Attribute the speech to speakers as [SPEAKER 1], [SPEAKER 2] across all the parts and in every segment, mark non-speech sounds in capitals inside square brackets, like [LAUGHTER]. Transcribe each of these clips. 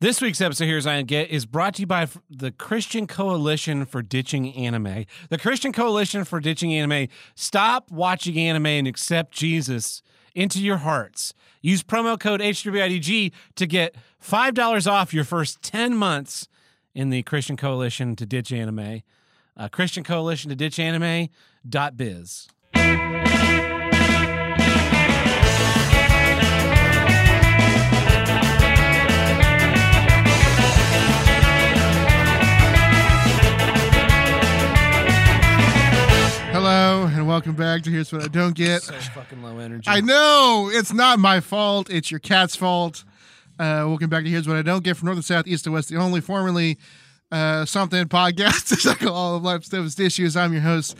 [SPEAKER 1] This week's episode of Here's I Get is brought to you by the Christian Coalition for Ditching Anime. The Christian Coalition for Ditching Anime. Stop watching anime and accept Jesus into your hearts. Use promo code HWIDG to get $5 off your first 10 months in the Christian Coalition to Ditch Anime. Uh, Christian Coalition to Ditch Anime.biz.
[SPEAKER 2] Hello and welcome back to Here's What I Don't Get.
[SPEAKER 1] So fucking low energy.
[SPEAKER 2] I know it's not my fault, it's your cat's fault. Uh, welcome back to Here's What I Don't Get from North to South, East to West, the only formerly uh, something podcast [LAUGHS] to tackle all of life's toughest issues. I'm your host,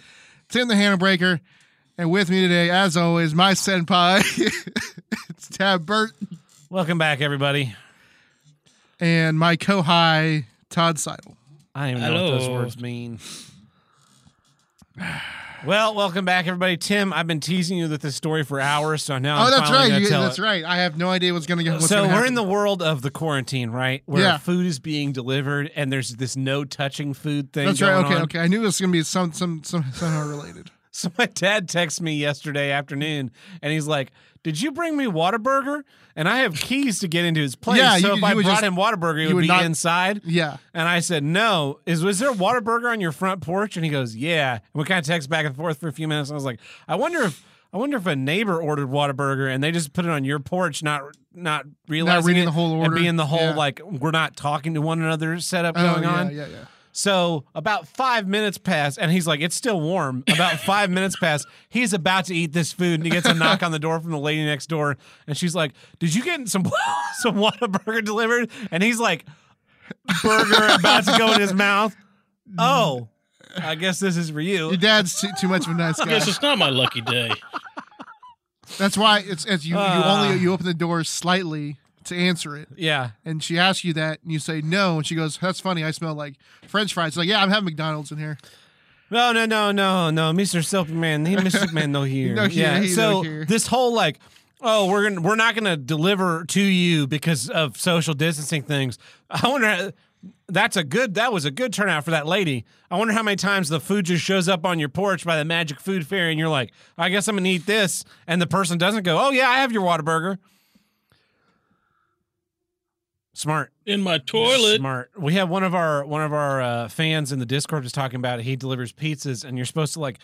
[SPEAKER 2] Tim the Hannah Breaker, and with me today, as always, my senpai, [LAUGHS] it's Tab Burt,
[SPEAKER 1] Welcome back, everybody.
[SPEAKER 2] and my kohai, Todd Seidel.
[SPEAKER 1] I don't even know what those
[SPEAKER 3] Hello.
[SPEAKER 1] words mean. Well, welcome back, everybody. Tim, I've been teasing you with this story for hours, so now
[SPEAKER 2] Oh,
[SPEAKER 1] I'm
[SPEAKER 2] that's
[SPEAKER 1] finally
[SPEAKER 2] right.
[SPEAKER 1] gonna
[SPEAKER 2] You,
[SPEAKER 1] tell
[SPEAKER 2] that's
[SPEAKER 1] it.
[SPEAKER 2] right. I have no idea what's going to go. what's
[SPEAKER 1] so
[SPEAKER 2] gonna
[SPEAKER 1] we're
[SPEAKER 2] happen.
[SPEAKER 1] in the world of the quarantine, right? Where
[SPEAKER 2] Yeah.
[SPEAKER 1] food is being delivered, and there's this no touching food thing.
[SPEAKER 2] That's
[SPEAKER 1] going
[SPEAKER 2] right. Okay,
[SPEAKER 1] on.
[SPEAKER 2] okay. I knew it was going to be some, some, some, somehow related.
[SPEAKER 1] So my dad texts me yesterday afternoon, and he's like, "Did you bring me Whataburger?" And I have keys to get into his place.
[SPEAKER 2] Yeah,
[SPEAKER 1] so
[SPEAKER 2] you-
[SPEAKER 1] if
[SPEAKER 2] you
[SPEAKER 1] I
[SPEAKER 2] would
[SPEAKER 1] brought
[SPEAKER 2] just-
[SPEAKER 1] him Whataburger, he
[SPEAKER 2] you
[SPEAKER 1] would,
[SPEAKER 2] would
[SPEAKER 1] be
[SPEAKER 2] not-
[SPEAKER 1] inside.
[SPEAKER 2] Yeah.
[SPEAKER 1] And I said, "No, is was there a Whataburger on your front porch?" And he goes, "Yeah." And we kind of text back and forth for a few minutes. And I was like, "I wonder if I wonder if a neighbor ordered Whataburger and they just put it on your porch, not not realizing
[SPEAKER 2] reading
[SPEAKER 1] it
[SPEAKER 2] the whole
[SPEAKER 1] and
[SPEAKER 2] order.
[SPEAKER 1] being the whole
[SPEAKER 2] Yeah.
[SPEAKER 1] like we're not talking to one another setup
[SPEAKER 2] Oh,
[SPEAKER 1] going
[SPEAKER 2] yeah,
[SPEAKER 1] on."
[SPEAKER 2] Yeah, yeah.
[SPEAKER 1] So about five minutes pass, and he's like, "It's still warm." About five minutes pass, he's about to eat this food, and he gets a knock on the door from the lady next door, and she's like, "Did you get some [LAUGHS] some Whataburger delivered?" And he's like, "Burger about to go in his mouth." Oh, I guess this is for you.
[SPEAKER 2] Your dad's too, too much of a nice guy.
[SPEAKER 3] Guess it's not my lucky day.
[SPEAKER 2] That's why it's as you, you
[SPEAKER 1] Ah.
[SPEAKER 2] only you open the door slightly to answer it,
[SPEAKER 1] Yeah,
[SPEAKER 2] and she asks you that, and you say no, and she goes, "That's funny. I smell like French fries." She's like, yeah, I'm having McDonald's in here.
[SPEAKER 1] No, no, no, no, no, Mister Superman, he Mister Superman,
[SPEAKER 2] [LAUGHS]
[SPEAKER 1] no here.
[SPEAKER 2] No here,
[SPEAKER 1] yeah.
[SPEAKER 2] he no
[SPEAKER 1] so
[SPEAKER 2] here.
[SPEAKER 1] this whole like, oh, we're gonna we're not gonna deliver to you because of social distancing things. I wonder. how- That's a good. That was a good turnout for that lady. I wonder how many times the food just shows up on your porch by the magic food fairy, and you're like, I guess I'm gonna eat this, and the person doesn't go, Oh yeah, I have your Whataburger. Smart.
[SPEAKER 3] In my toilet.
[SPEAKER 1] Smart. We have one of our one of our uh, fans in the Discord was talking about it. He delivers pizzas, and you're supposed to like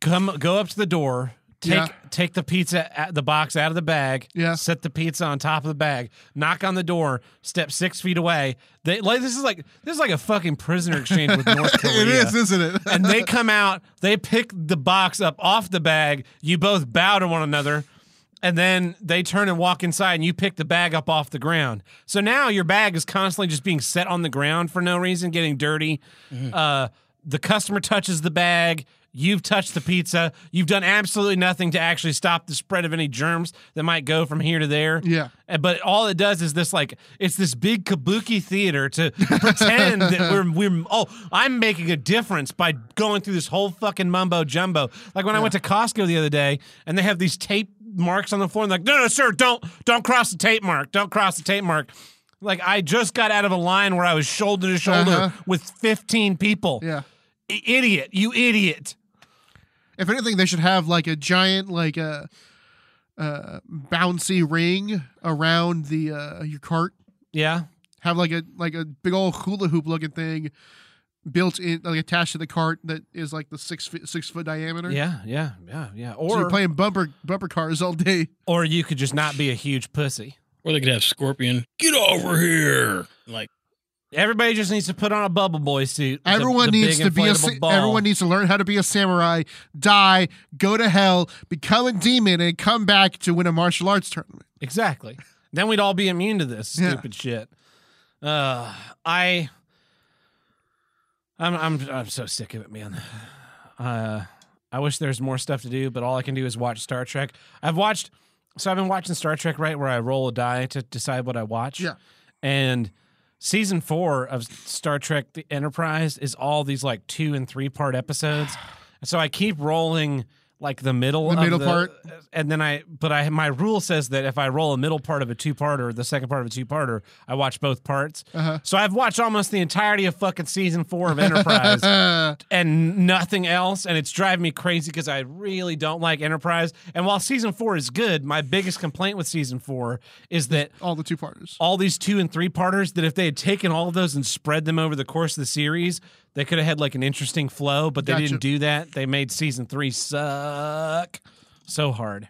[SPEAKER 1] come go up to the door, take
[SPEAKER 2] Yeah.
[SPEAKER 1] take the pizza at the box out of the bag,
[SPEAKER 2] Yeah.
[SPEAKER 1] set the pizza on top of the bag, knock on the door, step six feet away. They like this is like this is like a fucking prisoner exchange with North Korea.
[SPEAKER 2] [LAUGHS] It is, isn't it? [LAUGHS]
[SPEAKER 1] and they come out, they pick the box up off the bag. You both bow to one another, and then they turn and walk inside, and you pick the bag up off the ground. So now your bag is constantly just being set on the ground for no reason, getting dirty. Uh, the customer touches the bag. You've touched the pizza. You've done absolutely nothing to actually stop the spread of any germs that might go from here to there.
[SPEAKER 2] Yeah.
[SPEAKER 1] Uh, But all it does is this like it's this big kabuki theater to pretend
[SPEAKER 2] [LAUGHS]
[SPEAKER 1] that we're we're oh I'm making a difference by going through this whole fucking mumbo jumbo. Like when I went to Costco the other day and they have these tape marks on the floor and like no no sir don't don't cross the tape mark don't cross the tape mark. Like I just got out of a line where I was shoulder to shoulder
[SPEAKER 2] Uh-huh.
[SPEAKER 1] with 15 people.
[SPEAKER 2] yeah.
[SPEAKER 1] I- idiot, you idiot.
[SPEAKER 2] If anything, they should have like a giant like a uh, bouncy ring around the uh, your cart.
[SPEAKER 1] Yeah.
[SPEAKER 2] Have like a like a big old hula hoop looking thing built in like attached to the cart that is like the six foot six foot diameter.
[SPEAKER 1] Yeah, yeah, yeah, yeah.
[SPEAKER 2] So
[SPEAKER 1] Or
[SPEAKER 2] you're playing bumper bumper cars all day.
[SPEAKER 1] or you could just not be a huge pussy.
[SPEAKER 3] Or they could have Scorpion. Get over here. Like,
[SPEAKER 1] Everybody just needs to put on a bubble boy suit. The-
[SPEAKER 2] Everyone
[SPEAKER 1] the big
[SPEAKER 2] needs to be a
[SPEAKER 1] inflatable
[SPEAKER 2] sa-
[SPEAKER 1] ball.
[SPEAKER 2] everyone needs to learn how to be a samurai, die, go to hell, become a demon, and come back to win a martial arts tournament.
[SPEAKER 1] exactly. Then we'd all be immune to this
[SPEAKER 2] Yeah.
[SPEAKER 1] stupid shit. Uh, I, I'm, I'm, I'm so sick of it, man. Uh, I wish there's more stuff to do, but all I can do is watch Star Trek. I've watched, so I've been watching Star Trek, right, where I roll a die to decide what I watch.
[SPEAKER 2] Yeah.
[SPEAKER 1] And season four of Star Trek
[SPEAKER 2] [SIGHS]
[SPEAKER 1] The Enterprise is all these like two and three part episodes. And so I keep rolling like the middle,
[SPEAKER 2] The
[SPEAKER 1] of
[SPEAKER 2] middle part.
[SPEAKER 1] and then I, but I, my rule says that if I roll a middle part of a two parter, the second part of a two parter, I watch both parts.
[SPEAKER 2] Uh-huh.
[SPEAKER 1] So I've watched almost the entirety of fucking season four of
[SPEAKER 2] [LAUGHS]
[SPEAKER 1] Enterprise
[SPEAKER 2] Uh,
[SPEAKER 1] and nothing else, and it's driving me crazy because I really don't like Enterprise. And while season four is good, my biggest complaint with season four is that
[SPEAKER 2] all the two parters.
[SPEAKER 1] all these two and three parters that if they had taken all of those and spread them over the course of the series, they could have had like an interesting flow, but they
[SPEAKER 2] Gotcha.
[SPEAKER 1] didn't do that. They made season three suck so hard.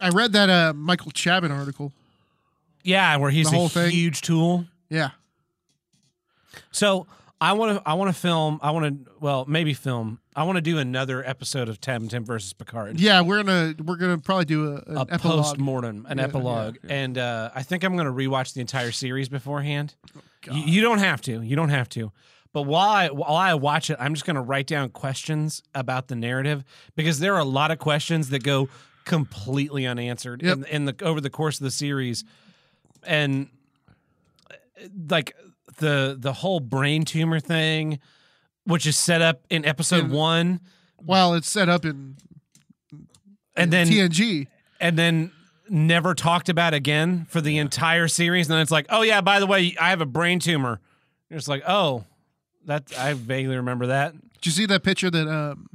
[SPEAKER 2] I read that uh, Michael Chabon article.
[SPEAKER 1] Yeah, where he's
[SPEAKER 2] The
[SPEAKER 1] a
[SPEAKER 2] whole thing.
[SPEAKER 1] huge tool.
[SPEAKER 2] Yeah.
[SPEAKER 1] So I want to, I want to film. I want to, well, maybe film. I want to do another episode of Tam Tim versus Picard.
[SPEAKER 2] Yeah, we're gonna we're gonna probably do a, an
[SPEAKER 1] a
[SPEAKER 2] epilogue.
[SPEAKER 1] post mortem, an
[SPEAKER 2] Yeah,
[SPEAKER 1] epilogue, and uh, I think I'm going to rewatch the entire series beforehand.
[SPEAKER 2] God.
[SPEAKER 1] you, you don't have to. You don't have to. But while I while I watch it, I'm just going to write down questions about the narrative because there are a lot of questions that go completely unanswered
[SPEAKER 2] Yep.
[SPEAKER 1] in, in the over the course of the series, and uh, like the the whole brain tumor thing, which is set up in episode
[SPEAKER 2] In-
[SPEAKER 1] one,
[SPEAKER 2] well, it's set up in
[SPEAKER 1] and then
[SPEAKER 2] TNG.
[SPEAKER 1] and then never talked about again for the entire series. And then it's like, oh yeah, by the way, I have a brain tumor. You're just like, oh, that I vaguely remember that.
[SPEAKER 2] Did you see that picture that um,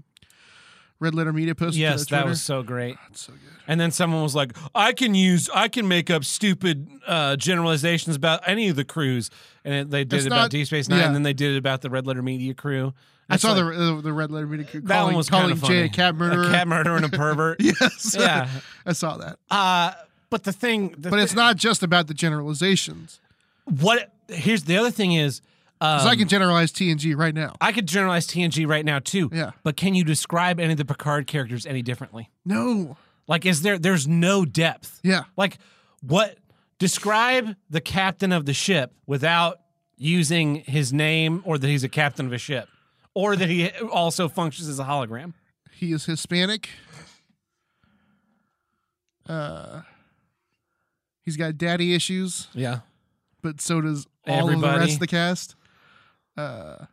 [SPEAKER 2] Red Letter Media posted? to
[SPEAKER 1] yes, that
[SPEAKER 2] Twitter?
[SPEAKER 1] was so great.
[SPEAKER 2] That's so good.
[SPEAKER 1] And then someone was like, I can use, I can make up stupid uh, generalizations about any of the crews. And it, they did
[SPEAKER 2] It's
[SPEAKER 1] it about
[SPEAKER 2] not-
[SPEAKER 1] D Space Nine,
[SPEAKER 2] yeah.
[SPEAKER 1] and then they did it about the Red Letter Media crew.
[SPEAKER 2] I
[SPEAKER 1] It's
[SPEAKER 2] saw
[SPEAKER 1] like,
[SPEAKER 2] the, the Red Letter Media crew
[SPEAKER 1] that
[SPEAKER 2] calling,
[SPEAKER 1] one was
[SPEAKER 2] calling
[SPEAKER 1] kind of funny.
[SPEAKER 2] Jay a cat murderer.
[SPEAKER 1] a
[SPEAKER 2] [LAUGHS]
[SPEAKER 1] cat murderer, and a pervert.
[SPEAKER 2] yes.
[SPEAKER 1] Yeah.
[SPEAKER 2] I saw that.
[SPEAKER 1] Uh, but the thing, the
[SPEAKER 2] But it's
[SPEAKER 1] thi-
[SPEAKER 2] not just about the generalizations.
[SPEAKER 1] what. Here's the other thing is,
[SPEAKER 2] 'Cause
[SPEAKER 1] um,
[SPEAKER 2] I can generalize TNG right now.
[SPEAKER 1] I could generalize TNG right now too.
[SPEAKER 2] Yeah.
[SPEAKER 1] But can you describe any of the Picard characters any differently?
[SPEAKER 2] No.
[SPEAKER 1] Like, is there? There's no depth.
[SPEAKER 2] Yeah.
[SPEAKER 1] Like, what? Describe the captain of the ship without using his name or that he's a captain of a ship, or that he also functions as a hologram.
[SPEAKER 2] He is Hispanic. Uh, he's got daddy issues,
[SPEAKER 1] Yeah.
[SPEAKER 2] but so does all of the
[SPEAKER 1] Everybody.
[SPEAKER 2] rest of the cast. Uh,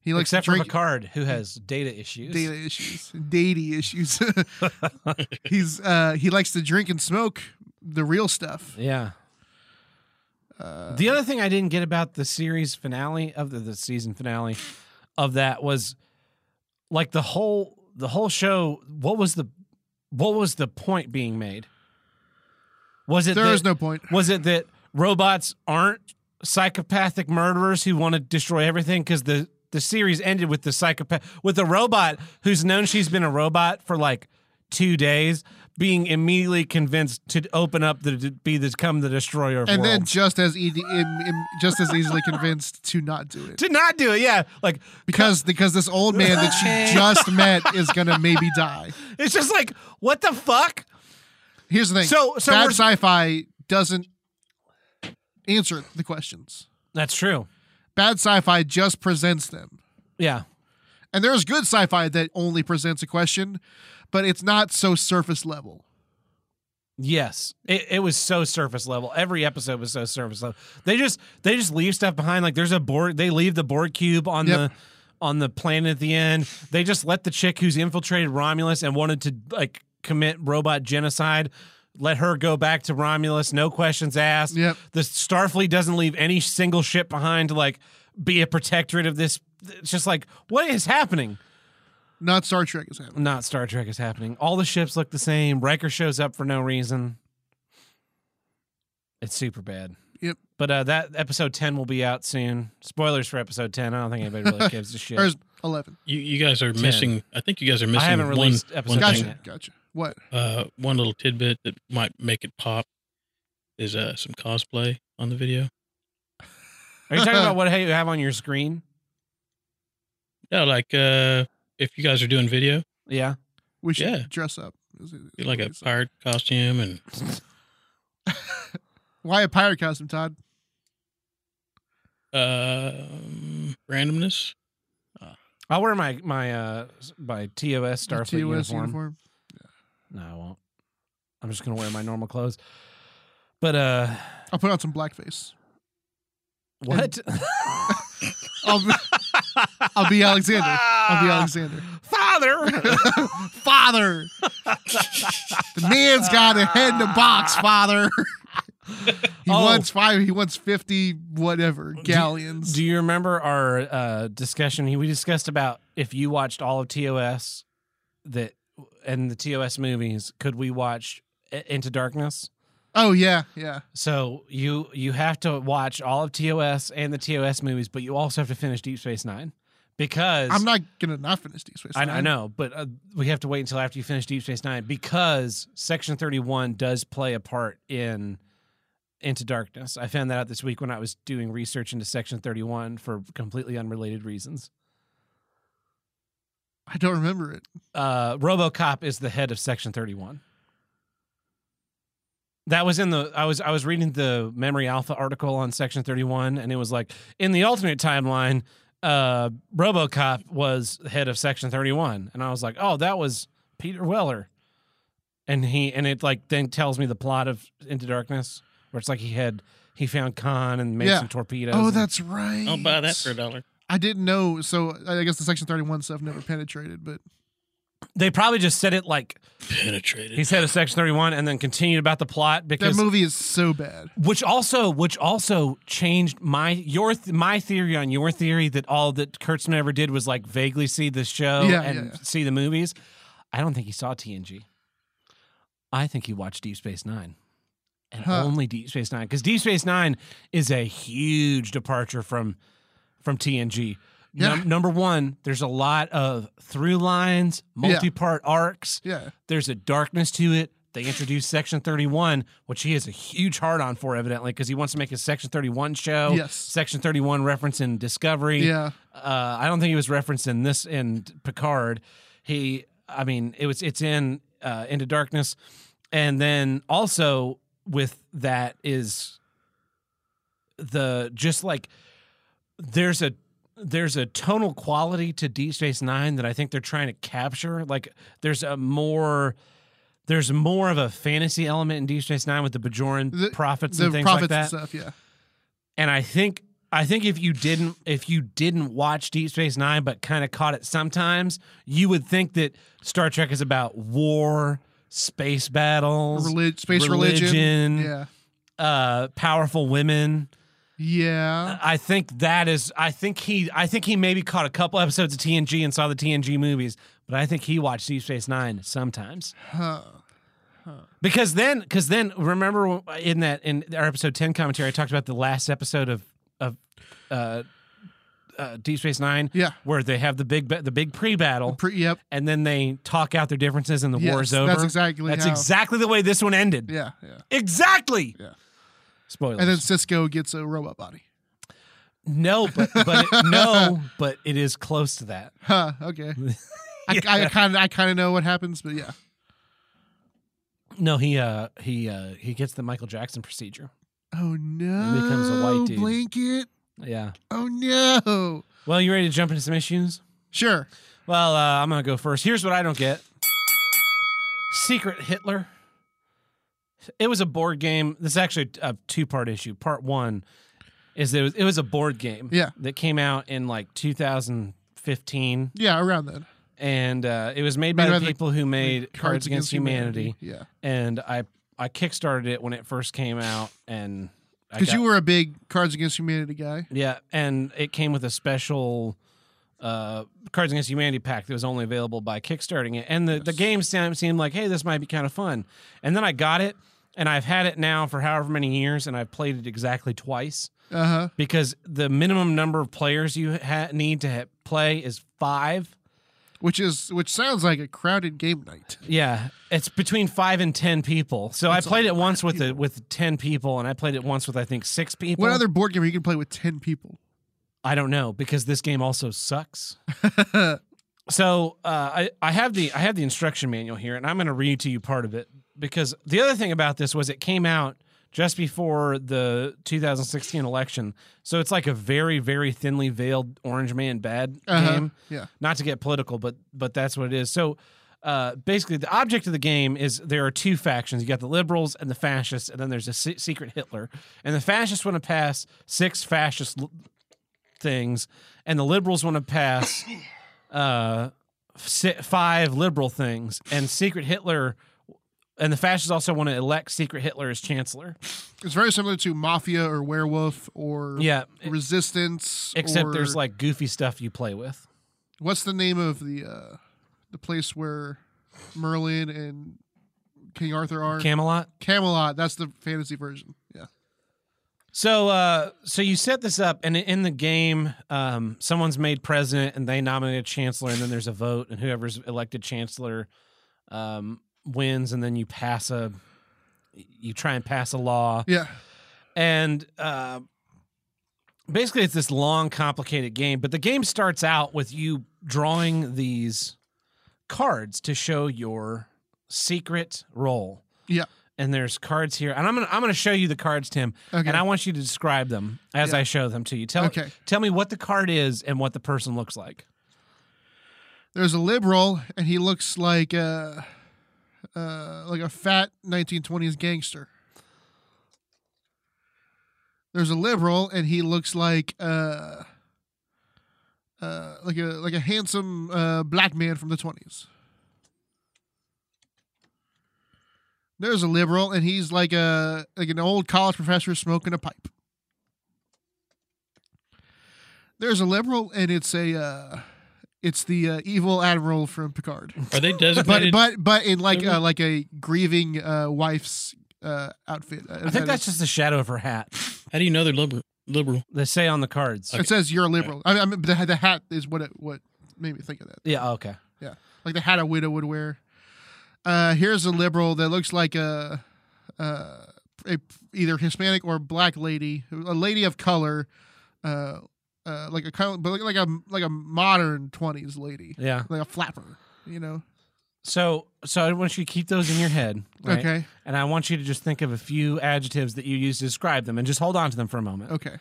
[SPEAKER 2] he likes
[SPEAKER 1] Except
[SPEAKER 2] to
[SPEAKER 1] for
[SPEAKER 2] drink
[SPEAKER 1] Picard, who has data issues.
[SPEAKER 2] data issues, daddy issues. [LAUGHS] he's uh, he likes to drink and smoke the real stuff.
[SPEAKER 1] Yeah.
[SPEAKER 2] Uh,
[SPEAKER 1] The other thing I didn't get about the series finale of the, the season finale of that was like the whole the whole show what was the what was the point being made? Was it
[SPEAKER 2] there
[SPEAKER 1] that,
[SPEAKER 2] is no point.
[SPEAKER 1] was it that robots aren't psychopathic murderers who want to destroy everything cuz the the series ended with the psychopath with the robot who's known she's been a robot for like 2 days being immediately convinced to open up the to be the become the destroyer of
[SPEAKER 2] And
[SPEAKER 1] worlds.
[SPEAKER 2] then just as ed- im- im- just as easily convinced to not do it
[SPEAKER 1] to not do it. Yeah, like
[SPEAKER 2] because because this old man that she just met is gonna maybe die.
[SPEAKER 1] it's just like what the fuck.
[SPEAKER 2] Here's the thing.
[SPEAKER 1] So- so
[SPEAKER 2] bad
[SPEAKER 1] we're-
[SPEAKER 2] sci-fi doesn't answer the questions.
[SPEAKER 1] That's true.
[SPEAKER 2] Bad sci-fi just presents them.
[SPEAKER 1] Yeah,
[SPEAKER 2] And there's good sci-fi that only presents a question, but it's not so surface level.
[SPEAKER 1] yes. It, it was so surface level. Every episode was so surface level. They just they just leave stuff behind. Like there's a board. They leave the board cube on
[SPEAKER 2] Yep.
[SPEAKER 1] the on the planet at the end. They just let the chick who's infiltrated Romulus and wanted to like commit robot genocide. Let her go back to Romulus, no questions asked.
[SPEAKER 2] Yep.
[SPEAKER 1] The Starfleet doesn't leave any single ship behind to like be a protectorate of this. It's just like what is happening.
[SPEAKER 2] Not Star Trek is happening.
[SPEAKER 1] not Star Trek is happening. All the ships look the same. Riker shows up for no reason. It's super bad.
[SPEAKER 2] Yep.
[SPEAKER 1] But uh, that episode ten will be out soon. Spoilers for episode ten. I don't think anybody really gives a shit.
[SPEAKER 2] Or is 11.
[SPEAKER 3] You, you guys are missing. I think you guys are missing.
[SPEAKER 1] haven't
[SPEAKER 3] one-
[SPEAKER 1] released
[SPEAKER 3] one,
[SPEAKER 1] episode
[SPEAKER 3] thing.
[SPEAKER 1] yet.
[SPEAKER 2] Gotcha. Gotcha. What?
[SPEAKER 3] Uh, one little tidbit that might make it pop is uh, some cosplay on the video.
[SPEAKER 1] Are you talking about what you have on your screen?
[SPEAKER 3] Yeah, like uh, if you guys are doing video,
[SPEAKER 1] Yeah.
[SPEAKER 2] We should
[SPEAKER 3] Yeah.
[SPEAKER 2] dress up.
[SPEAKER 3] get like a pirate costume and
[SPEAKER 2] [LAUGHS] Why a pirate costume, Todd?
[SPEAKER 3] um, randomness.
[SPEAKER 1] I'll wear my my uh my TOS Starfleet
[SPEAKER 2] TOS
[SPEAKER 1] uniform. No, I won't. I'm just gonna wear my normal clothes. But uh,
[SPEAKER 2] I'll put on some blackface.
[SPEAKER 1] what?
[SPEAKER 2] I'll be, I'll be Alexander. I'll be Alexander.
[SPEAKER 1] [LAUGHS]
[SPEAKER 2] [LAUGHS]
[SPEAKER 1] Father.
[SPEAKER 2] Father, the man's got a head in a box. Father, [LAUGHS] he
[SPEAKER 1] Oh.
[SPEAKER 2] wants five. He wants fifty whatever galleons.
[SPEAKER 1] Do you remember our uh, discussion? We discussed about if you watched all of TOS, that and the TOS movies, could we watch I- Into Darkness?
[SPEAKER 2] oh yeah, yeah.
[SPEAKER 1] So you you have to watch all of TOS and the TOS movies, but you also have to finish Deep Space Nine because
[SPEAKER 2] I'm not gonna not finish these. Space
[SPEAKER 1] I, I
[SPEAKER 2] Nine.
[SPEAKER 1] know, but uh, we have to wait until after you finish Deep Space Nine because Section Thirty One does play a part in Into Darkness. I found that out this week when I was doing research into Section Thirty One for completely unrelated reasons.
[SPEAKER 2] I don't remember it.
[SPEAKER 1] Uh, RoboCop is the head of Section Thirty One. That was in the I was I was reading the Memory Alpha article on Section Thirty One, and it was like in the alternate timeline, uh, RoboCop was head of Section Thirty One, and I was like, oh, that was Peter Weller, and he and it like then tells me the plot of Into Darkness, where it's like he had he found Khan and made
[SPEAKER 2] Yeah.
[SPEAKER 1] some torpedoes.
[SPEAKER 2] Oh,
[SPEAKER 1] and-
[SPEAKER 2] that's right.
[SPEAKER 3] I'll buy that for a dollar.
[SPEAKER 2] I didn't know. So I guess the Section 31 stuff never penetrated, but
[SPEAKER 1] they probably just said it like
[SPEAKER 3] Penetrated.
[SPEAKER 1] he's head of Section Thirty One, and then continued about the plot
[SPEAKER 2] that
[SPEAKER 1] because
[SPEAKER 2] movie is so bad.
[SPEAKER 1] which also which also changed my your th- my theory on your theory that all that Kurtzman ever did was like vaguely see the show
[SPEAKER 2] Yeah,
[SPEAKER 1] and
[SPEAKER 2] yeah.
[SPEAKER 1] see the movies. I don't think he saw TNG. I think he watched Deep Space Nine. And
[SPEAKER 2] Huh.
[SPEAKER 1] only Deep Space Nine. Because Deep Space Nine is a huge departure from from TNG. Num-
[SPEAKER 2] Yeah.
[SPEAKER 1] number one, there's a lot of through lines,
[SPEAKER 2] Yeah.
[SPEAKER 1] multi part arcs
[SPEAKER 2] Yeah.
[SPEAKER 1] there's a darkness to it. They introduced Section 31, which he has a huge hard on for, evidently, because he wants to make a Section 31 show.
[SPEAKER 2] Yes.
[SPEAKER 1] Section 31 reference in Discovery.
[SPEAKER 2] Yeah.
[SPEAKER 1] Uh, I don't think he was referenced in this in Picard. He, I mean, it was it's in uh, Into Darkness, and then also with that is the just like there's a there's a tonal quality to Deep Space Nine that I think they're trying to capture. Like there's a more there's more of a fantasy element in Deep Space Nine with the Bajoran
[SPEAKER 2] The-
[SPEAKER 1] prophets
[SPEAKER 2] The
[SPEAKER 1] and things
[SPEAKER 2] profits
[SPEAKER 1] like that
[SPEAKER 2] and stuff. Yeah.
[SPEAKER 1] and I think I think if you didn't if you didn't watch Deep Space Nine but kind of caught it sometimes, you would think that Star Trek is about war, space battles,
[SPEAKER 2] Relig- space religion.
[SPEAKER 1] religion.
[SPEAKER 2] Yeah.
[SPEAKER 1] uh, powerful women.
[SPEAKER 2] Yeah.
[SPEAKER 1] I think that is I think he I think he maybe caught a couple episodes of TNG and saw the TNG movies, but I think he watched Deep Space Nine sometimes.
[SPEAKER 2] Huh.
[SPEAKER 1] Because then, because then, remember in that in our episode ten commentary, I talked about the last episode of of uh, uh, Deep Space Nine,
[SPEAKER 2] Yeah.
[SPEAKER 1] where they have the big ba- the big pre battle,
[SPEAKER 2] Pre- yep.
[SPEAKER 1] and then they talk out their differences, and the war
[SPEAKER 2] Yes,
[SPEAKER 1] is over.
[SPEAKER 2] That's exactly
[SPEAKER 1] That's
[SPEAKER 2] how.
[SPEAKER 1] exactly the way this one ended.
[SPEAKER 2] Yeah. Yeah.
[SPEAKER 1] Exactly.
[SPEAKER 2] Yeah.
[SPEAKER 1] Spoilers.
[SPEAKER 2] And then Cisco gets a robot body.
[SPEAKER 1] no, but but [LAUGHS] it, no, but it is close to that.
[SPEAKER 2] Huh.
[SPEAKER 1] [LAUGHS]
[SPEAKER 2] Okay. I, I kind of I kind of know what happens, but yeah.
[SPEAKER 1] No, he uh he uh he gets the Michael Jackson procedure.
[SPEAKER 2] Oh no!
[SPEAKER 1] And becomes a white dude.
[SPEAKER 2] Blanket.
[SPEAKER 1] Yeah.
[SPEAKER 2] Oh no!
[SPEAKER 1] Well, you ready to jump into some issues?
[SPEAKER 2] Sure.
[SPEAKER 1] Well, uh, I'm going to go first. Here's what I don't get Secret Hitler. It was a board game. This is actually a two part issue. Part one is that it was, it was a board game
[SPEAKER 2] Yeah.
[SPEAKER 1] that came out in like 2015.
[SPEAKER 2] Yeah. Around then.
[SPEAKER 1] And uh, it was made by
[SPEAKER 2] Made
[SPEAKER 1] the
[SPEAKER 2] by the-
[SPEAKER 1] people who made Cards Against, Humanity.
[SPEAKER 2] Yeah.
[SPEAKER 1] And I, I kickstarted it when it first came out. And I
[SPEAKER 2] Because
[SPEAKER 1] got-
[SPEAKER 2] you were a big Cards Against Humanity guy.
[SPEAKER 1] Yeah, and it came with a special uh, Cards Against Humanity pack that was only available by kickstarting it. And the, the game sam- seemed like, hey, this might be kind of fun. And then I got it, and I've had it now for however many years, and I've played it exactly twice
[SPEAKER 2] Uh huh.
[SPEAKER 1] because the minimum number of players you ha- need to ha- play is five.
[SPEAKER 2] Which is which sounds like a crowded game night.
[SPEAKER 1] Yeah, it's between five and ten people. So
[SPEAKER 2] That's a
[SPEAKER 1] I played it
[SPEAKER 2] lot
[SPEAKER 1] once
[SPEAKER 2] of
[SPEAKER 1] with the,
[SPEAKER 2] people.
[SPEAKER 1] with ten people, and I played it once with I think six people.
[SPEAKER 2] What other board game you can play with ten people?
[SPEAKER 1] I don't know because this game also sucks.
[SPEAKER 2] yeah.
[SPEAKER 1] So uh, I I have the I have the instruction manual here, and I'm going to read to you part of it because the other thing about this was it came out just before the 2016 election, so it's like a very very thinly veiled orange man bad
[SPEAKER 2] Uh-huh.
[SPEAKER 1] game. Not to get political, but but that's what it is. So. Uh, basically, the object of the game is there are two factions. You got the liberals and the fascists, and then there's a se- secret Hitler. And the fascists want to pass six fascist l- things, and the liberals want to pass uh, si- five liberal things, and secret Hitler, and the fascists also want to elect secret Hitler as chancellor.
[SPEAKER 2] It's very similar to Mafia or Werewolf or
[SPEAKER 1] Yeah, e-
[SPEAKER 2] Resistance.
[SPEAKER 1] except
[SPEAKER 2] or-
[SPEAKER 1] there's like goofy stuff you play with.
[SPEAKER 2] what's the name of the uh, the place where Merlin and King Arthur are?
[SPEAKER 1] Camelot.
[SPEAKER 2] Camelot. That's the fantasy version. Yeah.
[SPEAKER 1] So, uh, so you set this up, and in the game, um, someone's made president, and they nominate a chancellor, and then there's a vote, and whoever's elected chancellor um, wins, and then you pass a, you try and pass a law,
[SPEAKER 2] Yeah.
[SPEAKER 1] and uh, basically it's this long, complicated game. But the game starts out with you drawing these cards to show your secret role.
[SPEAKER 2] Yeah.
[SPEAKER 1] And there's cards here, and I'm gonna I'm gonna show you the cards, Tim.
[SPEAKER 2] Okay.
[SPEAKER 1] And I want you to describe them as
[SPEAKER 2] Yeah.
[SPEAKER 1] I show them to you. Tell
[SPEAKER 2] okay.
[SPEAKER 1] tell me what the card is and what the person looks like.
[SPEAKER 2] There's a liberal, and he looks like uh, uh, like a fat 1920s gangster. There's a liberal, and he looks like uh, uh, like a like a handsome uh, black man from the 20s. There's a liberal, and he's like a like an old college professor smoking a pipe. There's a liberal, and it's a uh, it's the uh, evil admiral
[SPEAKER 1] [LAUGHS]
[SPEAKER 2] from Picard
[SPEAKER 3] Are they
[SPEAKER 2] but
[SPEAKER 3] designated?
[SPEAKER 2] but but in like
[SPEAKER 1] Mhm.
[SPEAKER 3] Maybe.
[SPEAKER 2] uh, like a grieving uh, wife's uh, outfit. Uh,
[SPEAKER 1] I think that's just the shadow of her hat.
[SPEAKER 3] how do you know they're liberal? Liberal.
[SPEAKER 1] They say on the cards.
[SPEAKER 2] it says you're a liberal. I mean, I mean the, the hat is what it, what made me think of that.
[SPEAKER 1] Yeah. Okay.
[SPEAKER 2] Like the hat a widow would wear. Uh, here's a liberal that looks like a, uh, a either Hispanic or black lady, a lady of color, uh, uh, like a kind of- but like- like a like a modern twenties lady,
[SPEAKER 1] Yeah.
[SPEAKER 2] like a flapper. You know.
[SPEAKER 1] So so I want you to keep those in your head. right?
[SPEAKER 2] Okay.
[SPEAKER 1] And I want you to just think of a few adjectives that you use to describe them, and just hold on to them for a moment.
[SPEAKER 2] Okay.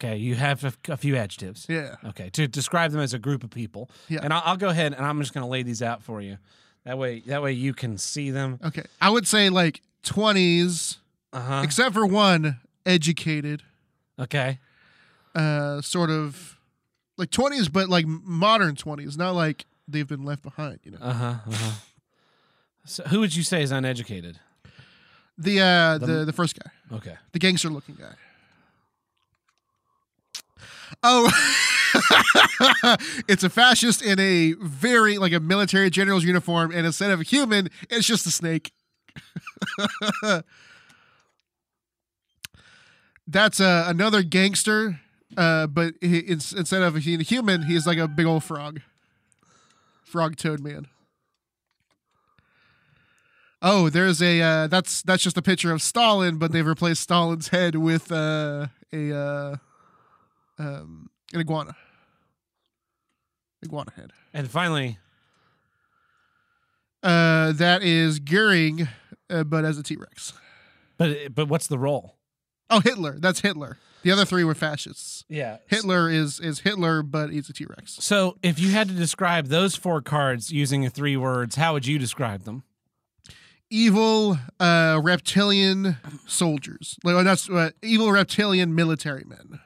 [SPEAKER 1] Okay. You have a, a few adjectives.
[SPEAKER 2] Yeah.
[SPEAKER 1] Okay. To describe them as a group of people.
[SPEAKER 2] Yeah.
[SPEAKER 1] And I'll, I'll go ahead and I'm just going to lay these out for you. That way, that way you can see them.
[SPEAKER 2] Okay. I would say like twenties.
[SPEAKER 1] Uh huh.
[SPEAKER 2] except for one educated
[SPEAKER 1] Okay.
[SPEAKER 2] uh sort of like 20s but like modern 20s not like they've been left behind you know
[SPEAKER 1] Uh huh. Uh-huh. So, who would you say is uneducated?
[SPEAKER 2] the uh
[SPEAKER 1] The-
[SPEAKER 2] the the first guy
[SPEAKER 1] Okay.
[SPEAKER 2] the gangster looking guy oh [LAUGHS] it's a fascist in a very like a military general's uniform and instead of a human it's just a snake [LAUGHS] that's uh, another gangster uh, but he, ins- instead of being a human he's like a big old frog frog toad man oh there's a uh, that's that's just a picture of stalin but they've replaced stalin's head with uh, a uh, um, an iguana iguana head
[SPEAKER 1] And finally,
[SPEAKER 2] uh, that is goering uh, but as a t-rex
[SPEAKER 1] but but what's the role?
[SPEAKER 2] oh hitler that's hitler the other three were fascists
[SPEAKER 1] Yeah.
[SPEAKER 2] Hitler is is Hitler, but he's a T Rex.
[SPEAKER 1] So, if you had to describe those four cards using three words, how would you describe them?
[SPEAKER 2] Evil uh, reptilian soldiers. Like that's uh, evil reptilian military men.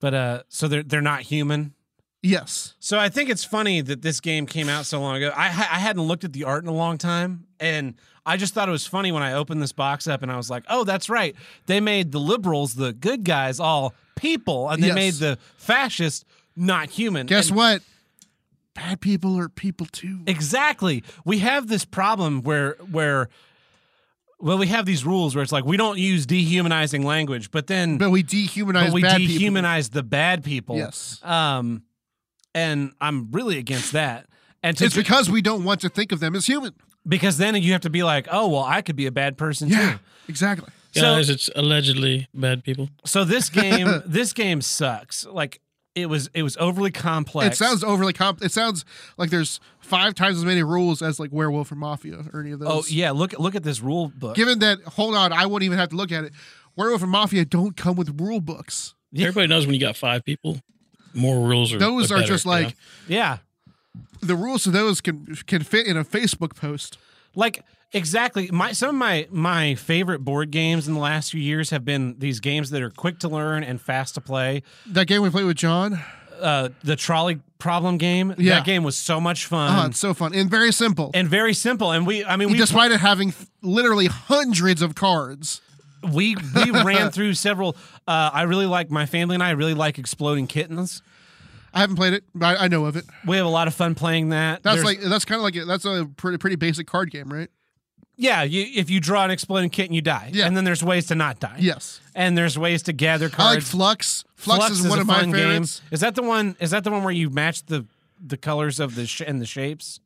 [SPEAKER 1] But uh so they're they're not human.
[SPEAKER 2] Yes.
[SPEAKER 1] So I think it's funny that this game came out so long ago. I ha- I hadn't looked at the art in a long time, and I just thought it was funny when I opened this box up and I was like, "Oh, that's right. They made the liberals, the good guys, all people, and they
[SPEAKER 2] Yes.
[SPEAKER 1] made the fascists not human."
[SPEAKER 2] Guess
[SPEAKER 1] And-
[SPEAKER 2] what? Bad people are people too.
[SPEAKER 1] Exactly. We have this problem where where well, we have these rules where it's like we don't use dehumanizing language, but then
[SPEAKER 2] But we
[SPEAKER 1] but
[SPEAKER 2] dehumanize
[SPEAKER 1] we
[SPEAKER 2] bad
[SPEAKER 1] dehumanize the bad people.
[SPEAKER 2] people. Yes.
[SPEAKER 1] Um, and I'm really against that. And to,
[SPEAKER 2] It's because we don't want to think of them as human.
[SPEAKER 1] because then you have to be like, oh well, I could be a bad person too.
[SPEAKER 2] Exactly.
[SPEAKER 1] So-
[SPEAKER 3] Guys, it's allegedly bad people.
[SPEAKER 1] So
[SPEAKER 2] [LAUGHS]
[SPEAKER 1] this game, this game sucks. Like it was, it was overly complex.
[SPEAKER 2] It sounds overly comp. It sounds like there's five times as many rules as like werewolf or mafia or any of those.
[SPEAKER 1] Oh yeah, look look at this rule book.
[SPEAKER 2] Given that, hold on, I wouldn't even have to look at it. Werewolf and mafia don't come with rule books.
[SPEAKER 1] Yeah.
[SPEAKER 3] Everybody knows when you got five people, more rules are.
[SPEAKER 2] Those are
[SPEAKER 3] better,
[SPEAKER 2] just
[SPEAKER 3] you know?
[SPEAKER 2] like
[SPEAKER 1] yeah,
[SPEAKER 2] the rules to those can can fit in a Facebook post.
[SPEAKER 1] like Exactly. My some of my my favorite board games in the last few years have been these games that are quick to learn and fast to play.
[SPEAKER 2] That game we played with John,
[SPEAKER 1] Uh, the trolley problem game.
[SPEAKER 2] Yeah.
[SPEAKER 1] That game was so much
[SPEAKER 2] oh,
[SPEAKER 1] fun
[SPEAKER 2] it's so fun and very simple.
[SPEAKER 1] and very simple. And we, I mean, we
[SPEAKER 2] despite it having th- literally hundreds of cards.
[SPEAKER 1] we
[SPEAKER 2] [LAUGHS]
[SPEAKER 1] we ran through several. Uh, I really like my family and I really like exploding kittens.
[SPEAKER 2] I haven't played it, but I, I know of it.
[SPEAKER 1] We have a lot of fun playing that.
[SPEAKER 2] That's
[SPEAKER 1] There's-
[SPEAKER 2] like that's kind of like a, that's a pretty pretty basic card game, right?
[SPEAKER 1] yeah. You, if you draw an exploding kitten, you die.
[SPEAKER 2] Yeah.
[SPEAKER 1] And then there's ways to not die.
[SPEAKER 2] Yes.
[SPEAKER 1] And there's ways to gather cards.
[SPEAKER 2] I like Flux. Flux, is one
[SPEAKER 1] a
[SPEAKER 2] of my
[SPEAKER 1] fun game.
[SPEAKER 2] favorites.
[SPEAKER 1] Is that the one? Is that the one where you match the the colors of the sh- and the shapes?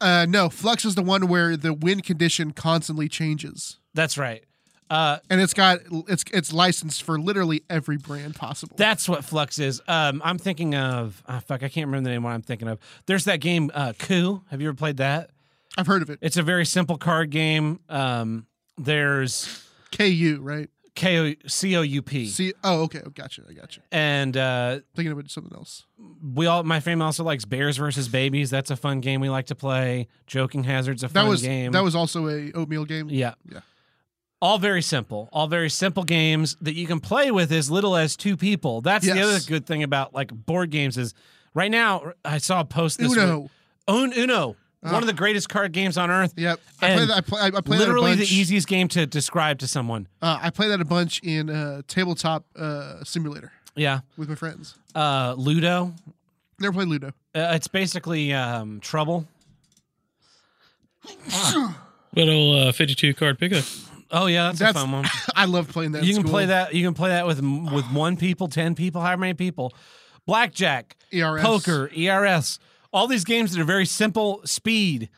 [SPEAKER 2] Uh, no, Flux is the one where the wind condition constantly changes,
[SPEAKER 1] That's right. Uh,
[SPEAKER 2] and it's got it's it's licensed for literally every brand possible.
[SPEAKER 1] that's what Flux is. Um, I'm thinking of ah, fuck. I can't remember the name. Of what I'm thinking of. There's that game uh, Coup. Have you ever played that?
[SPEAKER 2] I've heard of it.
[SPEAKER 1] It's a very simple card game. Um, there's
[SPEAKER 2] KU, right?
[SPEAKER 1] K O C O U P,
[SPEAKER 2] See, oh, okay, I gotcha, I gotcha.
[SPEAKER 1] and uh,
[SPEAKER 2] Thinking about something else.
[SPEAKER 1] we all. My family also likes Bears versus Babies. That's a fun game we like to play. Joking Hazard's a
[SPEAKER 2] That
[SPEAKER 1] fun
[SPEAKER 2] was
[SPEAKER 1] game.
[SPEAKER 2] that was also a oatmeal game.
[SPEAKER 1] Yeah.
[SPEAKER 2] Yeah.
[SPEAKER 1] All very simple. All very simple games that you can play with as little as two people. That's the
[SPEAKER 2] Yes.
[SPEAKER 1] other good thing about like board games is right now I saw a post this
[SPEAKER 2] Uno.
[SPEAKER 1] week. Un- Uno. one of the greatest card games on earth.
[SPEAKER 2] Yep. I
[SPEAKER 1] And
[SPEAKER 2] play that. I play. I I play
[SPEAKER 1] Literally
[SPEAKER 2] that a
[SPEAKER 1] the
[SPEAKER 2] bunch.
[SPEAKER 1] easiest game to describe to someone.
[SPEAKER 2] Uh, I play that a bunch in uh, tabletop uh, simulator
[SPEAKER 1] Yeah.
[SPEAKER 2] with my friends.
[SPEAKER 1] Uh, Ludo.
[SPEAKER 2] Never played Ludo.
[SPEAKER 1] Uh, it's basically um, Trouble.
[SPEAKER 3] Good old uh, 52 card pickup.
[SPEAKER 1] Oh yeah, that's,
[SPEAKER 2] [LAUGHS] That's-
[SPEAKER 1] a fun one.
[SPEAKER 2] I love playing that. in
[SPEAKER 1] You can
[SPEAKER 2] school.
[SPEAKER 1] play that. You can play that with with one people, ten people, however many people. Blackjack.
[SPEAKER 2] ERS.
[SPEAKER 1] poker, ERS, all these games that are very simple, speed,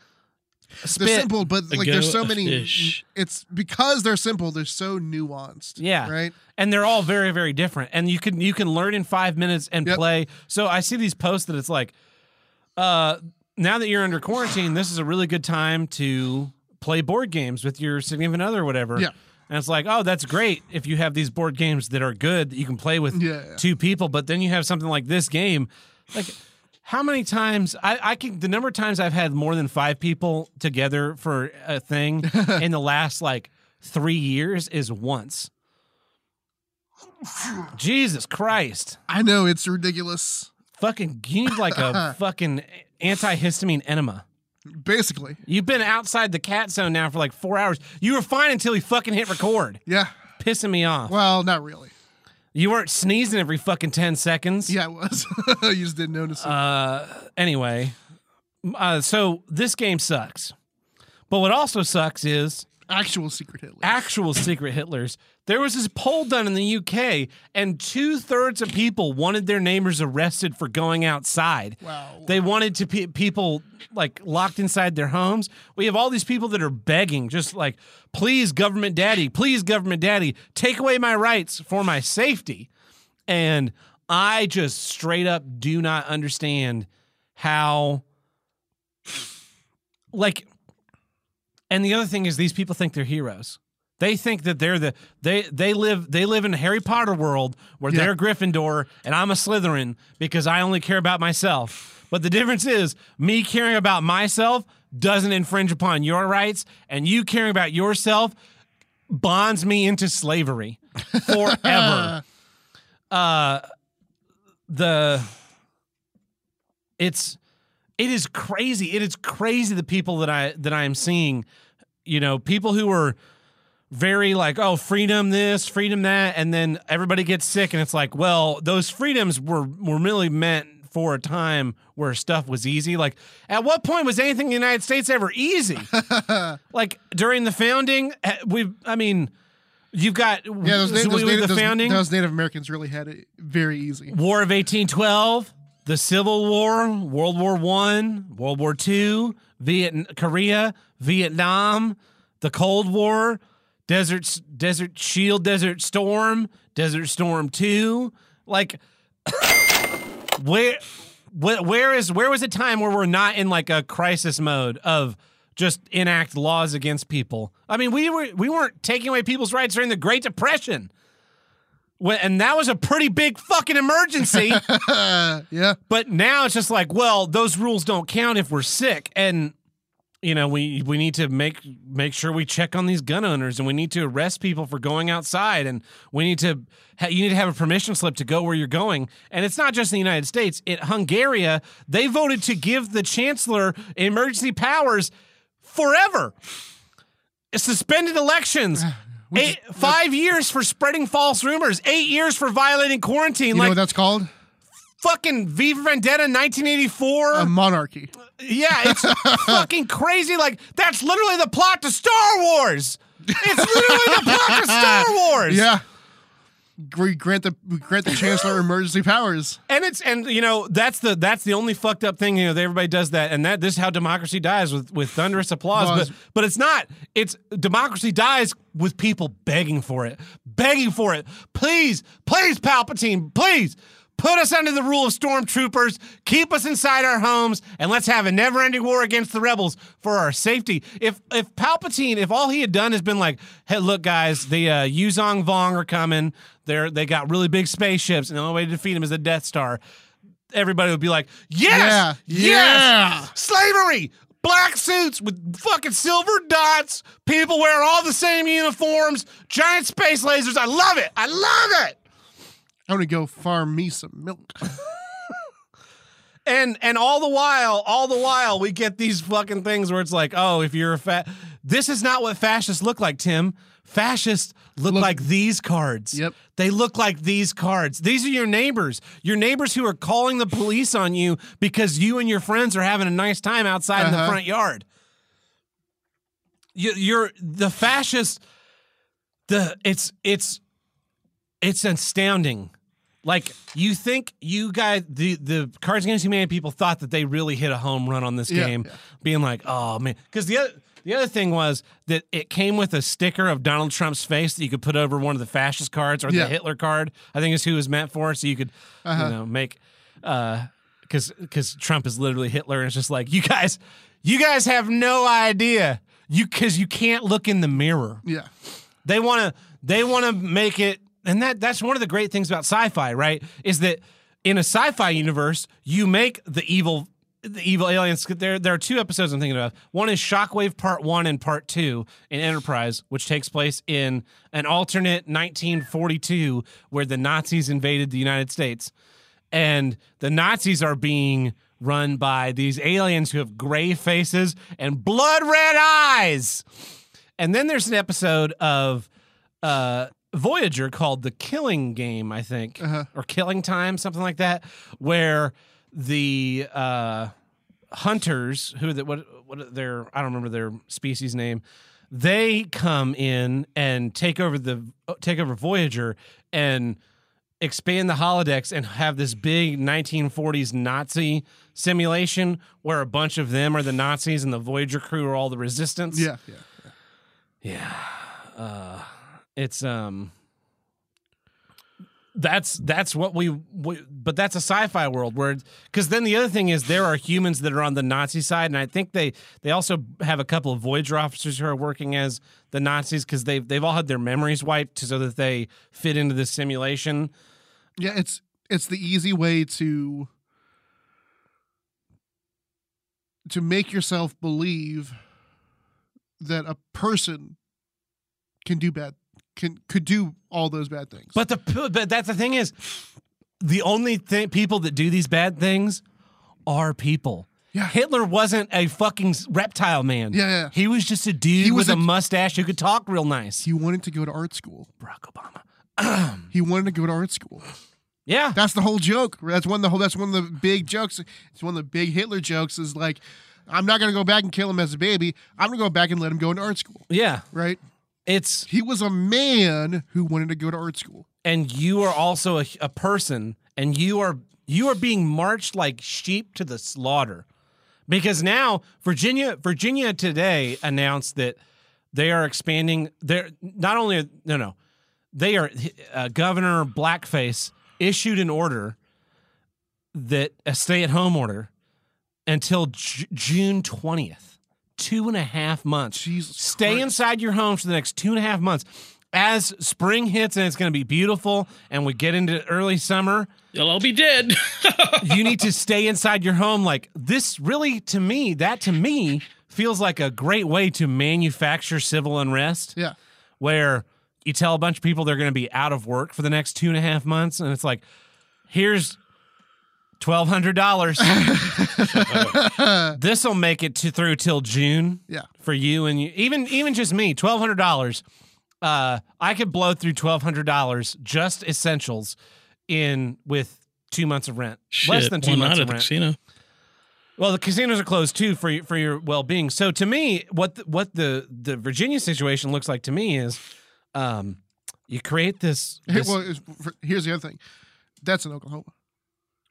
[SPEAKER 2] They're
[SPEAKER 1] spit.
[SPEAKER 2] simple, but
[SPEAKER 3] A
[SPEAKER 2] like there's
[SPEAKER 3] go
[SPEAKER 2] so
[SPEAKER 3] of
[SPEAKER 2] many.
[SPEAKER 3] fish.
[SPEAKER 2] It's because they're simple. They're so nuanced.
[SPEAKER 1] Yeah.
[SPEAKER 2] Right.
[SPEAKER 1] and they're all very very different. And you can you can learn in 5 minutes and
[SPEAKER 2] Yep.
[SPEAKER 1] play. So I see these posts that it's like uh now that you're under quarantine, this is a really good time to play board games with your significant other or whatever.
[SPEAKER 2] Yeah.
[SPEAKER 1] And it's like, "Oh, that's great if you have these board games that are good that you can play with
[SPEAKER 2] Yeah, yeah.
[SPEAKER 1] two people, but then you have something like this game like how many times I, I can the number of times I've had more than five people together for a thing in the last like three years is once. Jesus Christ.
[SPEAKER 2] I know it's ridiculous.
[SPEAKER 1] Fucking you need like a fucking antihistamine enema.
[SPEAKER 2] Basically.
[SPEAKER 1] You've been outside the cat zone now for like four hours. You were fine until you fucking hit record.
[SPEAKER 2] Yeah.
[SPEAKER 1] Pissing me off.
[SPEAKER 2] Well, not really.
[SPEAKER 1] You weren't sneezing every fucking ten seconds.
[SPEAKER 2] Yeah, it was. [LAUGHS] you just didn't notice it.
[SPEAKER 1] Uh, anyway, uh, so this game sucks. But what also sucks is
[SPEAKER 2] Actual secret Hitler.
[SPEAKER 1] actual secret Hitlers. There was this poll done in the UK, and two thirds of people wanted their neighbors arrested for going outside.
[SPEAKER 2] Wow.
[SPEAKER 1] They wanted to pe- people like locked inside their homes. We have all these people that are begging, just like, please, government daddy, please, government daddy, take away my rights for my safety. And I just straight up do not understand how, like, and the other thing is these people think they're heroes. They think that they're the they they live they live in Harry Potter world where
[SPEAKER 2] Yeah.
[SPEAKER 1] they're Gryffindor and I'm a Slytherin because I only care about myself. But the difference is me caring about myself doesn't infringe upon your rights and you caring about yourself bonds me into slavery forever. uh the it's it is crazy. It is crazy the people that I that I am seeing. You know, people who are very like, oh, freedom this, freedom that, and then everybody gets sick, and it's like, well, those freedoms were were really meant for a time where stuff was easy. Like, at what point was anything in the United States ever
[SPEAKER 2] [LAUGHS]
[SPEAKER 1] easy? like during the founding, eh, we, I mean, you've got
[SPEAKER 2] yeah, those, na-
[SPEAKER 1] so
[SPEAKER 2] those
[SPEAKER 1] we-
[SPEAKER 2] native,
[SPEAKER 1] the
[SPEAKER 2] those,
[SPEAKER 1] founding
[SPEAKER 2] those Native Americans really had it very easy.
[SPEAKER 1] War of 1812, the Civil War, World War One, World War Two, Viet- Korea, Vietnam, the Cold War, Desert S- Desert Shield, Desert Storm, Desert Storm Two. Like, [COUGHS] where, where, where is where was a time where we're not in like a crisis mode of just enact laws against people? I mean, we were we weren't taking away people's rights during the Great Depression. When, and that was a pretty big fucking emergency.
[SPEAKER 2] Uh, yeah.
[SPEAKER 1] but now it's just like, well, those rules don't count if we're sick. And you know we we need to make make sure we check on these gun owners and we need to arrest people for going outside and we need to ha- you need to have a permission slip to go where you're going and it's not just in the United States in Hungary they voted to give the chancellor emergency powers forever suspended
[SPEAKER 2] [SIGHS]
[SPEAKER 1] elections
[SPEAKER 2] Which-
[SPEAKER 1] Eight, five years for spreading false rumors. Eight years for violating quarantine.
[SPEAKER 2] you know
[SPEAKER 1] like
[SPEAKER 2] what that's called?
[SPEAKER 1] fucking V for Vendetta 1984.
[SPEAKER 2] A monarchy.
[SPEAKER 1] Yeah, it's fucking crazy. Like that's literally the plot to Star Wars. It's literally the plot to Star Wars.
[SPEAKER 2] Yeah. We grant the we grant
[SPEAKER 1] [LAUGHS]
[SPEAKER 2] the chancellor emergency powers.
[SPEAKER 1] and it's and you know that's the that's the only fucked up thing you know that everybody does that and that this is how democracy dies with with thunderous applause.
[SPEAKER 2] Applause.
[SPEAKER 1] But but it's not. It's democracy dies with people begging for it, begging for it. Please, please, Palpatine, please. Put us under the rule of stormtroopers, keep us inside our homes, and let's have a never-ending war against the rebels for our safety. If if Palpatine, if all he had done has been like, "Hey, look, guys, the uh, Yuzong Vong are coming. They're they got really big spaceships, and the only way to defeat them is the Death Star," everybody would be like, "Yes,
[SPEAKER 2] Yeah,
[SPEAKER 1] yes,
[SPEAKER 2] yeah."
[SPEAKER 1] slavery, black suits with fucking silver dots, people wearing all the same uniforms, giant space lasers. I love it. I love it.
[SPEAKER 2] I'm gonna go farm me some milk.
[SPEAKER 1] And and all the while, all the while, we get these fucking things where it's like, oh, if you're a fat, this is not what fascists look like, Tim. Fascists look, like these cards.
[SPEAKER 2] Yep.
[SPEAKER 1] They look like these cards. These are your neighbors. Your neighbors who are calling the police on you because you and your friends are having a nice time outside in the
[SPEAKER 2] Uh-huh.
[SPEAKER 1] front yard. You, you're the fascist. The it's it's it's astounding. Like you think you guys, the the Cards Against Humanity people thought that they really hit a home run on this
[SPEAKER 2] Yeah,
[SPEAKER 1] game, being like, oh man, because the other. The other thing was that it came with a sticker of Donald Trump's face that you could put over one of the fascist cards or
[SPEAKER 2] Yeah. Uh-huh.
[SPEAKER 1] the Hitler card. I think is who it was meant for, so you could, you know, make because because Trump is literally Hitler, and it's just like you guys, you guys have no idea, you because you can't look in the mirror.
[SPEAKER 2] Yeah.
[SPEAKER 1] They want to they want to make it and that that's one of the great things about sci-fi, right? Is that in a sci-fi universe, you make the evil the evil aliens there there are two episodes I'm thinking of. One is Shockwave Part 1 and Part 2 in Enterprise, which takes place in an alternate 1942 where the Nazis invaded the United States and the Nazis are being run by these aliens who have gray faces and blood red eyes. And then there's an episode of uh, Voyager called The Killing Game, I think, or Killing Time, something like that, where the uh, hunters, who the, what what are their I don't remember their species name, they come in and take over the take over Voyager and expand the holodecks and have this big 1940s Nazi simulation where a bunch of them are the Nazis and the Voyager crew are all the resistance.
[SPEAKER 2] Yeah. Yeah.
[SPEAKER 1] Yeah. Uh, it's um that's that's what we, we but that's a sci-fi world where cuz then the other thing is there are humans that are on the Nazi side and I think they they also have a couple of Voyager officers who are working as the Nazis cuz they have they've all had their memories wiped so that they fit into the simulation.
[SPEAKER 2] Yeah, it's it's the easy way to to make yourself believe that a person can do bad can could do all those bad things.
[SPEAKER 1] But the p- but that's the thing is, the only thing people that do these bad things are people.
[SPEAKER 2] Yeah.
[SPEAKER 1] Hitler wasn't a fucking s- reptile man.
[SPEAKER 2] Yeah, yeah.
[SPEAKER 1] He was just a dude
[SPEAKER 2] was
[SPEAKER 1] with a,
[SPEAKER 2] a-
[SPEAKER 1] mustache who could talk real nice.
[SPEAKER 2] he wanted to go to art school.
[SPEAKER 1] Barack Obama.
[SPEAKER 2] He wanted to go to art school.
[SPEAKER 1] Yeah.
[SPEAKER 2] That's the whole joke. That's one of the whole that's one of the big jokes. It's one of the big Hitler jokes is like I'm not going to go back and kill him as a baby. I'm going to go back and let him go into art school,
[SPEAKER 1] yeah.
[SPEAKER 2] right?
[SPEAKER 1] It's
[SPEAKER 2] He was a man who wanted to go to art school.
[SPEAKER 1] and you are also a, a person and you are you are being marched like sheep to the slaughter because now virginia virginia today announced that they are expanding they're not only no no they are uh, governor blackface issued an order that a stay-at-home order until J- june 20th two and a half months
[SPEAKER 2] Jesus
[SPEAKER 1] stay
[SPEAKER 2] Christ.
[SPEAKER 1] inside your home for the next two and a half months as spring hits and it's going to be beautiful and we get into early summer
[SPEAKER 3] You'll all be dead. [LAUGHS]
[SPEAKER 1] [LAUGHS] you need to stay inside your home. Like this, really, to me, that to me feels like a great way to manufacture civil unrest.
[SPEAKER 2] Yeah.
[SPEAKER 1] Where you tell a bunch of people they're going to be out of work for the next two and a half months, and it's like, here's twelve hundred dollars. [LAUGHS] this will make it to through till June.
[SPEAKER 2] Yeah.
[SPEAKER 1] For you and you, even even just me, twelve hundred dollars. Uh, I could blow through twelve hundred dollars just essentials in with two months of rent,
[SPEAKER 3] Shit,
[SPEAKER 1] less than two
[SPEAKER 3] one
[SPEAKER 1] months
[SPEAKER 3] night
[SPEAKER 1] of
[SPEAKER 3] at the
[SPEAKER 1] rent.
[SPEAKER 3] casino.
[SPEAKER 1] Well, the casinos are closed too for your, for your well being. So to me, what the, what the the Virginia situation looks like to me is, um, you create this.
[SPEAKER 2] Hey,
[SPEAKER 1] this-
[SPEAKER 2] well, it's- for- here's the other thing. That's in Oklahoma.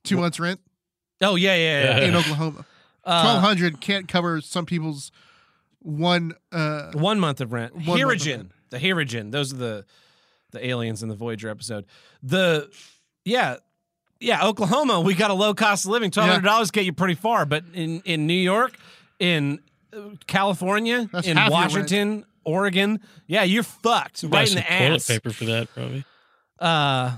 [SPEAKER 2] Two months
[SPEAKER 1] [LAUGHS]
[SPEAKER 2] rent
[SPEAKER 1] oh yeah, yeah, yeah. yeah.
[SPEAKER 2] in Oklahoma. Twelve
[SPEAKER 1] Uh,
[SPEAKER 2] hundred can't cover some people's one. Uh,
[SPEAKER 1] one month of rent.
[SPEAKER 2] One month of
[SPEAKER 1] Herogen,
[SPEAKER 2] rent.
[SPEAKER 1] the Herogen. Those are the the aliens in the Voyager episode. The yeah. Yeah, Oklahoma, we got a low cost of living. Twelve hundred dollars get you pretty far, but in, in New York, in uh, California,
[SPEAKER 2] That's
[SPEAKER 1] in
[SPEAKER 2] half your rent.
[SPEAKER 1] Washington, Oregon, yeah, you're fucked
[SPEAKER 3] Buy
[SPEAKER 1] right in
[SPEAKER 3] some
[SPEAKER 1] the
[SPEAKER 3] toilet
[SPEAKER 1] ass.
[SPEAKER 3] paper for that, probably.
[SPEAKER 1] Uh,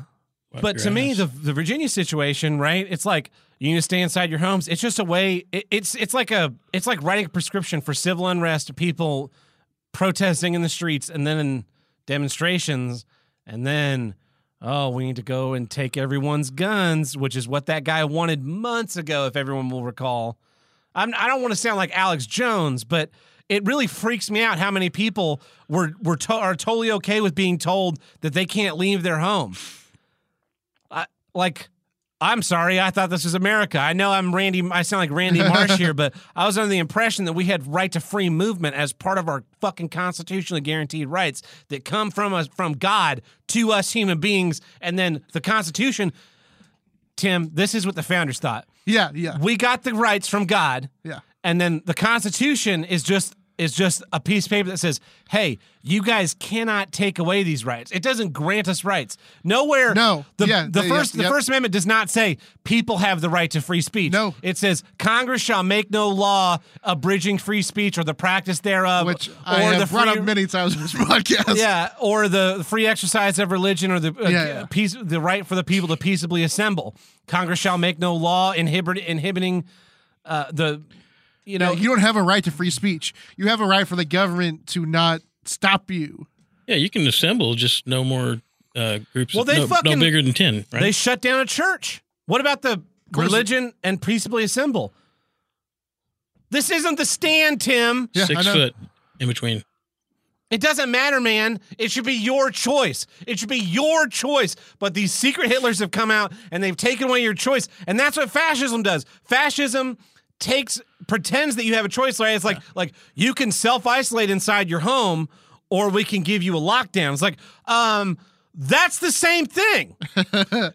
[SPEAKER 3] Wipe
[SPEAKER 1] but
[SPEAKER 3] your
[SPEAKER 1] to me,
[SPEAKER 3] ass.
[SPEAKER 1] the the Virginia situation, right? It's like you need to stay inside your homes. It's just a way. It, it's it's like a it's like writing a prescription for civil unrest to people protesting in the streets and then in demonstrations and then oh we need to go and take everyone's guns, which is what that guy wanted months ago, if everyone will recall. I'm, I don't want to sound like Alex Jones, but it really freaks me out how many people were were to, are totally okay with being told that they can't leave their home. I, like, I'm sorry, I thought this was America. I know I'm Randy. I sound like Randy Marsh here, but I was under the impression that we had right to free movement as part of our fucking constitutionally guaranteed rights that come from us from God to us human beings, and then the Constitution. Tim, this is what the founders thought.
[SPEAKER 2] yeah, yeah,
[SPEAKER 1] We got the rights from God
[SPEAKER 2] yeah.
[SPEAKER 1] and then the constitution is just is just a piece of paper that says hey you guys cannot take away these rights it doesn't grant us rights nowhere
[SPEAKER 2] No.
[SPEAKER 1] the,
[SPEAKER 2] Yeah,
[SPEAKER 1] the
[SPEAKER 2] yeah,
[SPEAKER 1] first the
[SPEAKER 2] yeah.
[SPEAKER 1] first amendment does not say people have the right to free speech
[SPEAKER 2] No.
[SPEAKER 1] it says congress shall make no law abridging free speech or the practice thereof
[SPEAKER 2] Which
[SPEAKER 1] uh, or
[SPEAKER 2] I
[SPEAKER 1] the
[SPEAKER 2] have
[SPEAKER 1] free
[SPEAKER 2] brought up many times in this [LAUGHS] podcast.
[SPEAKER 1] yeah, or the free exercise of religion, or the uh,
[SPEAKER 2] Yeah, yeah.
[SPEAKER 1] peace, the right for the people to peaceably assemble. Congress shall make no law inhibit, inhibiting uh, the, you know,
[SPEAKER 2] No, you don't have a right to free speech. You have a right for the government to not stop you. [LAUGHS]
[SPEAKER 3] yeah, you can assemble, just no more uh, groups.
[SPEAKER 1] Well,
[SPEAKER 3] of-
[SPEAKER 1] they
[SPEAKER 3] no,
[SPEAKER 1] fucking-
[SPEAKER 3] no bigger than ten, right?
[SPEAKER 1] They shut down a church. What about the
[SPEAKER 2] course-
[SPEAKER 1] religion and peaceably assemble? This isn't the stand, Tim.
[SPEAKER 2] Yeah, I
[SPEAKER 3] Six
[SPEAKER 2] know.
[SPEAKER 3] foot in between.
[SPEAKER 1] It doesn't matter, man. It should be your choice. It should be your choice. But these secret Hitlers have come out and they've taken away your choice. And that's what fascism does. Fascism takes pretends that you have a choice, right? It's like like you can self-isolate inside your home or we can give you a lockdown. It's like, um, that's the same thing.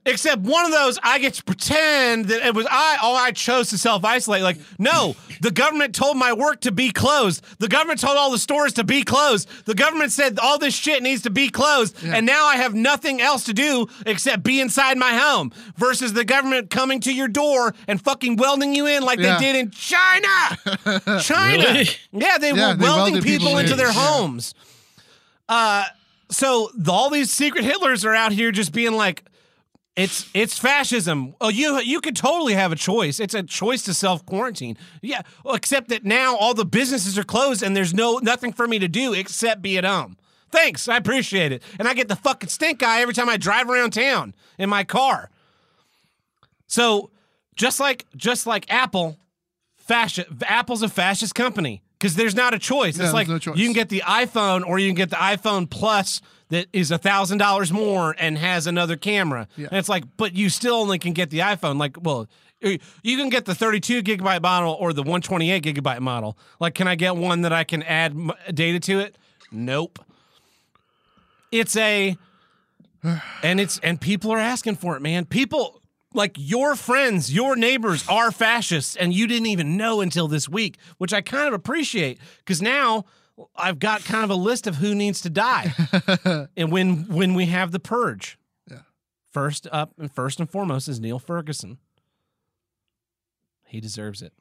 [SPEAKER 1] Except one of those, I get to pretend that it was I. Oh, I chose to self isolate. Like, no, the government told my work to be closed. The government told all the stores to be closed. The government said all this shit needs to be closed. And now I have nothing else to do except be inside my home versus the government coming to your door and fucking welding you in like
[SPEAKER 2] Yeah.
[SPEAKER 1] they did in China. China.
[SPEAKER 3] Really?
[SPEAKER 1] Yeah, they
[SPEAKER 2] Yeah,
[SPEAKER 1] were
[SPEAKER 2] they
[SPEAKER 1] welding
[SPEAKER 2] welded
[SPEAKER 1] people,
[SPEAKER 2] people
[SPEAKER 1] into
[SPEAKER 2] in.
[SPEAKER 1] their
[SPEAKER 2] Yeah.
[SPEAKER 1] homes. Uh, so th- all these secret Hitlers are out here just being like, it's it's fascism. Oh, you you could totally have a choice. It's a choice to self quarantine. Yeah, well, except that now all the businesses are closed and there's no nothing for me to do except be at home. Thanks, I appreciate it. And I get the fucking stink eye every time I drive around town in my car. So just like just like Apple, fascist Apple's a fascist company because there's not a choice.
[SPEAKER 2] Yeah,
[SPEAKER 1] it's like
[SPEAKER 2] there's no choice.
[SPEAKER 1] you can get the iPhone or you can get the iPhone Plus that is a thousand dollars more and has another camera.
[SPEAKER 2] Yeah.
[SPEAKER 1] And it's like, but you still only can get the iPhone. Like, well, you you can get the 32 gigabyte model or the 128 gigabyte model. Like, can I get one that I can add m- data to it? Nope. It's a and it's and people are asking for it, man. People like your friends, your neighbors are fascists, and you didn't even know until this week, which I kind of appreciate because now I've got kind of a list of who needs to
[SPEAKER 2] [LAUGHS]
[SPEAKER 1] die, and when when we have the purge.
[SPEAKER 2] Yeah.
[SPEAKER 1] First up and first and foremost is Neil Ferguson. He deserves it.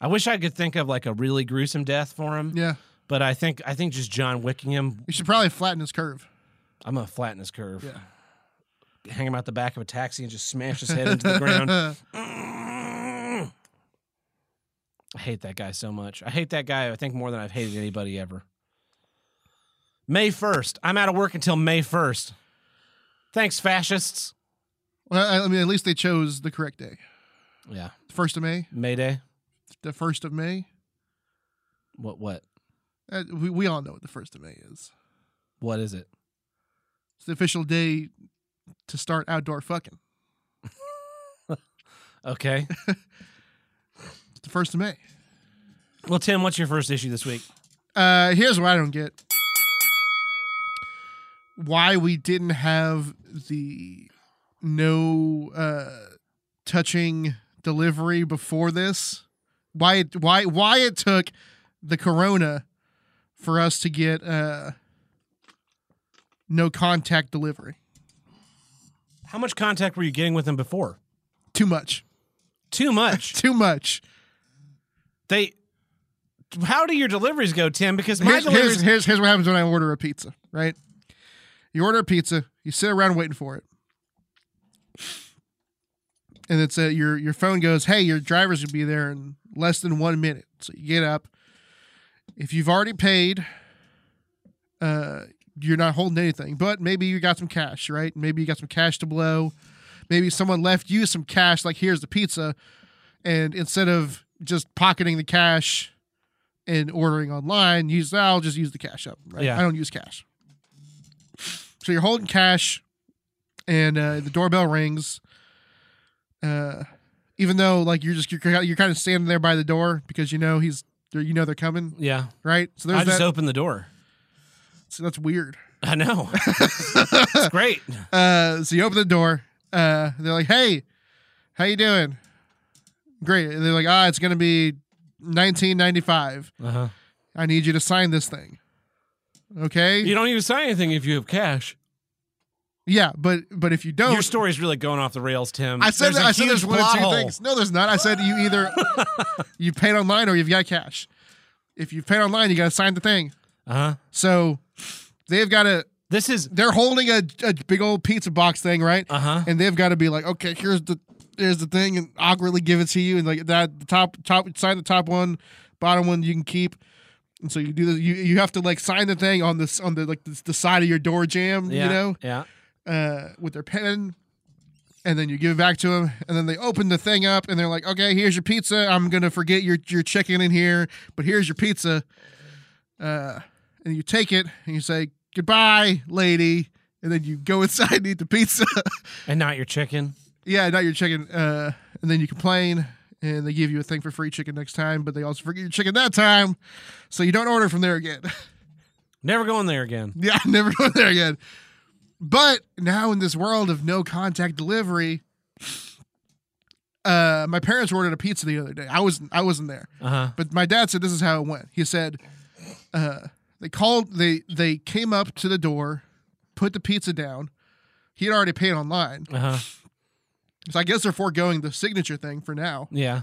[SPEAKER 1] I wish I could think of like a really gruesome death for him,
[SPEAKER 2] Yeah.
[SPEAKER 1] but I think I think just John Wickingham.
[SPEAKER 2] You should probably flatten his curve.
[SPEAKER 1] I'm gonna flatten his curve
[SPEAKER 2] Yeah.
[SPEAKER 1] hang him out the back of a
[SPEAKER 2] [LAUGHS]
[SPEAKER 1] taxi and just smash his head into the ground. I hate that guy so much. I hate that guy, I think, more than I've hated anybody ever. May 1st. I'm out of work until May 1st. Thanks, fascists.
[SPEAKER 2] Well, I- I mean, at least they chose the correct day.
[SPEAKER 1] Yeah.
[SPEAKER 2] First of May,
[SPEAKER 1] May Day.
[SPEAKER 2] the first of May.
[SPEAKER 1] What, what,
[SPEAKER 2] Uh, we, we all know what the first of May is.
[SPEAKER 1] what is it?
[SPEAKER 2] It's the official day to start outdoor fucking. [LAUGHS]
[SPEAKER 1] Okay.
[SPEAKER 2] It's the first of May.
[SPEAKER 1] Well, Tim, what's your first issue this week?
[SPEAKER 2] Uh, here's what I don't get: why we didn't have the no uh, touching delivery before this. Why it why why it took the corona for us to get uh, no contact delivery?
[SPEAKER 1] How much contact were you getting with them before?
[SPEAKER 2] Too much.
[SPEAKER 1] Too
[SPEAKER 2] [LAUGHS]
[SPEAKER 1] much.
[SPEAKER 2] Too much.
[SPEAKER 1] they. How do your deliveries go, Tim? Because my
[SPEAKER 2] here's,
[SPEAKER 1] deliveries.
[SPEAKER 2] here's, here's, here's what happens when I order a pizza, right? You order a pizza, you sit around waiting for it. And it's a, your your phone goes, hey, your driver's gonna be there in less than one minute. So you get up. If you've already paid, uh, you're not holding anything. But maybe you got some cash, right? Maybe you got some cash to blow. Maybe someone left you some cash, like here's the pizza, and instead of just pocketing the cash and ordering online, use I'll just use the cash up. Right?
[SPEAKER 1] Yeah.
[SPEAKER 2] I don't use cash. So you're holding cash, and uh, the doorbell rings. Uh, even though like you're just you're, you're kind of standing there by the door because you know he's you know they're coming,
[SPEAKER 1] yeah.
[SPEAKER 2] right? So
[SPEAKER 1] I
[SPEAKER 2] there's
[SPEAKER 1] just
[SPEAKER 2] that.
[SPEAKER 1] opened the door. [LAUGHS]
[SPEAKER 2] So that's weird.
[SPEAKER 1] I
[SPEAKER 2] [LAUGHS]
[SPEAKER 1] know. it's great.
[SPEAKER 2] Uh, so you open the door. Uh, they're like, "Hey, how you doing?" Great. And they're like, "Ah, it's gonna be 1995.
[SPEAKER 1] Uh-huh.
[SPEAKER 2] I need you to sign this thing." Okay.
[SPEAKER 1] You don't need to sign anything if you have cash.
[SPEAKER 2] yeah, but but if you don't,
[SPEAKER 1] Your story's really going off the rails, Tim.
[SPEAKER 2] Oh. I said
[SPEAKER 1] there's
[SPEAKER 2] that,
[SPEAKER 1] a
[SPEAKER 2] I said
[SPEAKER 1] huge
[SPEAKER 2] there's one of
[SPEAKER 1] plot
[SPEAKER 2] two
[SPEAKER 1] hole.
[SPEAKER 2] things. No, there's not. I said
[SPEAKER 1] [LAUGHS]
[SPEAKER 2] you either you paid online or you've got cash. If you paid online, you got to sign the thing.
[SPEAKER 1] Uh-huh.
[SPEAKER 2] So they've got to.
[SPEAKER 1] This is
[SPEAKER 2] They're holding a, a big old pizza box thing, right?
[SPEAKER 1] uh-huh.
[SPEAKER 2] And they've got to be like, okay, here's the here's the thing, and awkwardly give it to you, and like that the top top sign the top one, bottom one you can keep. And so you do this. You you have to like sign the thing on this on the like the, the side of your door jam,
[SPEAKER 1] Yeah.
[SPEAKER 2] you know
[SPEAKER 1] Yeah.
[SPEAKER 2] uh, with their pen, and then you give it back to them, and then they open the thing up, and they're like, "Okay, here's your pizza. I'm gonna forget your your chicken in here, but here's your pizza." Uh, and you take it, and you say, "Goodbye, lady," and then you go [LAUGHS] inside and eat the pizza.
[SPEAKER 1] And not your chicken.
[SPEAKER 2] yeah, not your chicken. Uh, and then you complain. And they give you a thing for free chicken next time, but they also forget your chicken that time, so you don't order from there again. [LAUGHS]
[SPEAKER 1] Never going there again.
[SPEAKER 2] Yeah, [LAUGHS] I never go there again. But now in this world of no contact delivery, uh, my parents ordered a pizza the other day. I wasn't I wasn't there,
[SPEAKER 1] Uh-huh.
[SPEAKER 2] but my dad said this is how it went. He said, uh, they called they they came up to the door, put the pizza down. He had already paid online,
[SPEAKER 1] Uh-huh.
[SPEAKER 2] so I guess they're foregoing the signature thing for now.
[SPEAKER 1] Yeah.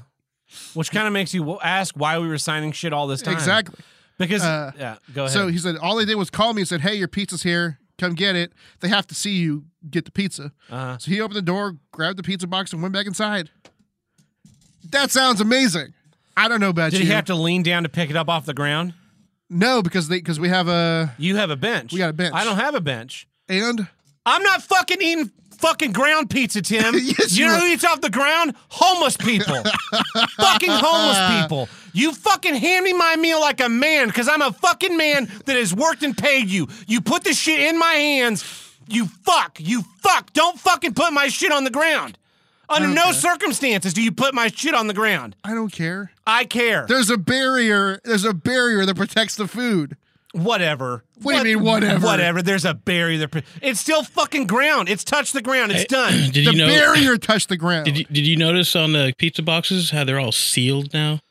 [SPEAKER 1] Which kind of makes you w- ask why we were signing shit all this time.
[SPEAKER 2] Exactly.
[SPEAKER 1] Because
[SPEAKER 2] Uh,
[SPEAKER 1] yeah, go ahead.
[SPEAKER 2] So he said all they did was call me and said, "Hey, your pizza's here. Come get it." They have to see you get the pizza.
[SPEAKER 1] uh,
[SPEAKER 2] So he opened the door, grabbed the pizza box, and went back inside. That sounds amazing. I don't know about
[SPEAKER 1] did
[SPEAKER 2] you.
[SPEAKER 1] he have to lean down to pick it up off the ground?
[SPEAKER 2] no, because they because we have a
[SPEAKER 1] You have a bench.
[SPEAKER 2] We got a bench.
[SPEAKER 1] I don't have a bench.
[SPEAKER 2] and
[SPEAKER 1] I'm not fucking eating fucking ground pizza, Tim.
[SPEAKER 2] [LAUGHS] Yes,
[SPEAKER 1] you
[SPEAKER 2] you
[SPEAKER 1] know
[SPEAKER 2] are.
[SPEAKER 1] who eats off the ground? Homeless
[SPEAKER 2] [LAUGHS]
[SPEAKER 1] people. fucking homeless people. You fucking hand me my meal like a man because I'm a fucking man that has worked and paid you. You put this shit in my hands. You fuck. You fuck. Don't fucking put my shit on the ground. Under no circumstances do you put my shit on the ground.
[SPEAKER 2] I don't care.
[SPEAKER 1] I care.
[SPEAKER 2] There's a barrier. There's a barrier that protects the food.
[SPEAKER 1] whatever.
[SPEAKER 2] What do you mean, whatever?
[SPEAKER 1] Whatever. There's a barrier there. It's still fucking ground. It's touched the ground. It's done.
[SPEAKER 3] Did
[SPEAKER 2] The
[SPEAKER 3] you know?
[SPEAKER 2] barrier touched the ground.
[SPEAKER 3] [COUGHS] Did you, did you notice on the pizza boxes how they're all sealed now,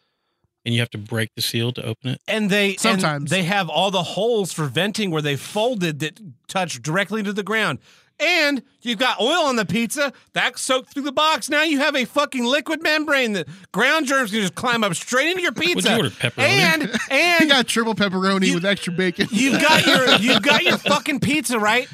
[SPEAKER 3] and you have to break the seal to open it?
[SPEAKER 1] And they and
[SPEAKER 2] Sometimes.
[SPEAKER 1] they have all the holes for venting where they folded that touch directly to the ground. And you've got oil on the pizza that soaked through the box. Now you have a fucking liquid membrane that ground germs can just climb up straight into your pizza.
[SPEAKER 3] order, pepperoni?
[SPEAKER 1] And
[SPEAKER 2] He
[SPEAKER 1] and
[SPEAKER 2] got triple pepperoni
[SPEAKER 1] You-
[SPEAKER 2] with extra bacon. [LAUGHS]
[SPEAKER 1] you've got your you've got your fucking pizza right.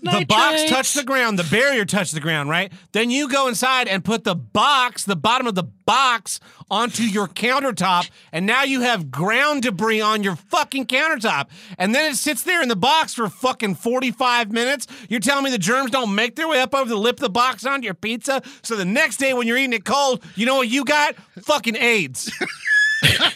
[SPEAKER 1] the box
[SPEAKER 3] Nitrates.
[SPEAKER 1] touched the ground, the barrier touched the ground, right? Then you go inside and put the box, the bottom of the box, onto your countertop, and now you have ground debris on your fucking countertop. And then it sits there in the box for fucking 45 minutes. You're telling me the germs don't make their way up over the lip of the box onto your pizza? So the next day when you're eating it cold, you know what you got? Fucking AIDS.
[SPEAKER 2] Uh,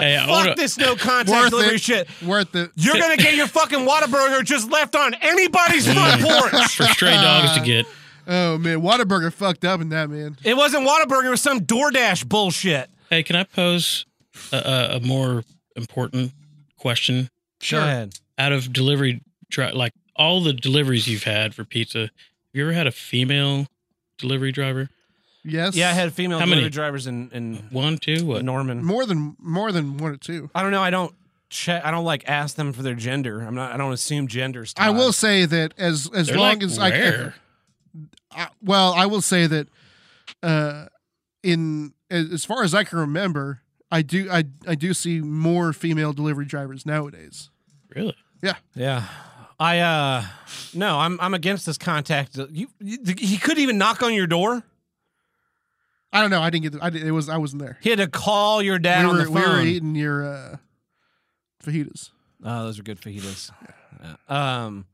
[SPEAKER 3] Hey, I
[SPEAKER 1] Fuck
[SPEAKER 3] wanna,
[SPEAKER 1] this no
[SPEAKER 2] Worth
[SPEAKER 1] contact delivery
[SPEAKER 2] it.
[SPEAKER 1] shit.
[SPEAKER 2] Worth it.
[SPEAKER 1] You're gonna get your fucking Whataburger just left on anybody's front porch.
[SPEAKER 3] for
[SPEAKER 2] [LAUGHS]
[SPEAKER 3] stray dogs to get.
[SPEAKER 2] Oh man, Whataburger fucked up in that man.
[SPEAKER 1] It wasn't Whataburger. It was some DoorDash bullshit.
[SPEAKER 3] Hey, can I pose a, a, a more important question?
[SPEAKER 1] Go ahead.
[SPEAKER 3] Out of delivery, dri- like all the deliveries you've had for pizza, have you ever had a female delivery driver?
[SPEAKER 2] Yes.
[SPEAKER 1] Yeah, I had female
[SPEAKER 3] How
[SPEAKER 1] delivery
[SPEAKER 3] many?
[SPEAKER 1] drivers in, in
[SPEAKER 3] One, two, what?
[SPEAKER 1] Norman.
[SPEAKER 2] more than more than one or two.
[SPEAKER 1] I don't know. I don't check. I don't like ask them for their gender. I'm not. I don't assume genders.
[SPEAKER 2] I
[SPEAKER 1] Todd.
[SPEAKER 2] will say that as as
[SPEAKER 3] They're
[SPEAKER 2] long
[SPEAKER 3] like
[SPEAKER 2] as I
[SPEAKER 3] rare.
[SPEAKER 2] can. I, well, I will say that uh in as as far as I can remember, I do I I do see more female delivery drivers nowadays.
[SPEAKER 3] Really?
[SPEAKER 1] Yeah. I uh no. I'm I'm against this contact. You, you he couldn't even knock on your door.
[SPEAKER 2] I don't know. I didn't get. The, I did, it was I wasn't there.
[SPEAKER 1] He had to call your dad
[SPEAKER 2] we
[SPEAKER 1] on
[SPEAKER 2] were
[SPEAKER 1] the
[SPEAKER 2] we were
[SPEAKER 1] phone.
[SPEAKER 2] eating your uh fajitas.
[SPEAKER 1] Oh, those are good fajitas. Yeah. Um,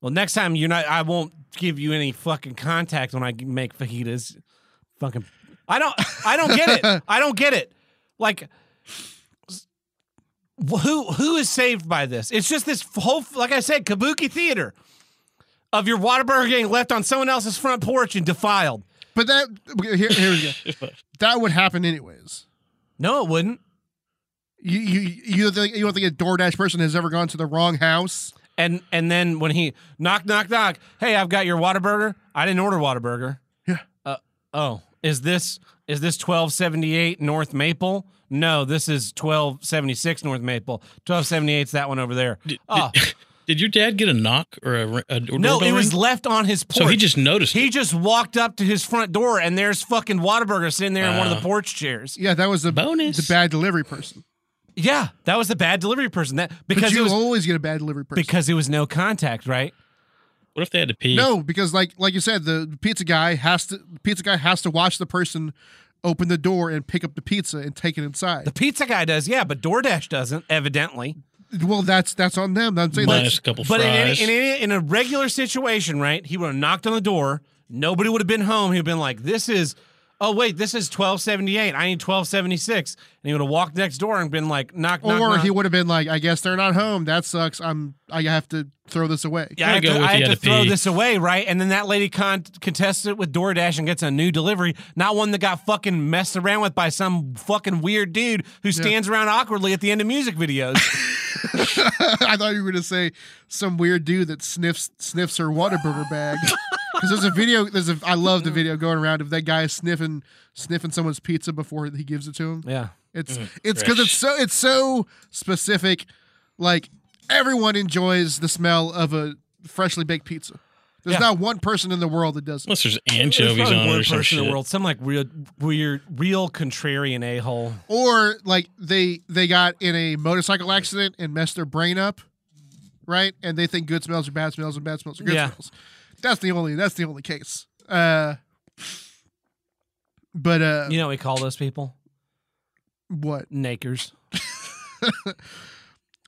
[SPEAKER 1] well, next time you're not. I won't give you any fucking contact when I g- make fajitas. Fucking, I don't. I don't get it. I don't get it. Like, s- who who is saved by this? It's just this whole, like I said, kabuki theater of your Whataburger getting left on someone else's front porch and defiled.
[SPEAKER 2] But that okay, here here we go.
[SPEAKER 1] [LAUGHS]
[SPEAKER 2] That would happen anyways.
[SPEAKER 1] No, it wouldn't.
[SPEAKER 2] You you you don't think, you don't think a DoorDash person has ever gone to the wrong house?
[SPEAKER 1] And and then when he knock knock knock, hey, I've got your Whataburger. I didn't order Whataburger.
[SPEAKER 2] Yeah.
[SPEAKER 1] Uh, oh, is this is this twelve seventy eight North Maple? No, this is twelve seventy six North Maple. Twelve seventy eight's that one over there. Oh,
[SPEAKER 3] [LAUGHS] Did your dad get a knock or a, ri- a door
[SPEAKER 1] no,
[SPEAKER 3] doorbell
[SPEAKER 1] it was
[SPEAKER 3] ring?
[SPEAKER 1] left on his porch.
[SPEAKER 3] So he just noticed.
[SPEAKER 1] he
[SPEAKER 3] He
[SPEAKER 1] just walked up to his front door, and there's fucking Whataburger sitting there in one of the
[SPEAKER 3] Wow.
[SPEAKER 1] porch chairs.
[SPEAKER 2] Yeah, that was the
[SPEAKER 3] Bonus.
[SPEAKER 2] the bad delivery person.
[SPEAKER 1] Yeah, that was the bad delivery person. That
[SPEAKER 2] Because
[SPEAKER 1] because
[SPEAKER 2] you
[SPEAKER 1] it was
[SPEAKER 2] always get a bad delivery person.
[SPEAKER 1] because it was no contact, right?
[SPEAKER 3] what if they had to pee?
[SPEAKER 2] no, because like like you said, the pizza guy has to pizza guy has to watch the person open the door and pick up the pizza and take it inside.
[SPEAKER 1] The pizza guy does, yeah, but DoorDash doesn't, evidently.
[SPEAKER 2] well, that's that's on them. I'm saying
[SPEAKER 3] minus
[SPEAKER 2] that's,
[SPEAKER 3] a couple
[SPEAKER 1] But in,
[SPEAKER 3] fries.
[SPEAKER 1] any, in, any, in a regular situation, right? He would have knocked on the door. Nobody would have been home. He'd been like, "This is, oh wait, this is twelve seventy eight. I need twelve seventy six. And he would have walked next door and been like, "Knock, knock,
[SPEAKER 2] or
[SPEAKER 1] knock."
[SPEAKER 2] he would have been like, I guess they're not home. That sucks. I'm I have to throw this away.
[SPEAKER 1] yeah, I had
[SPEAKER 3] Gotta go
[SPEAKER 1] to,
[SPEAKER 3] with
[SPEAKER 1] I
[SPEAKER 3] you
[SPEAKER 1] had to
[SPEAKER 3] gotta
[SPEAKER 1] throw
[SPEAKER 3] pee.
[SPEAKER 1] this away, right? And then that lady con- contests it with DoorDash and gets a new delivery, not one that got fucking messed around with by some fucking weird dude who stands around awkwardly at the end of music
[SPEAKER 2] [LAUGHS]
[SPEAKER 1] videos.
[SPEAKER 2] [LAUGHS] I thought you were gonna say some weird dude that sniffs sniffs her Whataburger bag. Because there's a video. There's a. I love the video going around of that guy sniffing sniffing someone's pizza before he gives it to him.
[SPEAKER 1] yeah,
[SPEAKER 2] It's
[SPEAKER 1] Mm-hmm.
[SPEAKER 2] it's because
[SPEAKER 3] fresh.
[SPEAKER 2] it's so it's so specific. Like everyone enjoys the smell of a freshly baked pizza. There's
[SPEAKER 1] Yeah.
[SPEAKER 2] not one person in the world that doesn't.
[SPEAKER 3] Unless there's
[SPEAKER 1] There's
[SPEAKER 3] anchovies
[SPEAKER 1] probably
[SPEAKER 3] on it
[SPEAKER 1] one
[SPEAKER 3] or some
[SPEAKER 1] person
[SPEAKER 3] shit.
[SPEAKER 1] in the world, some like real, weird, real contrarian a hole.
[SPEAKER 2] Or like they they got in a motorcycle accident and messed their brain up, right? And they think good smells are bad smells and bad smells are good
[SPEAKER 1] Yeah.
[SPEAKER 2] smells. That's the only that's the only case. Uh, but uh,
[SPEAKER 1] You know what we call those people?
[SPEAKER 2] what
[SPEAKER 1] Nakers.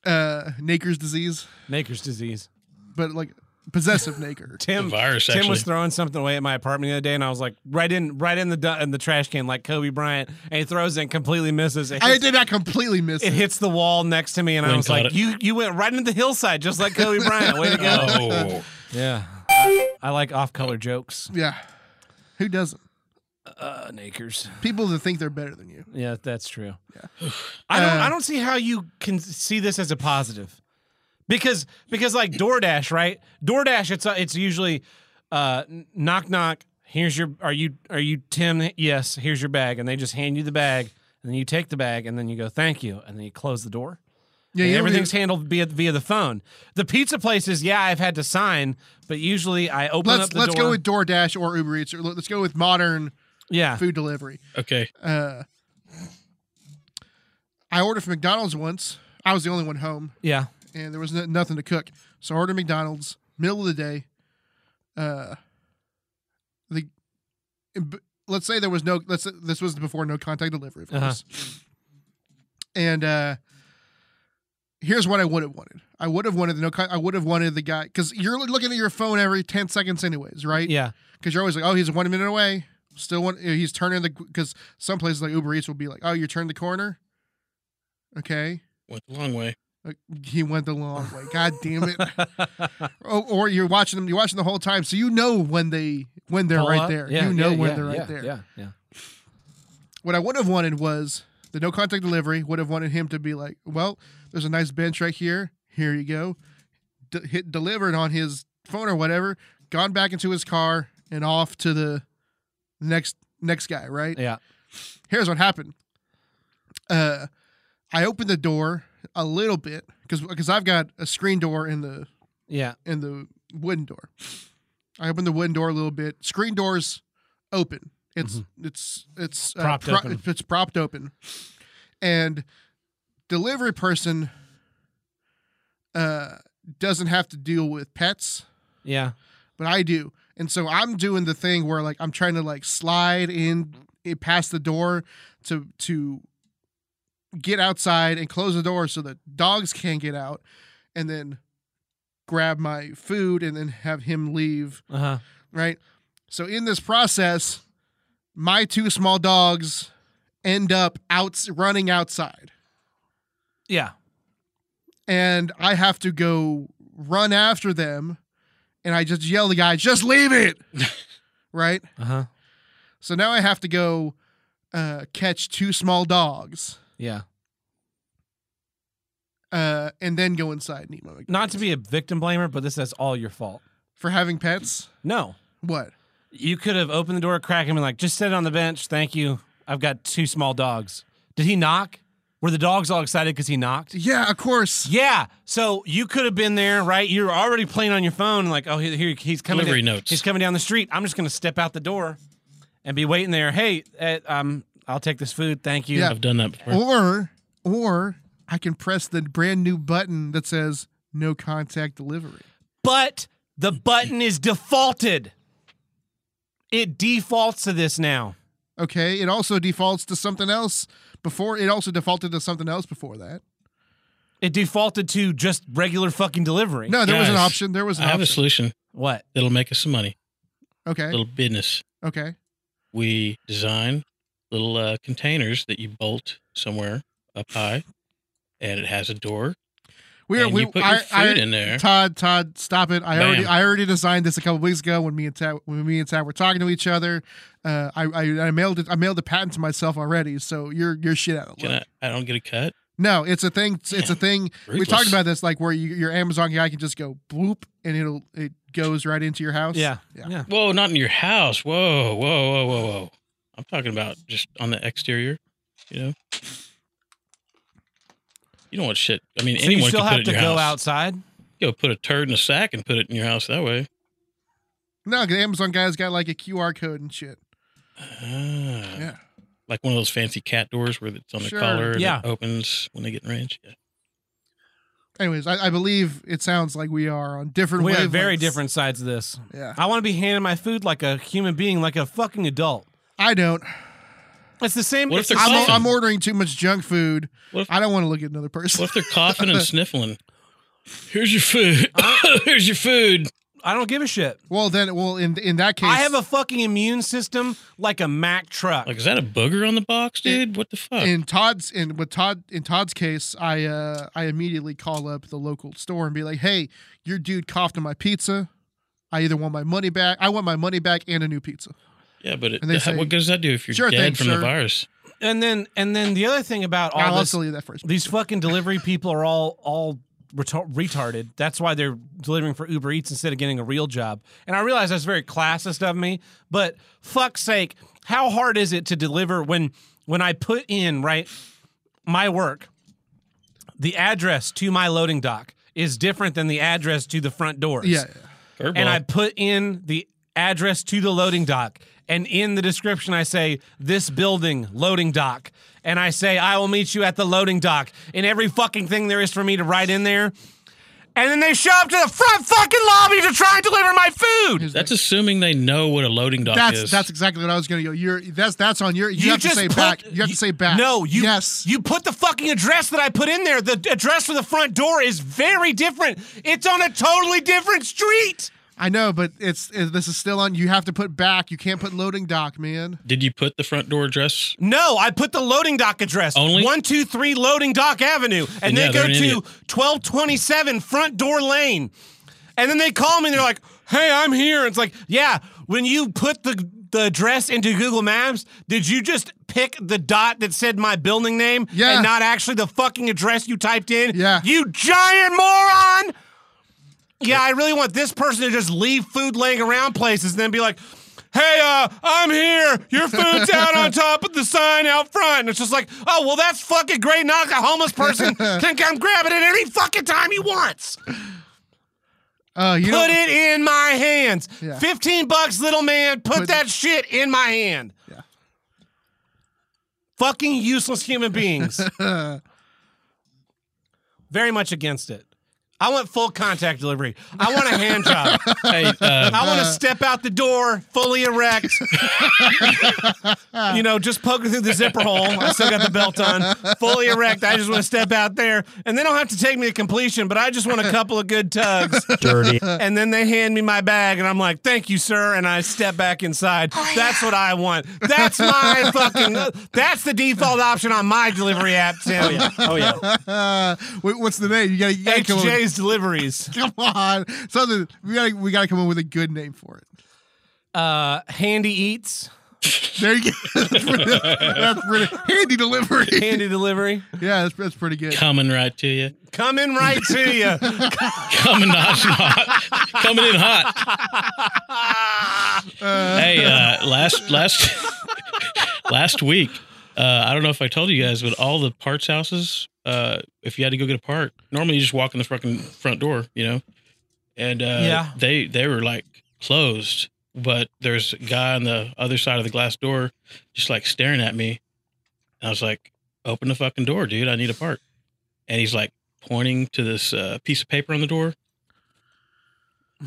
[SPEAKER 2] uh, Naker's disease,
[SPEAKER 1] Nakers disease.
[SPEAKER 2] but like possessive Naker.
[SPEAKER 1] [LAUGHS] Tim
[SPEAKER 3] virus,
[SPEAKER 1] Tim was
[SPEAKER 3] actually.
[SPEAKER 1] throwing something away at my apartment the other day, and I was like, right in, right in the du- in the trash can, like Kobe Bryant, and he throws it and completely misses. It
[SPEAKER 2] I
[SPEAKER 1] hits,
[SPEAKER 2] did not
[SPEAKER 1] [LAUGHS]
[SPEAKER 2] completely miss
[SPEAKER 1] it
[SPEAKER 2] it.
[SPEAKER 1] hits the wall next to me, and I
[SPEAKER 3] Wayne
[SPEAKER 1] was
[SPEAKER 3] caught
[SPEAKER 1] like,
[SPEAKER 3] it.
[SPEAKER 1] you you went right into the hillside just like Kobe Bryant. Way to go!
[SPEAKER 3] [LAUGHS] [LAUGHS] Oh,
[SPEAKER 1] Yeah, I like off color jokes.
[SPEAKER 2] Yeah, who doesn't?
[SPEAKER 1] Uh, Nakers.
[SPEAKER 2] people that think they're better than you.
[SPEAKER 1] Yeah, that's true. I don't.
[SPEAKER 2] Uh,
[SPEAKER 1] I don't see how you can see this as a positive, because because like DoorDash, right? DoorDash, it's uh, it's usually uh, n- knock knock. Here's your. Are you are you Tim? Yes. Here's your bag, and they just hand you the bag, and then you take the bag, and then you go thank you, and then you close the door.
[SPEAKER 2] Yeah,
[SPEAKER 1] And
[SPEAKER 2] you don't
[SPEAKER 1] everything's handled via via the phone. The pizza places, yeah, I've had to sign, but usually I open
[SPEAKER 2] really-
[SPEAKER 1] up
[SPEAKER 2] let's
[SPEAKER 1] the
[SPEAKER 2] let's
[SPEAKER 1] door.
[SPEAKER 2] go with DoorDash or Uber Eats or let- let's go with modern
[SPEAKER 1] yeah.
[SPEAKER 2] food delivery.
[SPEAKER 3] okay.
[SPEAKER 2] Uh, I ordered from McDonald's once. I was the only one home,
[SPEAKER 1] Yeah.
[SPEAKER 2] and there was no, nothing to cook, so I ordered McDonald's. middle of the day. Uh, the b- let's say there was no let's this was before no contact delivery, of
[SPEAKER 1] Uh-huh.
[SPEAKER 2] course. And uh, here's what I would have wanted. I would have wanted the no. Con- I would have wanted the guy because you're looking at your phone every ten seconds, anyways, right?
[SPEAKER 1] Yeah.
[SPEAKER 2] because you're always like, oh, he's one minute away. Still one. He's turning the because some places like Uber Eats will be like, oh, you turned the corner. Okay,
[SPEAKER 3] Went the long way.
[SPEAKER 2] Like, he went the long way. God damn it! Oh, or you're watching them. You're watching the whole time, so you know when they when they're
[SPEAKER 1] Pull
[SPEAKER 2] right
[SPEAKER 1] up.
[SPEAKER 2] there.
[SPEAKER 1] Yeah,
[SPEAKER 2] you know
[SPEAKER 1] yeah,
[SPEAKER 2] when
[SPEAKER 1] yeah,
[SPEAKER 2] they're right
[SPEAKER 1] yeah,
[SPEAKER 2] there.
[SPEAKER 1] Yeah. Yeah.
[SPEAKER 2] What I would have wanted was the no contact delivery. Would have wanted him to be like, well, there's a nice bench right here. Here you go. D- hit delivered on his phone or whatever. Gone back into his car and off to the next next guy. Right.
[SPEAKER 1] Yeah.
[SPEAKER 2] here's what happened. Uh, I opened the door a little bit because I've got a screen door in the
[SPEAKER 1] Yeah.
[SPEAKER 2] in the wooden door. I opened the wooden door a little bit. Screen doors open. It's it's it's
[SPEAKER 1] Mm-hmm.
[SPEAKER 2] uh,
[SPEAKER 1] Propped open.
[SPEAKER 2] It's, it's propped open, and delivery person uh doesn't have to deal with pets
[SPEAKER 1] Yeah.
[SPEAKER 2] but I do. And so I'm doing the thing where like I'm trying to like slide in it past the door to to get outside and close the door so that dogs can't get out and then grab my food and then have him leave,
[SPEAKER 1] Uh huh.
[SPEAKER 2] right? So in this process, my two small dogs end up out running outside
[SPEAKER 1] Yeah.
[SPEAKER 2] and I have to go run after them and I just yell at the guy, "Just leave it." right?
[SPEAKER 1] Uh huh.
[SPEAKER 2] So now I have to go uh, catch two small dogs
[SPEAKER 1] Yeah.
[SPEAKER 2] uh, and then go inside Nemo again.
[SPEAKER 1] Not to be a victim blamer, but this that's all your fault.
[SPEAKER 2] for having pets.
[SPEAKER 1] No.
[SPEAKER 2] What?
[SPEAKER 1] You could have opened the door, cracked him, and like, just sit on the bench. Thank you. I've got two small dogs. Did he knock? Were the dogs all excited because he knocked?
[SPEAKER 2] Yeah, of course.
[SPEAKER 1] Yeah. So you could have been there, right? You're already playing on your phone, like, oh, here, here he's coming.
[SPEAKER 3] Delivery
[SPEAKER 1] down-
[SPEAKER 3] notes.
[SPEAKER 1] He's coming down the street. I'm just going to step out the door and be waiting there. Hey, uh, um, I'll take this food. Thank you.
[SPEAKER 2] Yeah.
[SPEAKER 3] I've done that before.
[SPEAKER 2] Or, or I can press the brand new button that says no contact delivery.
[SPEAKER 1] But the button is defaulted. It defaults to this now.
[SPEAKER 2] Okay. It also defaults to something else before. It also defaulted to something else before that.
[SPEAKER 1] It defaulted to just regular fucking delivery.
[SPEAKER 2] No, there was an
[SPEAKER 3] Guys,
[SPEAKER 2] option. There was
[SPEAKER 3] I
[SPEAKER 2] an
[SPEAKER 3] have a
[SPEAKER 2] option.
[SPEAKER 3] solution
[SPEAKER 1] What?
[SPEAKER 3] that'll make us some money.
[SPEAKER 2] Okay.
[SPEAKER 3] little business.
[SPEAKER 2] Okay.
[SPEAKER 3] We design little uh, containers that you bolt somewhere up high, and it has a door.
[SPEAKER 2] We are.
[SPEAKER 3] and
[SPEAKER 2] We.
[SPEAKER 3] you put
[SPEAKER 2] I,
[SPEAKER 3] your food
[SPEAKER 2] I,
[SPEAKER 3] in there.
[SPEAKER 2] Todd, Todd, stop it! I
[SPEAKER 3] Bam.
[SPEAKER 2] already, I already designed this a couple weeks ago when me and Tad, when me and Tad were talking to each other. Uh, I, I, I mailed it, I mailed the patent to myself already. So you're, you're shit out of
[SPEAKER 3] Can
[SPEAKER 2] luck.
[SPEAKER 3] I? I don't get a cut.
[SPEAKER 2] No, it's a thing. It's a
[SPEAKER 3] Damn.
[SPEAKER 2] thing. We
[SPEAKER 3] Ruthless.
[SPEAKER 2] talked about this, like where you, your Amazon guy can just go bloop and it'll, it goes right into your house.
[SPEAKER 1] Yeah.
[SPEAKER 2] Yeah.
[SPEAKER 1] Yeah.
[SPEAKER 3] Whoa! Not in your house. Whoa! Whoa! Whoa! Whoa! Whoa! I'm talking about just on the exterior. You know. You don't want shit. I mean,
[SPEAKER 1] So you
[SPEAKER 3] anyone
[SPEAKER 1] still
[SPEAKER 3] can put
[SPEAKER 1] have
[SPEAKER 3] it
[SPEAKER 1] to
[SPEAKER 3] in your
[SPEAKER 1] go
[SPEAKER 3] house.
[SPEAKER 1] outside.
[SPEAKER 3] You know, put a turd in a sack and put it in your house that way.
[SPEAKER 2] No, 'cause the Amazon guy's got like a QR code and shit.
[SPEAKER 3] Ah.
[SPEAKER 2] Yeah.
[SPEAKER 3] like one of those fancy cat doors where it's on the
[SPEAKER 2] Sure.
[SPEAKER 3] collar and
[SPEAKER 1] Yeah.
[SPEAKER 3] it opens when they get in range. Yeah.
[SPEAKER 2] Anyways, I, I believe it sounds like we are on different.
[SPEAKER 1] We have very
[SPEAKER 2] wavelengths.
[SPEAKER 1] different sides of this.
[SPEAKER 2] Yeah.
[SPEAKER 1] I want to be handed my food like a human being, like a fucking adult.
[SPEAKER 2] I don't.
[SPEAKER 1] It's the same.
[SPEAKER 3] What if
[SPEAKER 1] it's the
[SPEAKER 3] they're
[SPEAKER 1] same-
[SPEAKER 2] I'm,
[SPEAKER 3] coughing?
[SPEAKER 2] I'm ordering too much junk food.
[SPEAKER 3] What if-
[SPEAKER 2] I don't want to look at another person.
[SPEAKER 3] What if they're coughing and sniffling? Here's your food. [LAUGHS] Here's your food.
[SPEAKER 1] I don't give a shit.
[SPEAKER 2] Well, then, well, in in that case,
[SPEAKER 1] I have a fucking immune system like a Mack truck.
[SPEAKER 3] Like, is that a booger on the box, dude? what the fuck?
[SPEAKER 2] in Todd's in with Todd in Todd's case, I uh I immediately call up the local store and be like, "Hey, your dude coughed on my pizza. I either want my money back. I want my money back and a new pizza."
[SPEAKER 3] yeah, but it,
[SPEAKER 2] and they say,
[SPEAKER 3] what does that do if you're
[SPEAKER 2] "Sure
[SPEAKER 3] dead
[SPEAKER 2] thing,
[SPEAKER 3] from
[SPEAKER 2] sir."
[SPEAKER 3] the virus?
[SPEAKER 1] and then, and then the other thing about all
[SPEAKER 2] I'll
[SPEAKER 1] this,
[SPEAKER 2] also leave that first.
[SPEAKER 1] these fucking delivery people are all all retar- retarded. That's why they're delivering for Uber Eats instead of getting a real job. And I realize that's very classist of me, but fuck's sake, how hard is it to deliver when when I put in right my work, the address to my loading dock is different than the address to the front doors.
[SPEAKER 2] Yeah,
[SPEAKER 3] Curveball.
[SPEAKER 1] And I put in the address to the loading dock. And in the description, I say, this building, loading dock. And I say, I will meet you at the loading dock. And every fucking thing there is for me to write in there. and then they show up to the front fucking lobby to try and deliver my food.
[SPEAKER 2] Here's
[SPEAKER 3] That's
[SPEAKER 2] the-
[SPEAKER 3] assuming they know what a loading dock
[SPEAKER 2] that's
[SPEAKER 3] is.
[SPEAKER 2] that's exactly what I was going to go. You're that's that's on your. You, have to say
[SPEAKER 1] put-
[SPEAKER 2] back. You have to say back.
[SPEAKER 1] No, you
[SPEAKER 2] yes.
[SPEAKER 1] you put the fucking address that I put in there. The address for the front door is very different. It's on a totally different street.
[SPEAKER 2] I know, but it's it, this is still on. You have to put back. You can't put loading dock, man.
[SPEAKER 3] Did you put the front
[SPEAKER 2] [LAUGHS]
[SPEAKER 3] door address?
[SPEAKER 1] No, I put the loading dock address.
[SPEAKER 3] Only-
[SPEAKER 1] 123 Loading Dock Avenue. And
[SPEAKER 3] Yeah,
[SPEAKER 1] they
[SPEAKER 3] they're
[SPEAKER 1] go
[SPEAKER 3] an
[SPEAKER 1] to
[SPEAKER 3] idiot.
[SPEAKER 1] 1227 Front Door Lane. And then they call me and they're like, hey, I'm here. it's like, yeah, when you put the, the address into Google Maps, did you just pick the dot that said my building name
[SPEAKER 2] Yeah.
[SPEAKER 1] and not actually the fucking address you typed in?
[SPEAKER 2] Yeah.
[SPEAKER 1] You giant moron! Yeah, I really want this person to just leave food laying around places and then be like, hey, uh, I'm here. Your food's out
[SPEAKER 2] [LAUGHS]
[SPEAKER 1] on top of the sign out front. And it's just like, oh, well, that's fucking great. Now a homeless
[SPEAKER 2] [LAUGHS]
[SPEAKER 1] person can come grab it at any fucking time he wants.
[SPEAKER 2] Uh, you
[SPEAKER 1] Put
[SPEAKER 2] don't-
[SPEAKER 1] it in my hands.
[SPEAKER 2] Yeah.
[SPEAKER 1] 15 bucks, little man. Put,
[SPEAKER 2] Put-
[SPEAKER 1] that shit in my hand.
[SPEAKER 2] Yeah.
[SPEAKER 1] Fucking useless human
[SPEAKER 2] [LAUGHS]
[SPEAKER 1] beings. Very much against it. I want full contact delivery. I want a hand job.
[SPEAKER 3] Hey, uh,
[SPEAKER 1] I
[SPEAKER 2] [LAUGHS]
[SPEAKER 1] want to step out the door fully erect. you know, just poking through the zipper hole. I still got the belt on, fully erect. I just want to step out there, and they don't have to take me to completion, but I just want a couple of good tugs.
[SPEAKER 4] dirty.
[SPEAKER 1] And then they hand me my bag, and I'm like, "Thank you, sir." And I step back inside. That's what I want. That's my fucking. That's the default option on my delivery app,
[SPEAKER 4] Oh
[SPEAKER 1] Tim.
[SPEAKER 4] yeah. Oh yeah.
[SPEAKER 2] Uh, [LAUGHS] wait, what's the name? You gotta, you gotta come, up-
[SPEAKER 1] HJ's deliveries.
[SPEAKER 2] [LAUGHS] come on. Something we gotta we gotta come up with a good name for it.
[SPEAKER 1] Uh, handy eats.
[SPEAKER 2] There you go. [LAUGHS] That's pretty, that's pretty handy delivery.
[SPEAKER 1] [LAUGHS] Handy delivery.
[SPEAKER 2] Yeah, that's, that's pretty good.
[SPEAKER 3] coming right to you.
[SPEAKER 1] Coming right to you.
[SPEAKER 3] Coming hot,
[SPEAKER 2] [LAUGHS]
[SPEAKER 3] hot. coming in hot. Hey, uh, last last [LAUGHS] last week, uh, I don't know if I told you guys, but all the parts houses, uh, if you had to go get a part, normally you just walk in the fucking front door, you know, and uh,
[SPEAKER 1] Yeah.
[SPEAKER 3] they they were like closed, but there's a guy on the other side of the glass door, just like staring at me. I was like, open the fucking door, dude. I need a part. And he's like pointing to this uh, piece of paper on the door.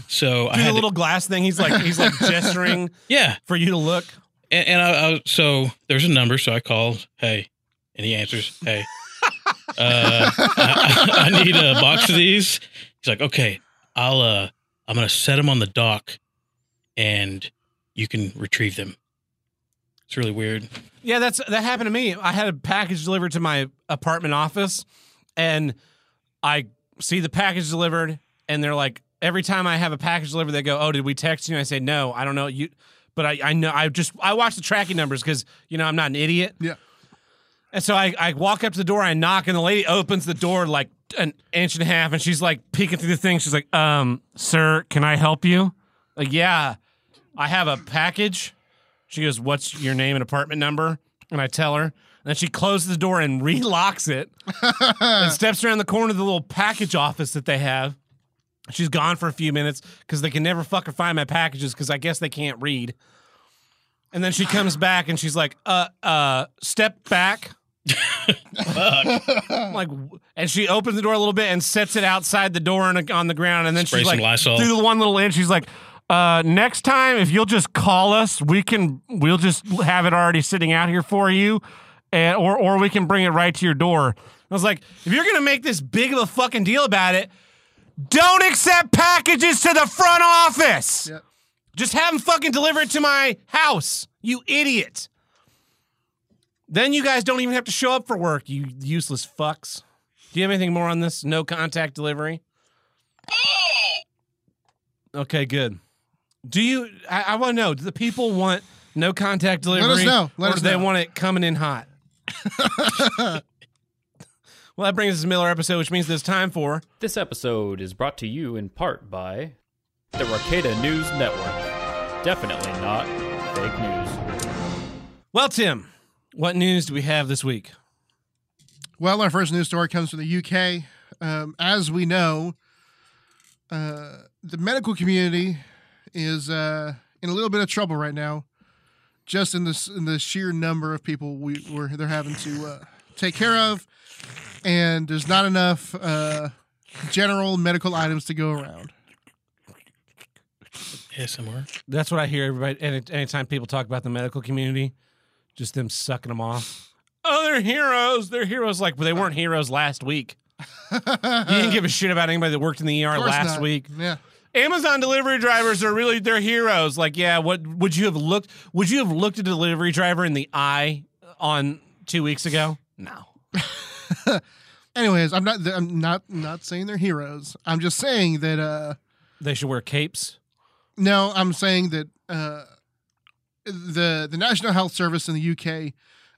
[SPEAKER 3] So I
[SPEAKER 1] do
[SPEAKER 3] had
[SPEAKER 1] the
[SPEAKER 3] to-
[SPEAKER 1] little glass thing. He's like he's like gesturing
[SPEAKER 3] yeah,
[SPEAKER 1] for you to look.
[SPEAKER 3] and, and I, I so there's a number, so I called, hey, and he answers,
[SPEAKER 2] [LAUGHS]
[SPEAKER 3] hey, uh, [LAUGHS] I, I need a box of these. He's like, okay, I'll uh, I'm gonna set them on the dock, and you can retrieve them. It's really weird.
[SPEAKER 1] Yeah, that's that happened to me. I had a package delivered to my apartment office, and I see the package delivered, and they're like, every time I have a package delivered, they go, "Oh, did we text you?" And I say, "No, I don't know you." But I, I know I just I watch the tracking numbers because you know I'm not an idiot.
[SPEAKER 2] Yeah.
[SPEAKER 1] And so I, I walk up to the door, I knock, and the lady opens the door like an inch and a half, and she's like peeking through the thing. She's like, um, sir, can I help you? Like, yeah, I have a package. She goes, what's your name and apartment number? And I tell her. And then she closes the door and [LAUGHS] relocks it and steps around the corner of the little package office that they have. She's gone for a few minutes because they can never fucking find my packages because I guess they can't read. And then she comes back and she's like, uh, uh, step back. I'm like, "W-" and she opens the door a little bit and sets it outside the door and on the ground. And then
[SPEAKER 3] Spray
[SPEAKER 1] she's
[SPEAKER 3] some
[SPEAKER 1] like,
[SPEAKER 3] Lysol.
[SPEAKER 1] through the one little inch, she's like, uh, next time, if you'll just call us, we can, we'll just have it already sitting out here for you. And, or, or we can bring it right to your door. I was like, if you're going to make this big of a fucking deal about it, don't accept packages to the front office.
[SPEAKER 2] Yep.
[SPEAKER 1] Just have them fucking deliver it to my house, you idiot. Then you guys don't even have to show up for work, you useless fucks. Do you have anything more on this no contact delivery? Okay, good. Do you? I, I want to know. Do the people want no contact delivery?
[SPEAKER 2] us know. Let
[SPEAKER 1] or
[SPEAKER 2] us
[SPEAKER 1] do they
[SPEAKER 2] know.
[SPEAKER 1] want it coming in
[SPEAKER 2] [LAUGHS]
[SPEAKER 1] hot? well, that brings us to the Miller episode, which means there's time for.
[SPEAKER 4] This episode is brought to you in part by the Rocada News Network. Definitely not fake news.
[SPEAKER 1] Well, Tim, what news do we have this week?
[SPEAKER 2] Well, our first news story comes from the UK. Um, as we know, uh, the medical community is uh, in a little bit of trouble right now, just in this in the sheer number of people we were they're having to uh, take care of, and there's not enough uh, general medical items to go around.
[SPEAKER 3] ASMR.
[SPEAKER 1] That's what I hear everybody. Any, anytime people talk about the medical community, just them sucking them off. Oh, they're heroes. They're heroes. Like, but they weren't heroes last week. You didn't give a shit about anybody that worked in the ER
[SPEAKER 2] Of course
[SPEAKER 1] last
[SPEAKER 2] not.
[SPEAKER 1] week.
[SPEAKER 2] Yeah.
[SPEAKER 1] Amazon delivery drivers are really they're heroes. Like, yeah, what would you have looked? Would you have looked a delivery driver in the eye on two weeks ago? No.
[SPEAKER 2] Anyways, I'm not. I'm not not saying they're heroes. I'm just saying that. uh
[SPEAKER 1] They should wear capes.
[SPEAKER 2] No, I'm saying that uh, the the National Health Service in the UK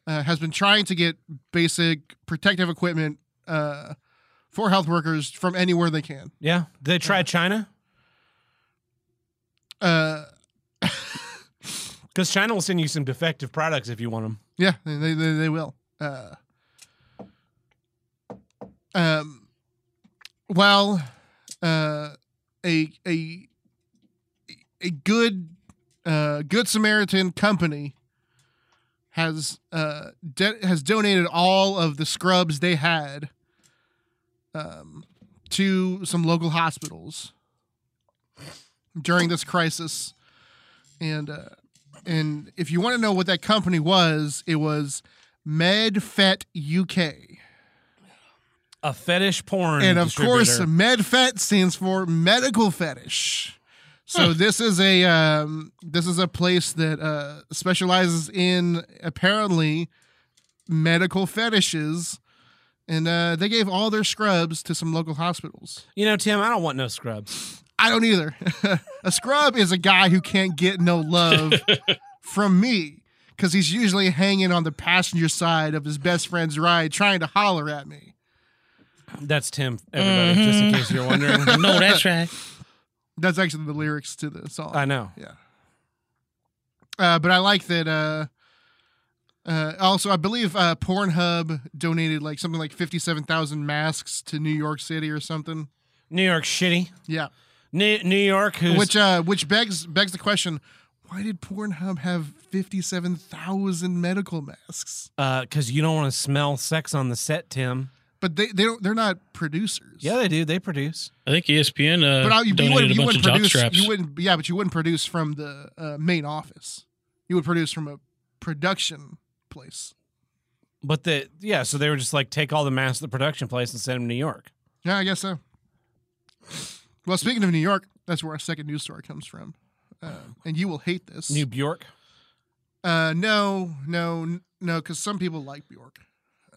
[SPEAKER 2] uh, has been trying to get basic protective equipment uh, for health workers from anywhere they can.
[SPEAKER 1] Yeah. They tried China
[SPEAKER 2] Uh,
[SPEAKER 1] because China will send you some defective products if you want them.
[SPEAKER 2] yeah, they they, they will. Uh, um, while uh, a a a good uh, good Samaritan company has uh, de- has donated all of the scrubs they had um, to some local hospitals during this crisis, and uh, and if you want to know what that company was, it was MedFet UK.
[SPEAKER 1] A fetish porn.
[SPEAKER 2] And of course,
[SPEAKER 1] Hmm, distributor.
[SPEAKER 2] MedFet stands for medical fetish. So this is a um, this is a place that uh, specializes in apparently medical fetishes, and uh, they gave all their scrubs to some local hospitals.
[SPEAKER 1] you know, Tim, I don't want no scrubs.
[SPEAKER 2] I don't either. [LAUGHS] a scrub is a guy who can't get no love from me because he's usually hanging on the passenger side of his best friend's ride, trying to holler at me.
[SPEAKER 1] That's Tim, everybody, just in case you're wondering. [LAUGHS]
[SPEAKER 3] No, that's right.
[SPEAKER 2] That's actually the lyrics to the song.
[SPEAKER 1] I know.
[SPEAKER 2] Uh, but I like that. Uh, uh, also, I believe uh, Pornhub donated like something like fifty-seven thousand masks to New York City or something.
[SPEAKER 1] New York shitty.
[SPEAKER 2] Yeah,
[SPEAKER 1] New, New York, who's
[SPEAKER 2] which uh, which begs begs the question: Why did Pornhub have fifty-seven thousand medical masks?
[SPEAKER 1] because uh, you don't want to smell sex on the set, Tim.
[SPEAKER 2] But they they don't they're not producers.
[SPEAKER 1] Yeah, they do. They produce.
[SPEAKER 3] I think ESPN uh,
[SPEAKER 2] but I, you,
[SPEAKER 3] donated
[SPEAKER 2] wouldn't,
[SPEAKER 3] a
[SPEAKER 2] you
[SPEAKER 3] bunch of
[SPEAKER 2] wouldn't
[SPEAKER 3] jock
[SPEAKER 2] produce.
[SPEAKER 3] straps.
[SPEAKER 2] You wouldn't. Yeah, but you wouldn't produce from the uh, main office. You would produce from a production place.
[SPEAKER 1] But the yeah, so they were just like take all the masks to the production place and send them to New York.
[SPEAKER 2] Yeah, I guess so. Well, speaking of New York, that's where our second news story comes from, uh, and you will hate this.
[SPEAKER 1] New Bjork.
[SPEAKER 2] Uh, no, no, n- no, because some people like Bjork.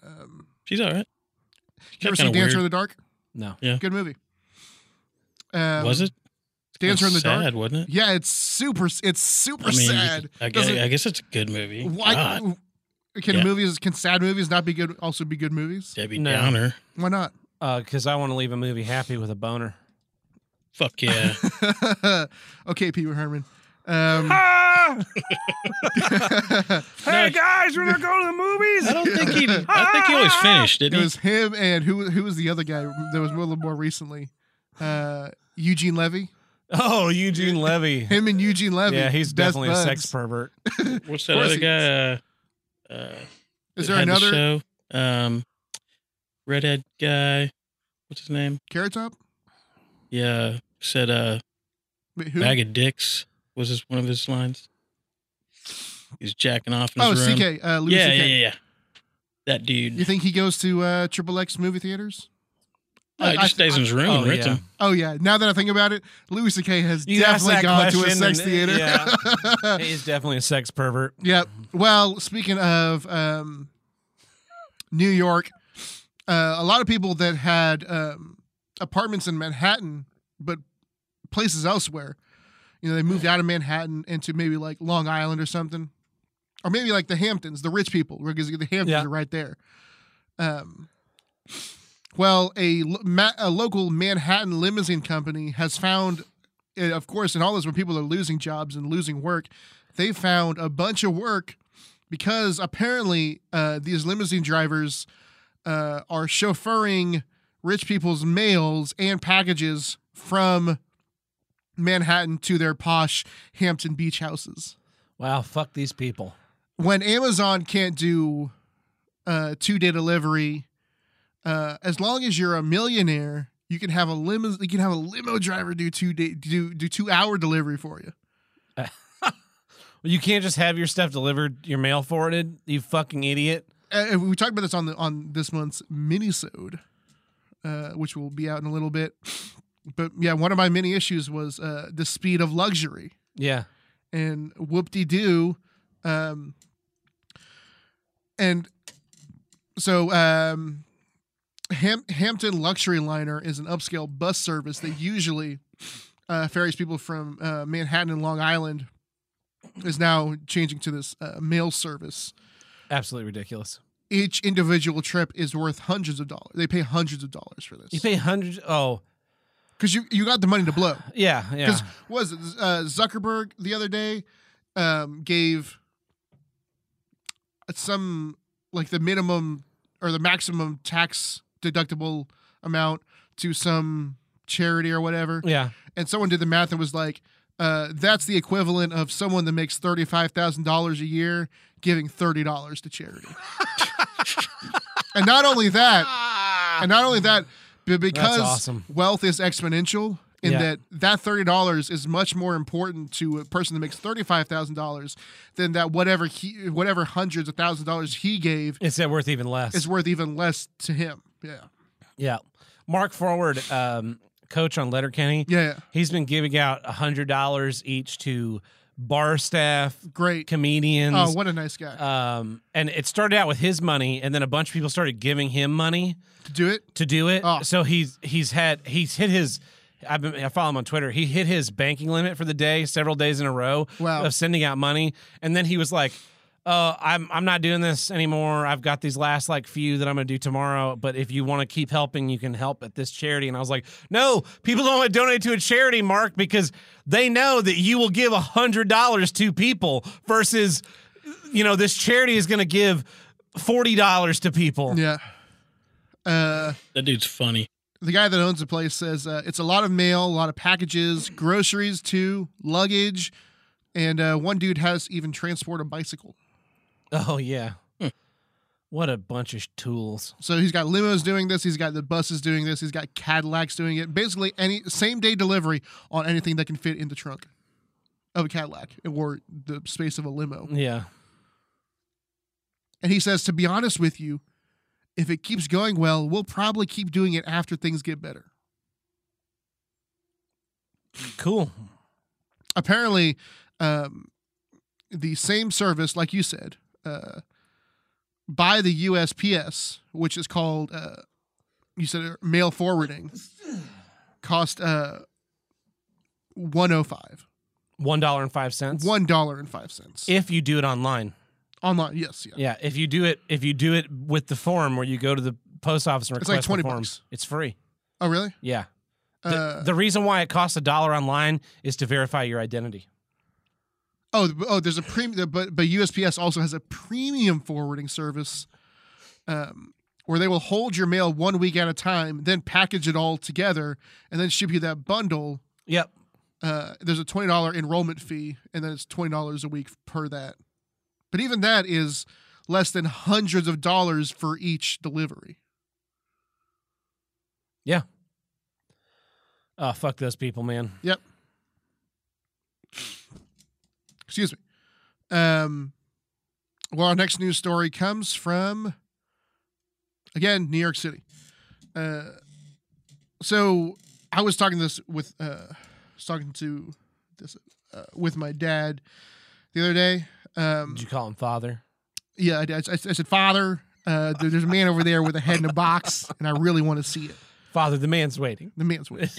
[SPEAKER 2] Um,
[SPEAKER 3] She's all right.
[SPEAKER 2] you ever
[SPEAKER 3] That's
[SPEAKER 2] seen
[SPEAKER 3] kinda
[SPEAKER 2] Dancer in
[SPEAKER 3] weird.
[SPEAKER 2] the Dark?
[SPEAKER 1] No.
[SPEAKER 2] Good movie. Um,
[SPEAKER 3] was it?
[SPEAKER 2] Dancer in the
[SPEAKER 3] That's sad,
[SPEAKER 2] Dark?
[SPEAKER 3] wasn't it?
[SPEAKER 2] Yeah, it's super. It's super
[SPEAKER 3] I mean,
[SPEAKER 2] sad.
[SPEAKER 3] I guess,
[SPEAKER 2] Doesn't-
[SPEAKER 3] I guess it's a good movie.
[SPEAKER 2] Why
[SPEAKER 3] God,
[SPEAKER 2] can
[SPEAKER 3] Yeah.
[SPEAKER 2] movies can sad movies not be good also be good movies?
[SPEAKER 3] Debbie
[SPEAKER 1] No.
[SPEAKER 3] Downer.
[SPEAKER 2] Why not? [LAUGHS]
[SPEAKER 1] Because Uh, I want to leave a movie happy with a [LAUGHS] boner.
[SPEAKER 3] Fuck
[SPEAKER 1] [LAUGHS]
[SPEAKER 3] yeah.
[SPEAKER 2] okay, Pee Wee Herman.
[SPEAKER 1] [LAUGHS]
[SPEAKER 2] Um, [LAUGHS]
[SPEAKER 3] Hey,
[SPEAKER 1] Ah! guys, we're gonna go to the movies.
[SPEAKER 3] I don't think he. I think he always finished,
[SPEAKER 2] it
[SPEAKER 3] didn't he?
[SPEAKER 2] was him and who who was the other guy that was a little more recently? Uh, Eugene Levy.
[SPEAKER 1] [LAUGHS] oh, Eugene Levy.
[SPEAKER 2] Him and Eugene Levy.
[SPEAKER 1] yeah, he's
[SPEAKER 2] best
[SPEAKER 1] definitely
[SPEAKER 2] buds.
[SPEAKER 1] a sex [LAUGHS] pervert.
[SPEAKER 3] What's
[SPEAKER 2] Of
[SPEAKER 3] that
[SPEAKER 2] course
[SPEAKER 3] other
[SPEAKER 2] he
[SPEAKER 3] guy? Uh, uh,
[SPEAKER 2] Is
[SPEAKER 3] that
[SPEAKER 2] there
[SPEAKER 3] had the
[SPEAKER 2] another
[SPEAKER 3] show? Um, redhead guy. What's his name?
[SPEAKER 2] Carrot Top?
[SPEAKER 3] Yeah, said uh,
[SPEAKER 2] Wait, Who?
[SPEAKER 3] bag of dicks was his one of his lines. He's jacking off in
[SPEAKER 2] oh,
[SPEAKER 3] his room.
[SPEAKER 2] CK. Uh, Louis
[SPEAKER 3] yeah,
[SPEAKER 2] CK.
[SPEAKER 3] yeah, yeah, yeah. That dude.
[SPEAKER 2] You think he goes to uh, Triple X movie theaters?
[SPEAKER 3] No, he
[SPEAKER 2] I- I-
[SPEAKER 3] just stays in his room
[SPEAKER 1] oh,
[SPEAKER 3] and rents
[SPEAKER 1] yeah.
[SPEAKER 3] him.
[SPEAKER 2] Oh yeah. Now that I think about it, Louis C.K. has
[SPEAKER 1] You asked
[SPEAKER 2] definitely
[SPEAKER 1] that
[SPEAKER 2] gone to a
[SPEAKER 1] question
[SPEAKER 2] sex
[SPEAKER 1] and- uh,
[SPEAKER 2] theater.
[SPEAKER 1] yeah. He's definitely a sex pervert.
[SPEAKER 2] [LAUGHS] Yep. Well, speaking of um, New York, uh, a lot of people that had um, apartments in Manhattan, but places elsewhere, you know, they moved out of Manhattan into maybe like Long Island or something, or maybe like the Hamptons, the rich people, because the Hamptons
[SPEAKER 1] Yeah.
[SPEAKER 2] are right there. Um, well, a, lo- ma- a local Manhattan limousine company has found, and of course, in all this when people are losing jobs and losing work, they found a bunch of work because apparently uh, these limousine drivers uh, are chauffeuring rich people's mails and packages from Manhattan to their posh Hampton Beach houses.
[SPEAKER 1] Wow, fuck these people.
[SPEAKER 2] When Amazon can't do uh, two day delivery, uh, as long as you're a millionaire, You can have a limo. You can have a limo driver do two day, do do two hour delivery for you.
[SPEAKER 1] You can't just have your stuff delivered, your mail forwarded, you fucking idiot.
[SPEAKER 2] Uh, and we talked about this on the on this month's minisode, uh, which will be out in a little bit. But yeah, one of my many issues was uh, the speed of luxury.
[SPEAKER 1] Yeah.
[SPEAKER 2] and whoop de doo. Um, and so um, Ham- Hampton Luxury Liner is an upscale bus service that usually uh, ferries people from uh, Manhattan and Long Island. Is now changing to this uh, mail service.
[SPEAKER 1] Absolutely ridiculous.
[SPEAKER 2] Each individual trip is worth hundreds of dollars. They pay hundreds of dollars for
[SPEAKER 1] You
[SPEAKER 2] this
[SPEAKER 1] pay hundreds. Oh,
[SPEAKER 2] because you you got the money to blow.
[SPEAKER 1] yeah. [SIGHS] Yeah.
[SPEAKER 2] Because was it uh, Zuckerberg the other day um, gave some like the minimum or the maximum tax deductible amount to some charity or whatever,
[SPEAKER 1] Yeah.
[SPEAKER 2] and someone did the math and was like, uh, "That's the equivalent of someone that makes thirty five thousand dollars a year giving thirty dollars
[SPEAKER 1] [LAUGHS]
[SPEAKER 2] to charity." and not only that, and not only that, but because
[SPEAKER 1] awesome.
[SPEAKER 2] wealth is exponential, in
[SPEAKER 1] Yeah.
[SPEAKER 2] that that thirty dollars is much more important to a person that makes thirty five thousand dollars than that whatever he whatever hundreds of thousand dollars he gave
[SPEAKER 1] It's that worth even less.
[SPEAKER 2] is worth even less to him. Yeah,
[SPEAKER 1] yeah. Mark Forward, um, coach on Letterkenny,
[SPEAKER 2] yeah, yeah.
[SPEAKER 1] he's been giving out $100 each to bar staff,
[SPEAKER 2] great.
[SPEAKER 1] comedians.
[SPEAKER 2] Oh, what a nice guy
[SPEAKER 1] um, and it started out with his money, and then a bunch of people started giving him money.
[SPEAKER 2] to do it.
[SPEAKER 1] to do it.
[SPEAKER 2] Oh.
[SPEAKER 1] So he's he's had he's hit his. I've been, I follow him on Twitter. He hit his banking limit for the day several days in a row
[SPEAKER 2] Wow.
[SPEAKER 1] of sending out money, and then he was like, "Uh, I'm I'm not doing this anymore. I've got these last like few that I'm gonna do tomorrow. But if you want to keep helping, you can help at this charity." And I was like, "No, people don't want to donate to a charity, Mark, because they know that you will give a hundred dollars to people versus, you know, this charity is gonna give forty dollars to people."
[SPEAKER 2] Yeah. Uh,
[SPEAKER 3] That dude's funny.
[SPEAKER 2] the guy that owns the place says uh, it's a lot of mail, a lot of packages, groceries too, luggage, and uh, one dude has to even transport a bicycle.
[SPEAKER 1] Oh yeah. What a bunch of tools.
[SPEAKER 2] So he's got limos doing this, he's got the buses doing this, he's got Cadillacs doing it. Basically, any same day delivery on anything that can fit in the trunk of a Cadillac or the space of a limo.
[SPEAKER 1] Yeah.
[SPEAKER 2] And he says, to be honest with you, if it keeps going well, we'll probably keep doing it after things get better.
[SPEAKER 1] Cool.
[SPEAKER 2] apparently um, the same service like you said uh, by the usps which is called uh, you said it, mail forwarding cost uh, 105
[SPEAKER 1] One dollar and five cents.
[SPEAKER 2] one dollar and five cents
[SPEAKER 1] if you do it online.
[SPEAKER 2] online yes yeah
[SPEAKER 1] Yeah. If you do it if you do it with the form where you go to the post office and
[SPEAKER 2] It's like
[SPEAKER 1] request
[SPEAKER 2] 20
[SPEAKER 1] the form,
[SPEAKER 2] bucks.
[SPEAKER 1] it's free.
[SPEAKER 2] oh really
[SPEAKER 1] Yeah. The,
[SPEAKER 2] uh,
[SPEAKER 1] the reason why it costs a dollar online is to verify your identity.
[SPEAKER 2] oh th- oh there's a premium but but usps also has a premium forwarding service um, where they will hold your mail one week at a time then package it all together and then ship you that bundle
[SPEAKER 1] Yep.
[SPEAKER 2] uh, there's a twenty dollar enrollment fee, and then it's twenty dollars a week per that. But even that is less than hundreds of dollars for each delivery.
[SPEAKER 1] Oh fuck those people, man.
[SPEAKER 2] Excuse me. Um, well, our next news story comes from again New York City. Uh, so I was talking this with uh, I was talking to this uh, with my dad the other day. Um,
[SPEAKER 1] Did you call him father?
[SPEAKER 2] Yeah, I, I, I said, Father, uh, there- there's a man over there with a head in a box, and I really want to see it.
[SPEAKER 1] Father, the man's waiting.
[SPEAKER 2] The man's weird.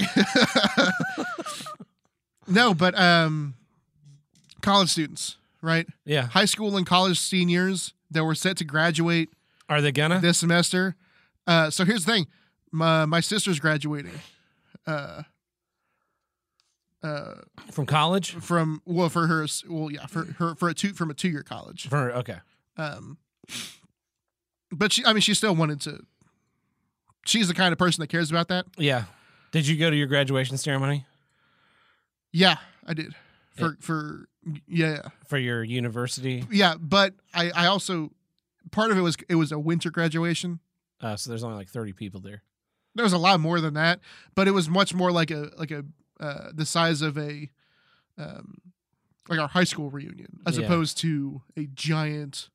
[SPEAKER 2] [LAUGHS] no, but um, college students, right?
[SPEAKER 1] Yeah.
[SPEAKER 2] High school and college seniors that were set to graduate
[SPEAKER 1] Are they gonna?
[SPEAKER 2] this semester. Uh, so here's the thing: my my sister's graduating. Uh, uh,
[SPEAKER 1] From college?
[SPEAKER 2] from well, for her, well, yeah, for her for a two from a two year college.
[SPEAKER 1] For okay.
[SPEAKER 2] Um, but she, I mean, she still wanted to. She's the kind of person that cares about that.
[SPEAKER 1] Yeah. Did you go to your graduation ceremony
[SPEAKER 2] Yeah, I did. For for yeah, yeah,
[SPEAKER 1] for your university?
[SPEAKER 2] yeah. But I I also part of it was it was a winter graduation.
[SPEAKER 1] Uh, so there's only like 30 people there.
[SPEAKER 2] There was a lot more than that, but it was much more like a like a uh, the size of a um, like our high school reunion as
[SPEAKER 1] Yeah.
[SPEAKER 2] opposed to a giant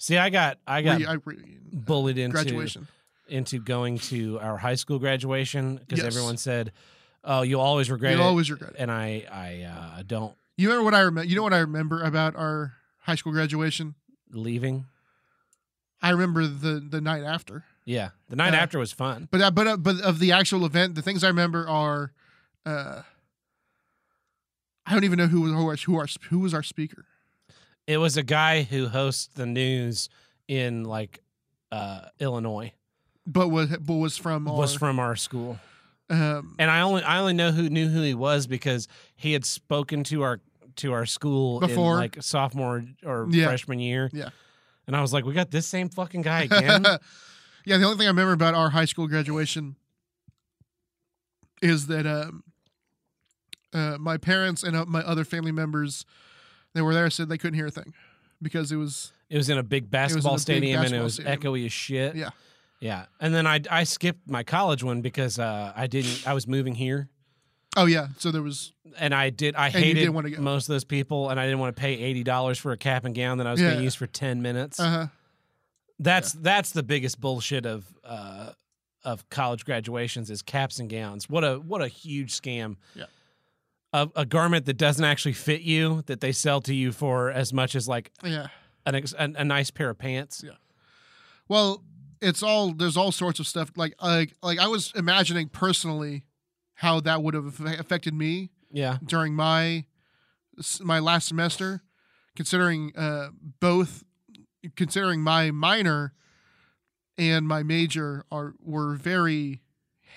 [SPEAKER 1] See, I got I got
[SPEAKER 2] re- uh, reunion uh,
[SPEAKER 1] bullied into
[SPEAKER 2] graduation.
[SPEAKER 1] into going to our high school graduation because
[SPEAKER 2] Yes.
[SPEAKER 1] everyone said, "Oh, you always regret
[SPEAKER 2] You
[SPEAKER 1] it."
[SPEAKER 2] always regret it.
[SPEAKER 1] and I I uh, don't
[SPEAKER 2] You remember what I remember? You know what I remember about our high school graduation?
[SPEAKER 1] leaving.
[SPEAKER 2] I remember the the night after.
[SPEAKER 1] Yeah, the night
[SPEAKER 2] Uh,
[SPEAKER 1] after was fun.
[SPEAKER 2] But uh, but uh, but of the actual event, the things I remember are, uh, I don't even know who was who our, who our who was our speaker.
[SPEAKER 1] It was a guy who hosts the news in like uh, Illinois
[SPEAKER 2] but was but was from our,
[SPEAKER 1] was from our school,
[SPEAKER 2] um
[SPEAKER 1] and I only I only know who knew who he was because he had spoken to our to our school
[SPEAKER 2] Before.
[SPEAKER 1] in like sophomore or
[SPEAKER 2] Yeah.
[SPEAKER 1] freshman year.
[SPEAKER 2] Yeah.
[SPEAKER 1] and I was like, we got this same fucking guy again.
[SPEAKER 2] [LAUGHS] yeah the only thing i remember about our high school graduation is that um uh my parents and uh, my other family members that were there said they couldn't hear a thing because it was
[SPEAKER 1] It was in a big
[SPEAKER 2] in
[SPEAKER 1] basketball
[SPEAKER 2] a big
[SPEAKER 1] stadium and
[SPEAKER 2] basketball
[SPEAKER 1] it was
[SPEAKER 2] stadium.
[SPEAKER 1] echoey as shit.
[SPEAKER 2] Yeah.
[SPEAKER 1] Yeah. And then I I skipped my college one because uh, I didn't I was moving here
[SPEAKER 2] oh yeah so there was
[SPEAKER 1] and I did I
[SPEAKER 2] And you
[SPEAKER 1] hated
[SPEAKER 2] didn't wanna go.
[SPEAKER 1] most of those people and I didn't want to pay eighty dollars for a cap and gown that I was
[SPEAKER 2] Yeah.
[SPEAKER 1] gonna use for ten minutes.
[SPEAKER 2] uh
[SPEAKER 1] that's that's the biggest bullshit of uh of college graduations is caps and gowns. What a what a huge scam.
[SPEAKER 2] Yeah.
[SPEAKER 1] A, a garment that doesn't actually fit you that they sell to you for as much as like
[SPEAKER 2] yeah
[SPEAKER 1] an ex, an a nice pair of pants.
[SPEAKER 2] well it's all there's all sorts of stuff like like like i was imagining personally how that would have affected me
[SPEAKER 1] Yeah.
[SPEAKER 2] during my s- my last semester, considering uh, both considering my minor and my major are were very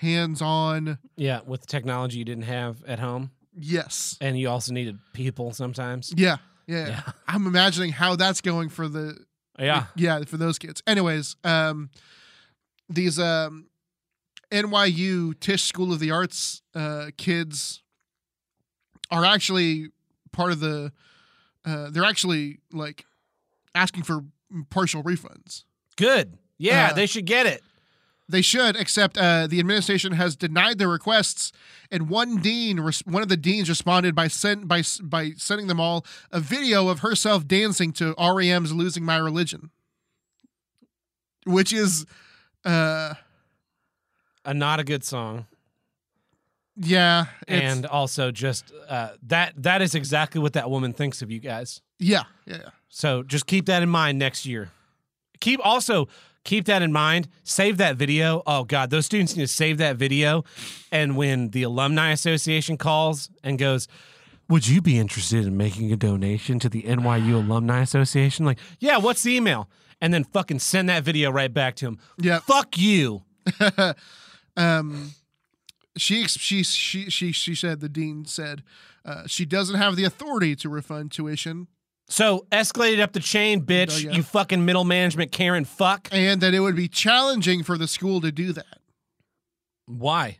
[SPEAKER 2] hands on.
[SPEAKER 1] Yeah, with technology you didn't have at home,
[SPEAKER 2] Yes.
[SPEAKER 1] and you also needed people sometimes.
[SPEAKER 2] Yeah, yeah.
[SPEAKER 1] Yeah.
[SPEAKER 2] [LAUGHS] I'm imagining how that's going for the
[SPEAKER 1] Yeah,
[SPEAKER 2] yeah for those kids. Anyways, um, these um, NYU Tisch School of the Arts uh, kids are actually part of the. Uh, they're actually like asking for partial refunds.
[SPEAKER 1] good. Yeah,
[SPEAKER 2] Uh,
[SPEAKER 1] they should get it.
[SPEAKER 2] They should, except uh, the administration has denied their requests, and one dean, res- one of the deans, responded by sent by s- by sending them all a video of herself dancing to REM's "Losing My Religion," which is, uh,
[SPEAKER 1] A not a good song,
[SPEAKER 2] yeah, it's-
[SPEAKER 1] and also just uh, that that is exactly what that woman thinks of you guys.
[SPEAKER 2] yeah, yeah, yeah.
[SPEAKER 1] So just keep that in mind next year. Keep also keep that in mind. Save that video. Oh God, those students need to save that video. And when the alumni association calls and goes, "Would you be interested in making a donation to the NYU Alumni Association?" Like, yeah, what's the email? And then fucking send that video right back to him.
[SPEAKER 2] Yeah.
[SPEAKER 1] Fuck you.
[SPEAKER 2] um, she ex- she she she she said the dean said uh, she doesn't have the authority to refund tuition,
[SPEAKER 1] So escalated up the chain, bitch.
[SPEAKER 2] yeah.
[SPEAKER 1] You fucking middle management Karen. Fuck.
[SPEAKER 2] and that it would be challenging for the school to do that
[SPEAKER 1] Why?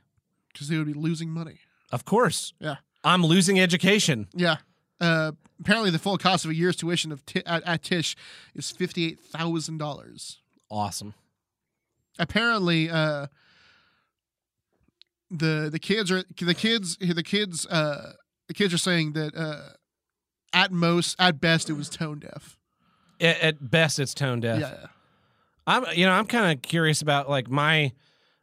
[SPEAKER 2] because they would be losing money.
[SPEAKER 1] Of course.
[SPEAKER 2] Yeah.
[SPEAKER 1] I'm losing education.
[SPEAKER 2] Yeah. Uh, apparently, the full cost of a year's tuition of t- at, at Tish is fifty eight thousand dollars.
[SPEAKER 1] Awesome.
[SPEAKER 2] Apparently, uh, the the kids are the kids the kids uh, the kids are saying that uh, at most at best it was tone deaf.
[SPEAKER 1] At, at best, it's tone deaf.
[SPEAKER 2] Yeah.
[SPEAKER 1] I'm you know I'm kind of curious about like my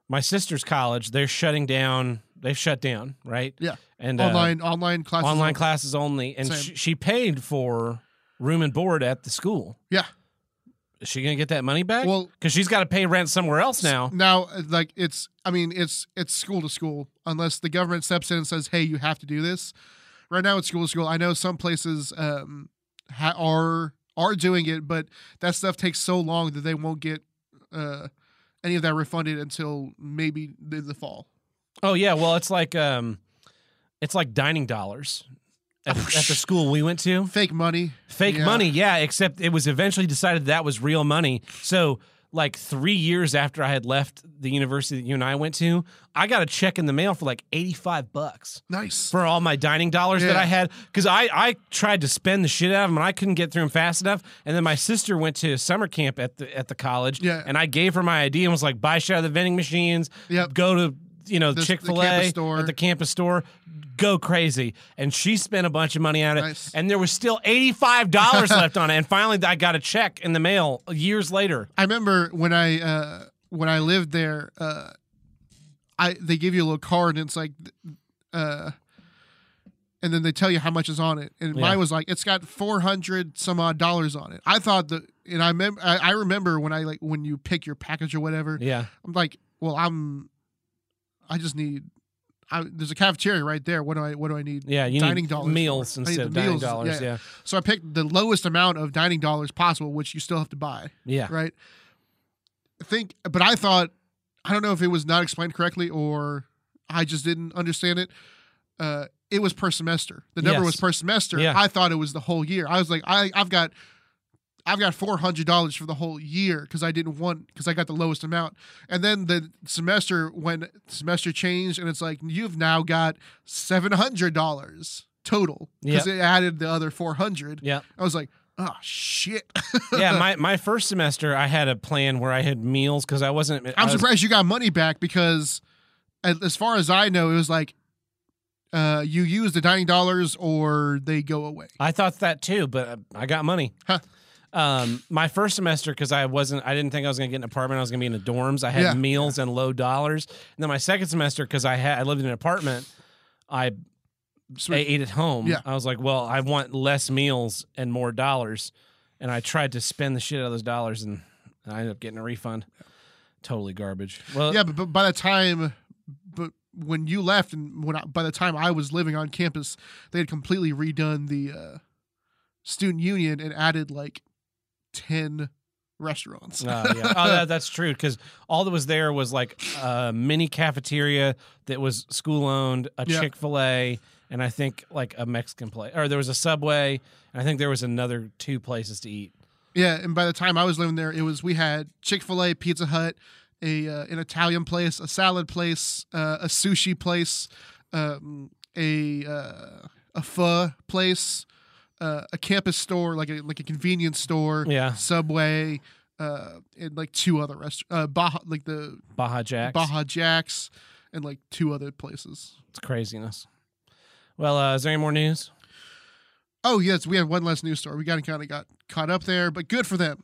[SPEAKER 1] my sister's college. They're shutting down. They've shut down, right?
[SPEAKER 2] Yeah.
[SPEAKER 1] And online
[SPEAKER 2] online online classes.
[SPEAKER 1] online classes only. And
[SPEAKER 2] Same.
[SPEAKER 1] she, she paid for room and board at the school.
[SPEAKER 2] Yeah.
[SPEAKER 1] Is she gonna get that money back? Well,
[SPEAKER 2] Well,
[SPEAKER 1] because she's got to pay rent somewhere else now.
[SPEAKER 2] now uh, like it's I mean it's it's school to school unless the government steps in and says hey you have to do this. Right now it's school to school. I know some places um ha- are are doing it, but that stuff takes so long that they won't get uh any of that refunded until maybe in the fall.
[SPEAKER 1] Oh yeah. Well, it's like um, it's like dining dollars. At,
[SPEAKER 2] Oh,
[SPEAKER 1] at the school we went to,
[SPEAKER 2] Fake money.
[SPEAKER 1] fake
[SPEAKER 2] Yeah.
[SPEAKER 1] money, yeah. Except it was eventually decided that was real money. So like three years after I had left the university that you and I went to, I got a check in the mail for like 85 bucks
[SPEAKER 2] Nice.
[SPEAKER 1] for all my dining dollars that
[SPEAKER 2] Yeah.
[SPEAKER 1] I had because I, I tried to spend the shit out of them and I couldn't get through them fast enough. And then my sister went to summer camp at the at the college.
[SPEAKER 2] Yeah.
[SPEAKER 1] And I gave her my idea and was like, buy shit out of the vending machines.
[SPEAKER 2] Yep.
[SPEAKER 1] Go to you know
[SPEAKER 2] The- the
[SPEAKER 1] Chick Fil
[SPEAKER 2] campus
[SPEAKER 1] A
[SPEAKER 2] store.
[SPEAKER 1] at the campus store. Go crazy. And she spent a bunch of money on it.
[SPEAKER 2] Nice.
[SPEAKER 1] And there was still eighty five
[SPEAKER 2] [LAUGHS]
[SPEAKER 1] dollars left on it. And finally, I got a check in the mail years later.
[SPEAKER 2] I remember when I uh, when I lived there, uh, I they give you a little card and it's like, uh, and then they tell you how much is on it. And
[SPEAKER 1] Yeah.
[SPEAKER 2] mine was like it's got four hundred some odd dollars on it. I thought the and I mem- I I remember when I like when you pick your package or whatever.
[SPEAKER 1] Yeah.
[SPEAKER 2] I'm like, well, I'm, I just need. I, there's a cafeteria right there. What do I? What do I need?
[SPEAKER 1] Yeah. You
[SPEAKER 2] Dining
[SPEAKER 1] need
[SPEAKER 2] dollars.
[SPEAKER 1] meals
[SPEAKER 2] I need
[SPEAKER 1] instead
[SPEAKER 2] the
[SPEAKER 1] of dining
[SPEAKER 2] meals,
[SPEAKER 1] dollars.
[SPEAKER 2] yeah.
[SPEAKER 1] Yeah.
[SPEAKER 2] So I picked the lowest amount of dining dollars possible, which you still have to buy,
[SPEAKER 1] Yeah.
[SPEAKER 2] [LAUGHS] right? I think, but I thought, I don't know if it was not explained correctly or I just didn't understand it. Uh, it was per semester. The number
[SPEAKER 1] Yes.
[SPEAKER 2] was per semester.
[SPEAKER 1] Yeah.
[SPEAKER 2] I thought it was the whole year. I was like, I, I've got, I've got four hundred dollars for the whole year because I didn't want because I got the lowest amount. And then the semester when semester changed and it's like you've now got seven hundred dollars total because it added the other four hundred.
[SPEAKER 1] Yeah.
[SPEAKER 2] I was like, oh shit. [LAUGHS]
[SPEAKER 1] yeah, my, my first semester, I had a plan where I had meals because I wasn't. I
[SPEAKER 2] I'm
[SPEAKER 1] was-
[SPEAKER 2] surprised you got money back because, a- as far as I know, it was like, uh, you use the dining dollars or they go away.
[SPEAKER 1] I thought that too, but uh, I got money.
[SPEAKER 2] Huh.
[SPEAKER 1] Um, my first semester because I wasn't. I didn't think I was going to get an apartment. I was going to be in the dorms. I had
[SPEAKER 2] Yeah.
[SPEAKER 1] meals and low dollars. And then my second semester because I had I lived in an apartment. I I
[SPEAKER 2] Sweet.
[SPEAKER 1] ate at home.
[SPEAKER 2] Yeah.
[SPEAKER 1] I was like, well, I want less meals and more dollars, and I tried to spend the shit out of those dollars, and, and I ended up getting a refund. Totally garbage. Well,
[SPEAKER 2] yeah, but, but by the time, but when you left and when I, by the time I was living on campus, they had completely redone the uh, student union and added like ten [LAUGHS] restaurants.
[SPEAKER 1] Oh, yeah. Oh, that, that's true. Because all that was there was like a mini cafeteria that was school owned, a
[SPEAKER 2] Yeah.
[SPEAKER 1] Chick fil A, and I think like a Mexican place. Or there was a Subway, and I think there was another two places to eat.
[SPEAKER 2] Yeah, and by the time I was living there, it was we had Chick Fil A, Pizza Hut, a uh, an Italian place, a salad place, uh, a sushi place, um, a uh, a pho place, uh, a campus store like a like a convenience store,
[SPEAKER 1] Yeah.
[SPEAKER 2] Subway, uh, and like two other restaurants, uh, Baja like the
[SPEAKER 1] Baja Jacks.
[SPEAKER 2] Baja Jacks, and like two other places.
[SPEAKER 1] It's craziness. Well, uh, is there any more news?
[SPEAKER 2] Oh yes, we had one less news story. We got kind of got caught up there, but good for them.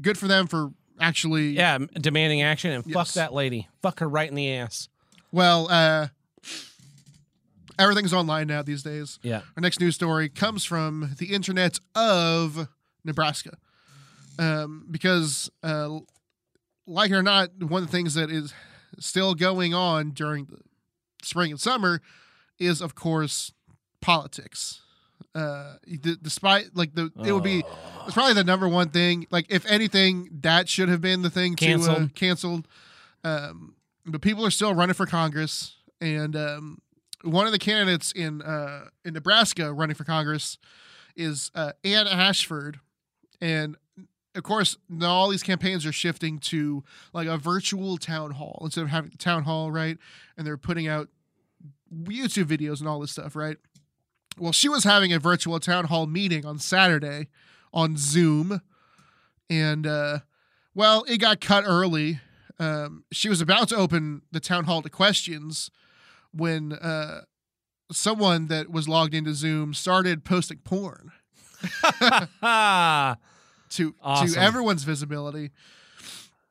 [SPEAKER 2] Good for them for actually.
[SPEAKER 1] Yeah, m- demanding action and fuck
[SPEAKER 2] Yes.
[SPEAKER 1] that lady. Fuck her right in the ass.
[SPEAKER 2] Well, uh, everything's online now these days.
[SPEAKER 1] Yeah.
[SPEAKER 2] Our next news story comes from the internet of Nebraska. Um, because, uh, like it or not, one of the things that is still going on during the spring and summer is, of course, politics. Uh, d- despite like the, it would be, it's probably the number one thing. Like, if anything, that should have been the thing to uh,
[SPEAKER 1] Canceled.
[SPEAKER 2] canceled. Um, but people are still running for Congress, and um, one of the candidates in uh, in Nebraska running for Congress is uh, Ann Ashford, and of course, now all these campaigns are shifting to like a virtual town hall instead of having town hall, right? And they're putting out YouTube videos and all this stuff, right? Well, she was having a virtual town hall meeting on Saturday on Zoom, and uh, well, it got cut early. Um, she was about to open the town hall to questions when uh, someone that was logged into Zoom started posting porn
[SPEAKER 1] Ah,
[SPEAKER 2] to
[SPEAKER 1] Awesome.
[SPEAKER 2] to everyone's visibility.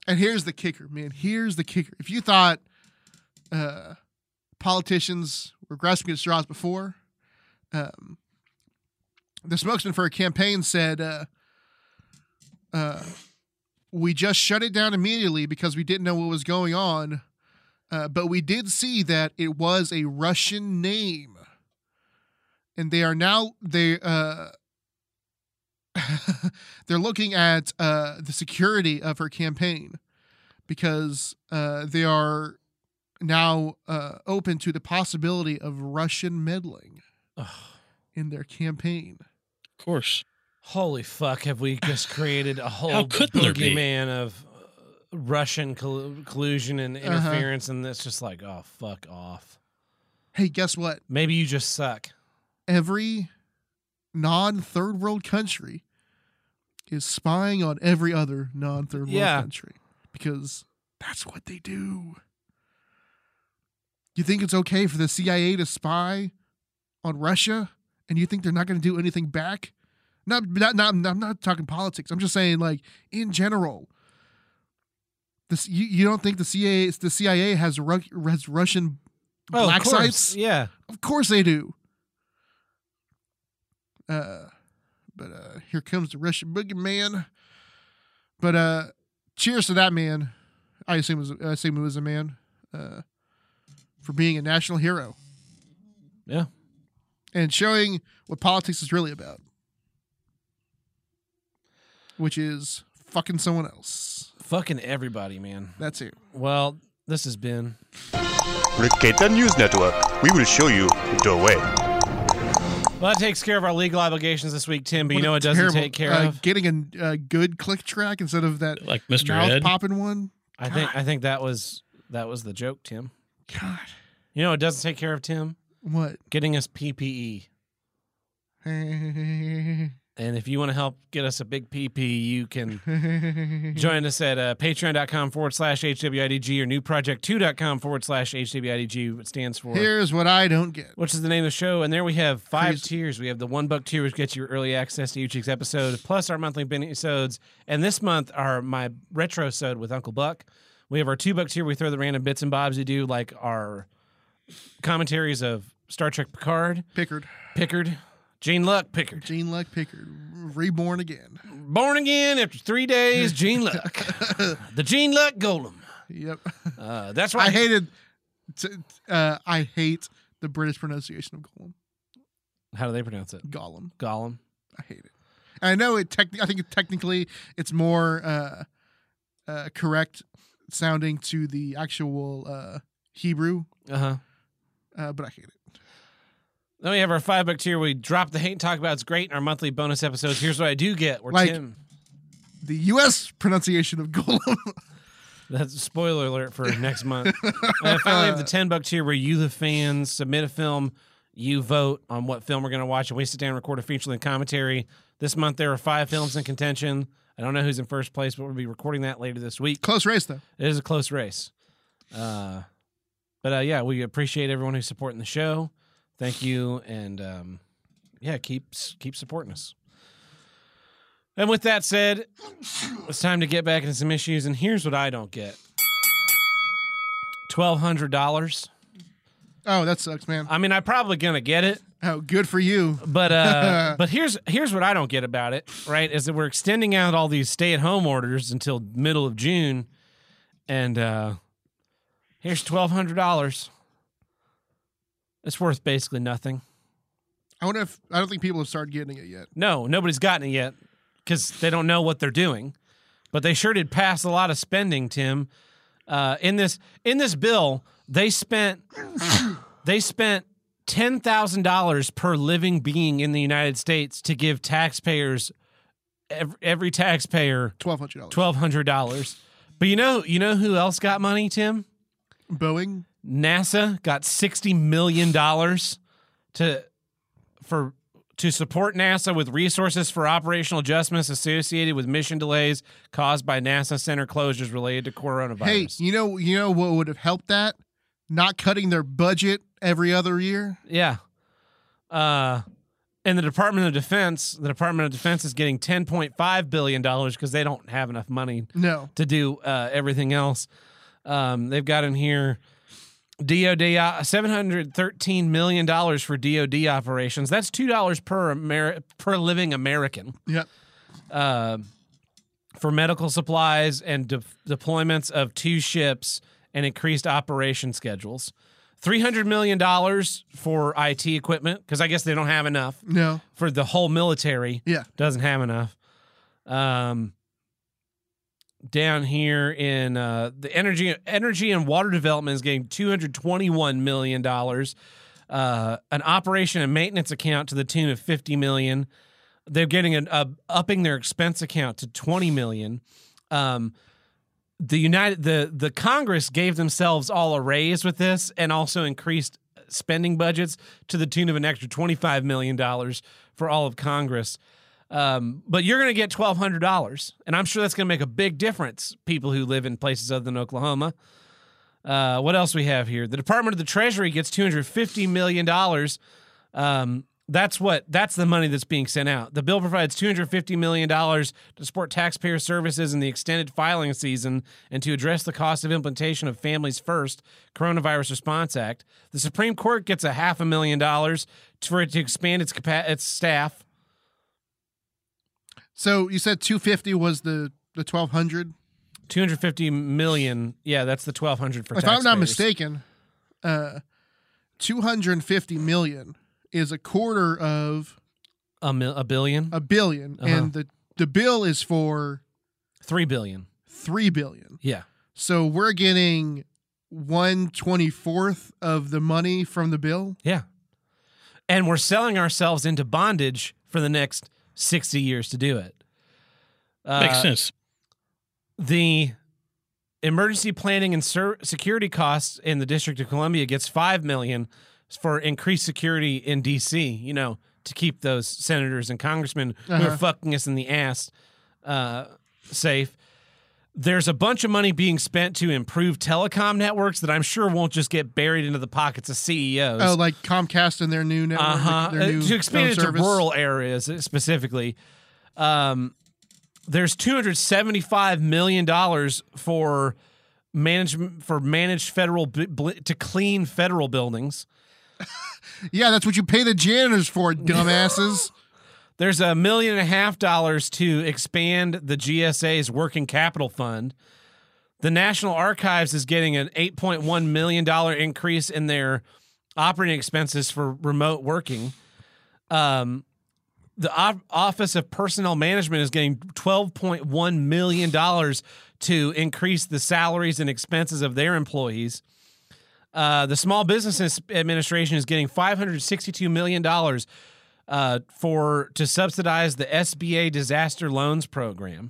[SPEAKER 2] And here's the kicker, man. Here's the kicker. If you thought uh, politicians were grasping at straws before, um, the spokesman for a campaign said, uh, uh, "We just shut it down immediately because we didn't know what was going on, uh, but we did see that it was a Russian name, and they are now they." Uh, [LAUGHS] they're looking at uh, the security of her campaign because uh, they are now uh, open to the possibility of Russian meddling
[SPEAKER 1] Ugh.
[SPEAKER 2] in their campaign.
[SPEAKER 3] Of course.
[SPEAKER 1] holy fuck! Have we just created a whole
[SPEAKER 3] How couldn't there be?
[SPEAKER 1] boogeyman of uh, Russian collu- collusion and
[SPEAKER 2] Uh-huh.
[SPEAKER 1] interference, and it's just like, oh, fuck off.
[SPEAKER 2] Hey, guess what?
[SPEAKER 1] Maybe you just suck.
[SPEAKER 2] Every non third world country is spying on every other non third world
[SPEAKER 1] Yeah.
[SPEAKER 2] country because that's what they do. You think it's okay for the CIA to spy on Russia and you think they're not going to do anything back? Not, not, not, I'm not talking politics. I'm just saying, like, in general, this, you, you don't think the CIA, the CIA has, Ru- has Russian
[SPEAKER 1] Oh, of
[SPEAKER 2] black
[SPEAKER 1] course.
[SPEAKER 2] sites?
[SPEAKER 1] Yeah.
[SPEAKER 2] Of course they do. Uh, but uh, here comes the Russian boogeyman. But uh, cheers to that man. I assume it was, I assume it was a man uh, for being a national hero
[SPEAKER 1] Yeah.
[SPEAKER 2] and showing what politics is really about, which is fucking someone else.
[SPEAKER 1] Fucking everybody, man.
[SPEAKER 2] That's it.
[SPEAKER 1] Well, this has been.
[SPEAKER 5] Ricetta News Network. We will show you the way.
[SPEAKER 1] Well, that takes care of our legal obligations this week, Tim, but you
[SPEAKER 2] What a
[SPEAKER 1] know it doesn't
[SPEAKER 2] terrible-
[SPEAKER 1] take care
[SPEAKER 2] uh,
[SPEAKER 1] of.
[SPEAKER 2] getting a, a good click track instead of that
[SPEAKER 3] like Mr.
[SPEAKER 2] mouth
[SPEAKER 3] Ed.
[SPEAKER 2] popping one.
[SPEAKER 1] I think I think that was that was the joke, Tim.
[SPEAKER 2] God,
[SPEAKER 1] You know it doesn't take care of Tim
[SPEAKER 2] what?
[SPEAKER 1] getting us PPE.
[SPEAKER 2] Join
[SPEAKER 1] And if you want to help get us a big PP, you can
[SPEAKER 2] Mm-hmm.
[SPEAKER 1] join us at uh, patreon.com forward slash HWIDG or newproject2.com forward slash HWIDG, which stands for,
[SPEAKER 2] Here's what I don't get.
[SPEAKER 1] which is the name of the show. And there we have five
[SPEAKER 2] Crazy.
[SPEAKER 1] tiers. We have the one buck tier, which gets you early access to each week's episode, plus our monthly mini episodes. And this month are my retro sode with Uncle Buck. We have our two buck tier. We throw the random bits and bobs we do, like our commentaries of Star Trek Picard,
[SPEAKER 2] Pickard,
[SPEAKER 1] Pickard, Gene Luck, Pickard.
[SPEAKER 2] Gene Luck Pickard, reborn again.
[SPEAKER 1] Born again after three days, Gene
[SPEAKER 2] [LAUGHS]
[SPEAKER 1] Luck. the Gene Luck Golem.
[SPEAKER 2] Yep.
[SPEAKER 1] Uh, that's why
[SPEAKER 2] I hated. T- t- uh, I hate the British pronunciation of Gollum.
[SPEAKER 1] How do they pronounce it?
[SPEAKER 2] Gollum.
[SPEAKER 1] Golem.
[SPEAKER 2] I hate it. And I know it. Tec- I think it technically it's more uh, uh, correct sounding to the actual uh, Hebrew,
[SPEAKER 1] Uh huh.
[SPEAKER 2] uh, but I hate it.
[SPEAKER 1] Then we have our five buck tier. We drop the hate and talk about it's great in our monthly bonus episodes. Here's what I do get. We're
[SPEAKER 2] Like-
[SPEAKER 1] Tim.
[SPEAKER 2] The U.S. pronunciation of [LAUGHS] Gollum.
[SPEAKER 1] That's a spoiler alert
[SPEAKER 2] [LAUGHS]
[SPEAKER 1] for next month. and finally, we have the ten buck tier where you, the fans, submit a film. You vote on what film we're going to watch, and we sit down and record a feature length commentary. This month there are five films in contention. I don't know who's in first place, but we'll be recording that later this week.
[SPEAKER 2] Close race though.
[SPEAKER 1] It is a close race. Uh, but uh, yeah, we appreciate everyone who's supporting the show. Thank you, and um, yeah, keep keep supporting us. And with that said, it's time to get back into some issues. And here's what I don't get: twelve hundred dollars.
[SPEAKER 2] Oh, that sucks, man.
[SPEAKER 1] I mean, I'm probably gonna get it,
[SPEAKER 2] Oh, good for you.
[SPEAKER 1] but uh, but here's here's what I don't get about it. Right, is that we're extending out all these stay at home orders until middle of June, and uh, here's twelve hundred dollars. It's worth basically nothing.
[SPEAKER 2] I wonder if I don't think people have started getting it yet.
[SPEAKER 1] No, nobody's gotten it yet because they don't know what they're doing. But they sure did pass a lot of spending, Tim. Uh, in this in this bill, they spent they spent ten thousand dollars per living being in the United States to give taxpayers every, every taxpayer
[SPEAKER 2] Twelve hundred dollars.
[SPEAKER 1] twelve hundred dollars. But you know you know who else got money, Tim?
[SPEAKER 2] Boeing.
[SPEAKER 1] NASA got sixty million dollars to for to support NASA with resources for operational adjustments associated with mission delays caused by NASA center closures related to
[SPEAKER 2] Hey,
[SPEAKER 1] coronavirus.
[SPEAKER 2] you know, you know what would have helped that? Not cutting their budget every other year.
[SPEAKER 1] Yeah. Uh and the Department of Defense, the Department of Defense is getting ten point five billion dollars because they don't have enough money
[SPEAKER 2] No,
[SPEAKER 1] to do uh, everything else. Um, they've got in here DOD uh, seven hundred thirteen million dollars for DOD operations. That's two dollars per Ameri- per living American
[SPEAKER 2] yep,
[SPEAKER 1] um, for medical supplies and de- deployments of two ships and increased operation schedules. Three hundred million dollars for IT equipment because I guess they don't have enough
[SPEAKER 2] no,
[SPEAKER 1] for the whole military
[SPEAKER 2] yeah.
[SPEAKER 1] doesn't have enough. Um, down here in uh, the energy, energy and water development is getting two hundred twenty-one million dollars. Uh, an operation and maintenance account to the tune of fifty million. They're getting an uh, upping their expense account to twenty million. Um, the United the the Congress gave themselves all a raise with this and also increased spending budgets to the tune of an extra twenty five million dollars for all of Congress. Um, but you're going to get twelve hundred dollars, and I'm sure that's going to make a big difference. People who live in places other than Oklahoma. Uh, what else we have here? The Department of the Treasury gets two hundred fifty million dollars. Um, that's what that's the money that's being sent out. The bill provides $250 million to support taxpayer services in the extended filing season and to address the cost of implementation of Families First Coronavirus Response Act. The Supreme Court gets a half a million dollars to- for it to expand its capa- its staff.
[SPEAKER 2] So you said 250 was the the 1200.
[SPEAKER 1] 250 million. Yeah, that's the 1200 for
[SPEAKER 2] If I'm not
[SPEAKER 1] taxpayers.
[SPEAKER 2] mistaken, uh, 250 million is a quarter of
[SPEAKER 1] a, mil- a billion,
[SPEAKER 2] a 1000000000
[SPEAKER 1] Uh-huh.
[SPEAKER 2] and the the bill is for
[SPEAKER 1] 3 billion.
[SPEAKER 2] 3 billion.
[SPEAKER 1] Yeah.
[SPEAKER 2] So we're getting one twenty fourth of the money from the bill.
[SPEAKER 1] Yeah. And we're selling ourselves into bondage for the next 60 years to do it. Uh,
[SPEAKER 3] Makes sense.
[SPEAKER 1] the emergency planning and ser- security costs in the District of Columbia gets 5 million for increased security in DC, you know, to keep those senators and congressmen who
[SPEAKER 2] Uh-huh.
[SPEAKER 1] are fucking us in the ass uh, safe. There's a bunch of money being spent to improve telecom networks that I'm sure won't just get buried into the pockets of E CEOs.
[SPEAKER 2] Oh, like Comcast and their new network,
[SPEAKER 1] Uh-huh.
[SPEAKER 2] their
[SPEAKER 1] Uh,
[SPEAKER 2] new
[SPEAKER 1] to expand
[SPEAKER 2] phone
[SPEAKER 1] it to
[SPEAKER 2] service.
[SPEAKER 1] rural areas uh, specifically. Um, there's 275 million dollars for management for managed federal bu- bl- to clean federal buildings.
[SPEAKER 2] Yeah, that's what you pay the janitors
[SPEAKER 1] [LAUGHS]
[SPEAKER 2] for, dumbasses.
[SPEAKER 1] There's a million and a half dollars to expand the GSA's working capital fund. The National Archives is getting an 8.1 million dollar increase in their operating expenses for remote working. Um, the O- Office of Personnel Management is getting 12.1 million dollars to increase the salaries and expenses of their employees. Uh, the Small Business Administration is getting 562 million dollars uh, for to subsidize the SBA disaster loans program.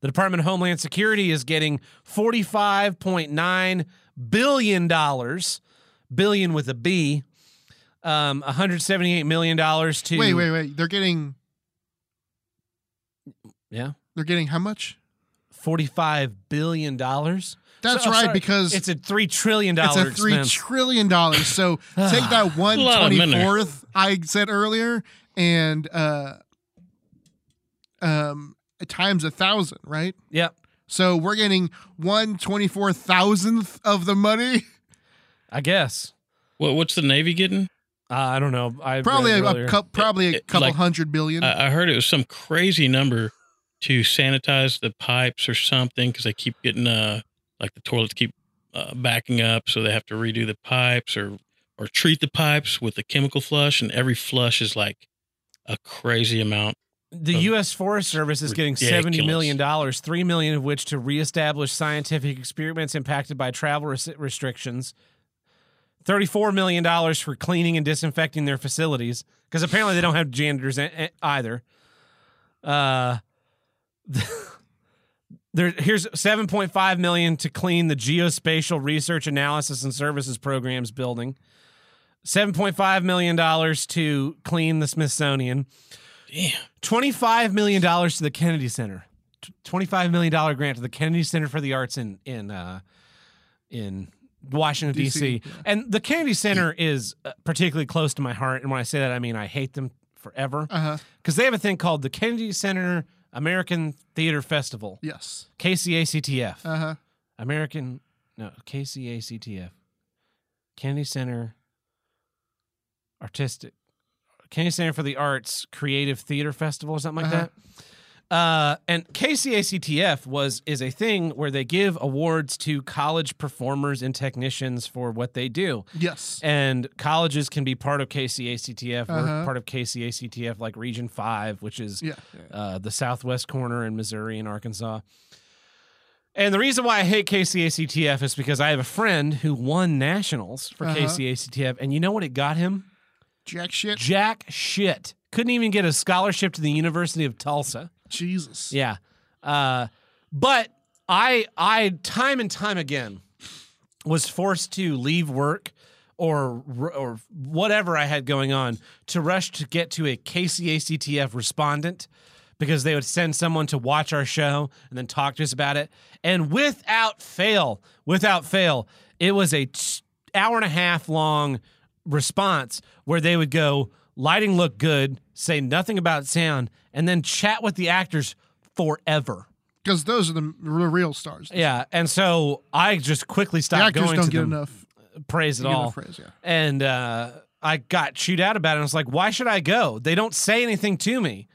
[SPEAKER 1] The Department of Homeland Security is getting forty-five point nine billion dollars, billion with a B, um, one hundred seventy-eight million dollars to
[SPEAKER 2] wait, wait, wait. They're getting
[SPEAKER 1] yeah,
[SPEAKER 2] they're getting how much?
[SPEAKER 1] forty-five billion dollars.
[SPEAKER 2] That's
[SPEAKER 1] So- oh,
[SPEAKER 2] right,
[SPEAKER 1] sorry.
[SPEAKER 2] because
[SPEAKER 1] it's a three trillion
[SPEAKER 2] It's a
[SPEAKER 1] dollar
[SPEAKER 2] three
[SPEAKER 1] expense.
[SPEAKER 2] trillion dollars.
[SPEAKER 1] [SIGHS]
[SPEAKER 2] So take that one
[SPEAKER 3] lot of
[SPEAKER 2] twenty
[SPEAKER 3] money.
[SPEAKER 2] fourth I said earlier, and uh, um, times a thousand, right?
[SPEAKER 1] yep,
[SPEAKER 2] So we're getting one twenty four thousandth of the money. [LAUGHS]
[SPEAKER 1] I guess.
[SPEAKER 3] What, what's the Navy getting?
[SPEAKER 1] Uh, I don't know. I
[SPEAKER 2] Probably
[SPEAKER 1] read it uh,
[SPEAKER 2] a,
[SPEAKER 1] earlier.
[SPEAKER 2] a couple, probably a
[SPEAKER 3] it-
[SPEAKER 2] couple
[SPEAKER 3] like-
[SPEAKER 2] hundred billion.
[SPEAKER 3] I, I heard it was some crazy number to sanitize the pipes or something because they keep getting uh like the toilets keep uh, backing up, so they have to redo the pipes or or treat the pipes with a chemical flush, and every flush is like a crazy amount.
[SPEAKER 1] The
[SPEAKER 3] Um,
[SPEAKER 1] U.S. Forest Service is getting seventy
[SPEAKER 3] ridiculous.
[SPEAKER 1] million dollars, three million of which to reestablish scientific experiments impacted by travel res- restrictions. Thirty-four million dollars for cleaning and disinfecting their facilities because apparently they don't have janitors e- e- either. Uh, there here's seven point five million to clean the geospatial research analysis and services programs building. Seven point five million dollars to clean the Smithsonian.
[SPEAKER 3] Damn.
[SPEAKER 1] $25 million to the Kennedy Center. T- $25 million grant to the Kennedy Center for the Arts in in uh, in Washington D.C.
[SPEAKER 2] DC,
[SPEAKER 1] And the Kennedy Center is uh, particularly close to my heart and when I say that I mean I hate them forever
[SPEAKER 2] Uh-huh.
[SPEAKER 1] cuz they have a thing called the Kennedy Center American Theater Festival.
[SPEAKER 2] Yes.
[SPEAKER 1] KCACTF.
[SPEAKER 2] Uh huh.
[SPEAKER 1] American no, KCACTF. Kennedy Center Artistic Kennedy Center for the Arts Creative Theater Festival or something like
[SPEAKER 2] Uh-huh.
[SPEAKER 1] that. Uh, and KCACTF was is a thing where they give awards to college performers and technicians for what they do.
[SPEAKER 2] Yes.
[SPEAKER 1] And colleges can be part of KCACTF. We're
[SPEAKER 2] Uh-huh.
[SPEAKER 1] part of KCACTF, like Region 5, which is
[SPEAKER 2] Yeah.
[SPEAKER 1] uh, the southwest corner in Missouri and Arkansas. And the reason why I hate KCACTF is because I have a friend who won nationals for
[SPEAKER 2] Uh-huh.
[SPEAKER 1] KCACTF, and you know what it got him?
[SPEAKER 2] Jack shit.
[SPEAKER 1] Jack shit. Couldn't even get a scholarship to the University of Tulsa.
[SPEAKER 2] Jesus.
[SPEAKER 1] Yeah. Uh, but I I time and time again was forced to leave work or or whatever I had going on to rush to get to a KCACTF respondent because they would send someone to watch our show and then talk to us about it. And without fail, without fail, it was a t- hour and a half long response where they would go lighting looked good, say nothing about sound, and then chat with the actors forever.
[SPEAKER 2] because those are the r- real stars.
[SPEAKER 1] Yeah, and so I just quickly
[SPEAKER 2] The
[SPEAKER 1] stopped
[SPEAKER 2] actors
[SPEAKER 1] going
[SPEAKER 2] don't
[SPEAKER 1] to
[SPEAKER 2] get
[SPEAKER 1] them
[SPEAKER 2] enough,
[SPEAKER 1] praise at
[SPEAKER 2] get
[SPEAKER 1] all.
[SPEAKER 2] enough praise. Yeah.
[SPEAKER 1] And uh, I got chewed out about it. I was like, why should I go? They don't say anything to me.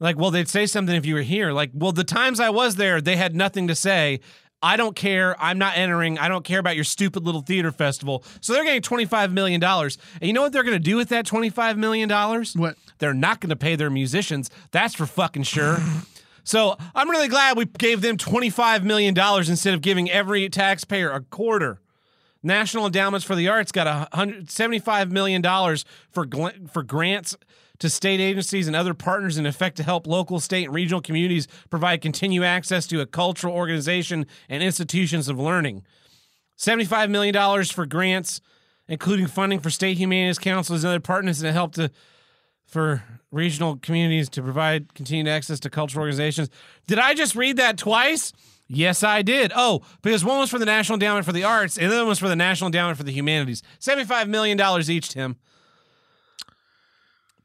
[SPEAKER 1] Like, well, they'd say something if you were here. Like, well, the times I was there, they had nothing to say. I don't care. I'm not entering. I don't care about your stupid little theater festival. So they're getting $25 million. And you know what they're going to do with that $25 million?
[SPEAKER 2] What?
[SPEAKER 1] They're not going to pay their musicians. That's for fucking sure. so I'm really glad we gave them $25 million instead of giving every taxpayer a quarter. National Endowments for the Arts got a hundred seventy-five million dollars for gl- for grants to state agencies and other partners in effect to help local, state, and regional communities provide continued access to a cultural organization and institutions of learning. $75 million for grants, including funding for state humanities councils and other partners that help to for regional communities to provide continued access to cultural organizations. Did I just read that twice? Yes, I did. Oh, because one was for the National Endowment for the Arts, and the other was for the National Endowment for the Humanities. $75 million each, Tim.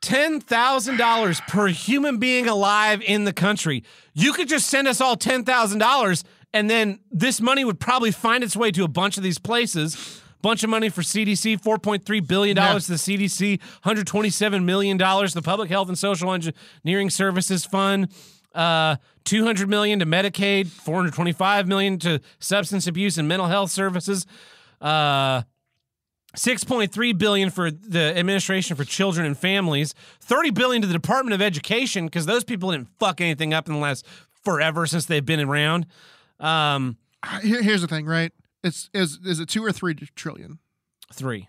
[SPEAKER 1] $10,000 per human being alive in the country. You could just send us all $10,000 and then this money would probably find its way to a bunch of these places. Bunch of money for CDC, $4.3 billion to the CDC, $127 million to the Public Health and Social Engineering Services Fund, uh, $200 million to Medicaid, $425 million to substance abuse and mental health services. Uh, 6.3 billion for the administration for children and families 30 billion to the department of education because those people didn't fuck anything up in the last forever since they've been around um
[SPEAKER 2] I- here- Here's the thing, right? It's is is it two or three trillion?
[SPEAKER 1] three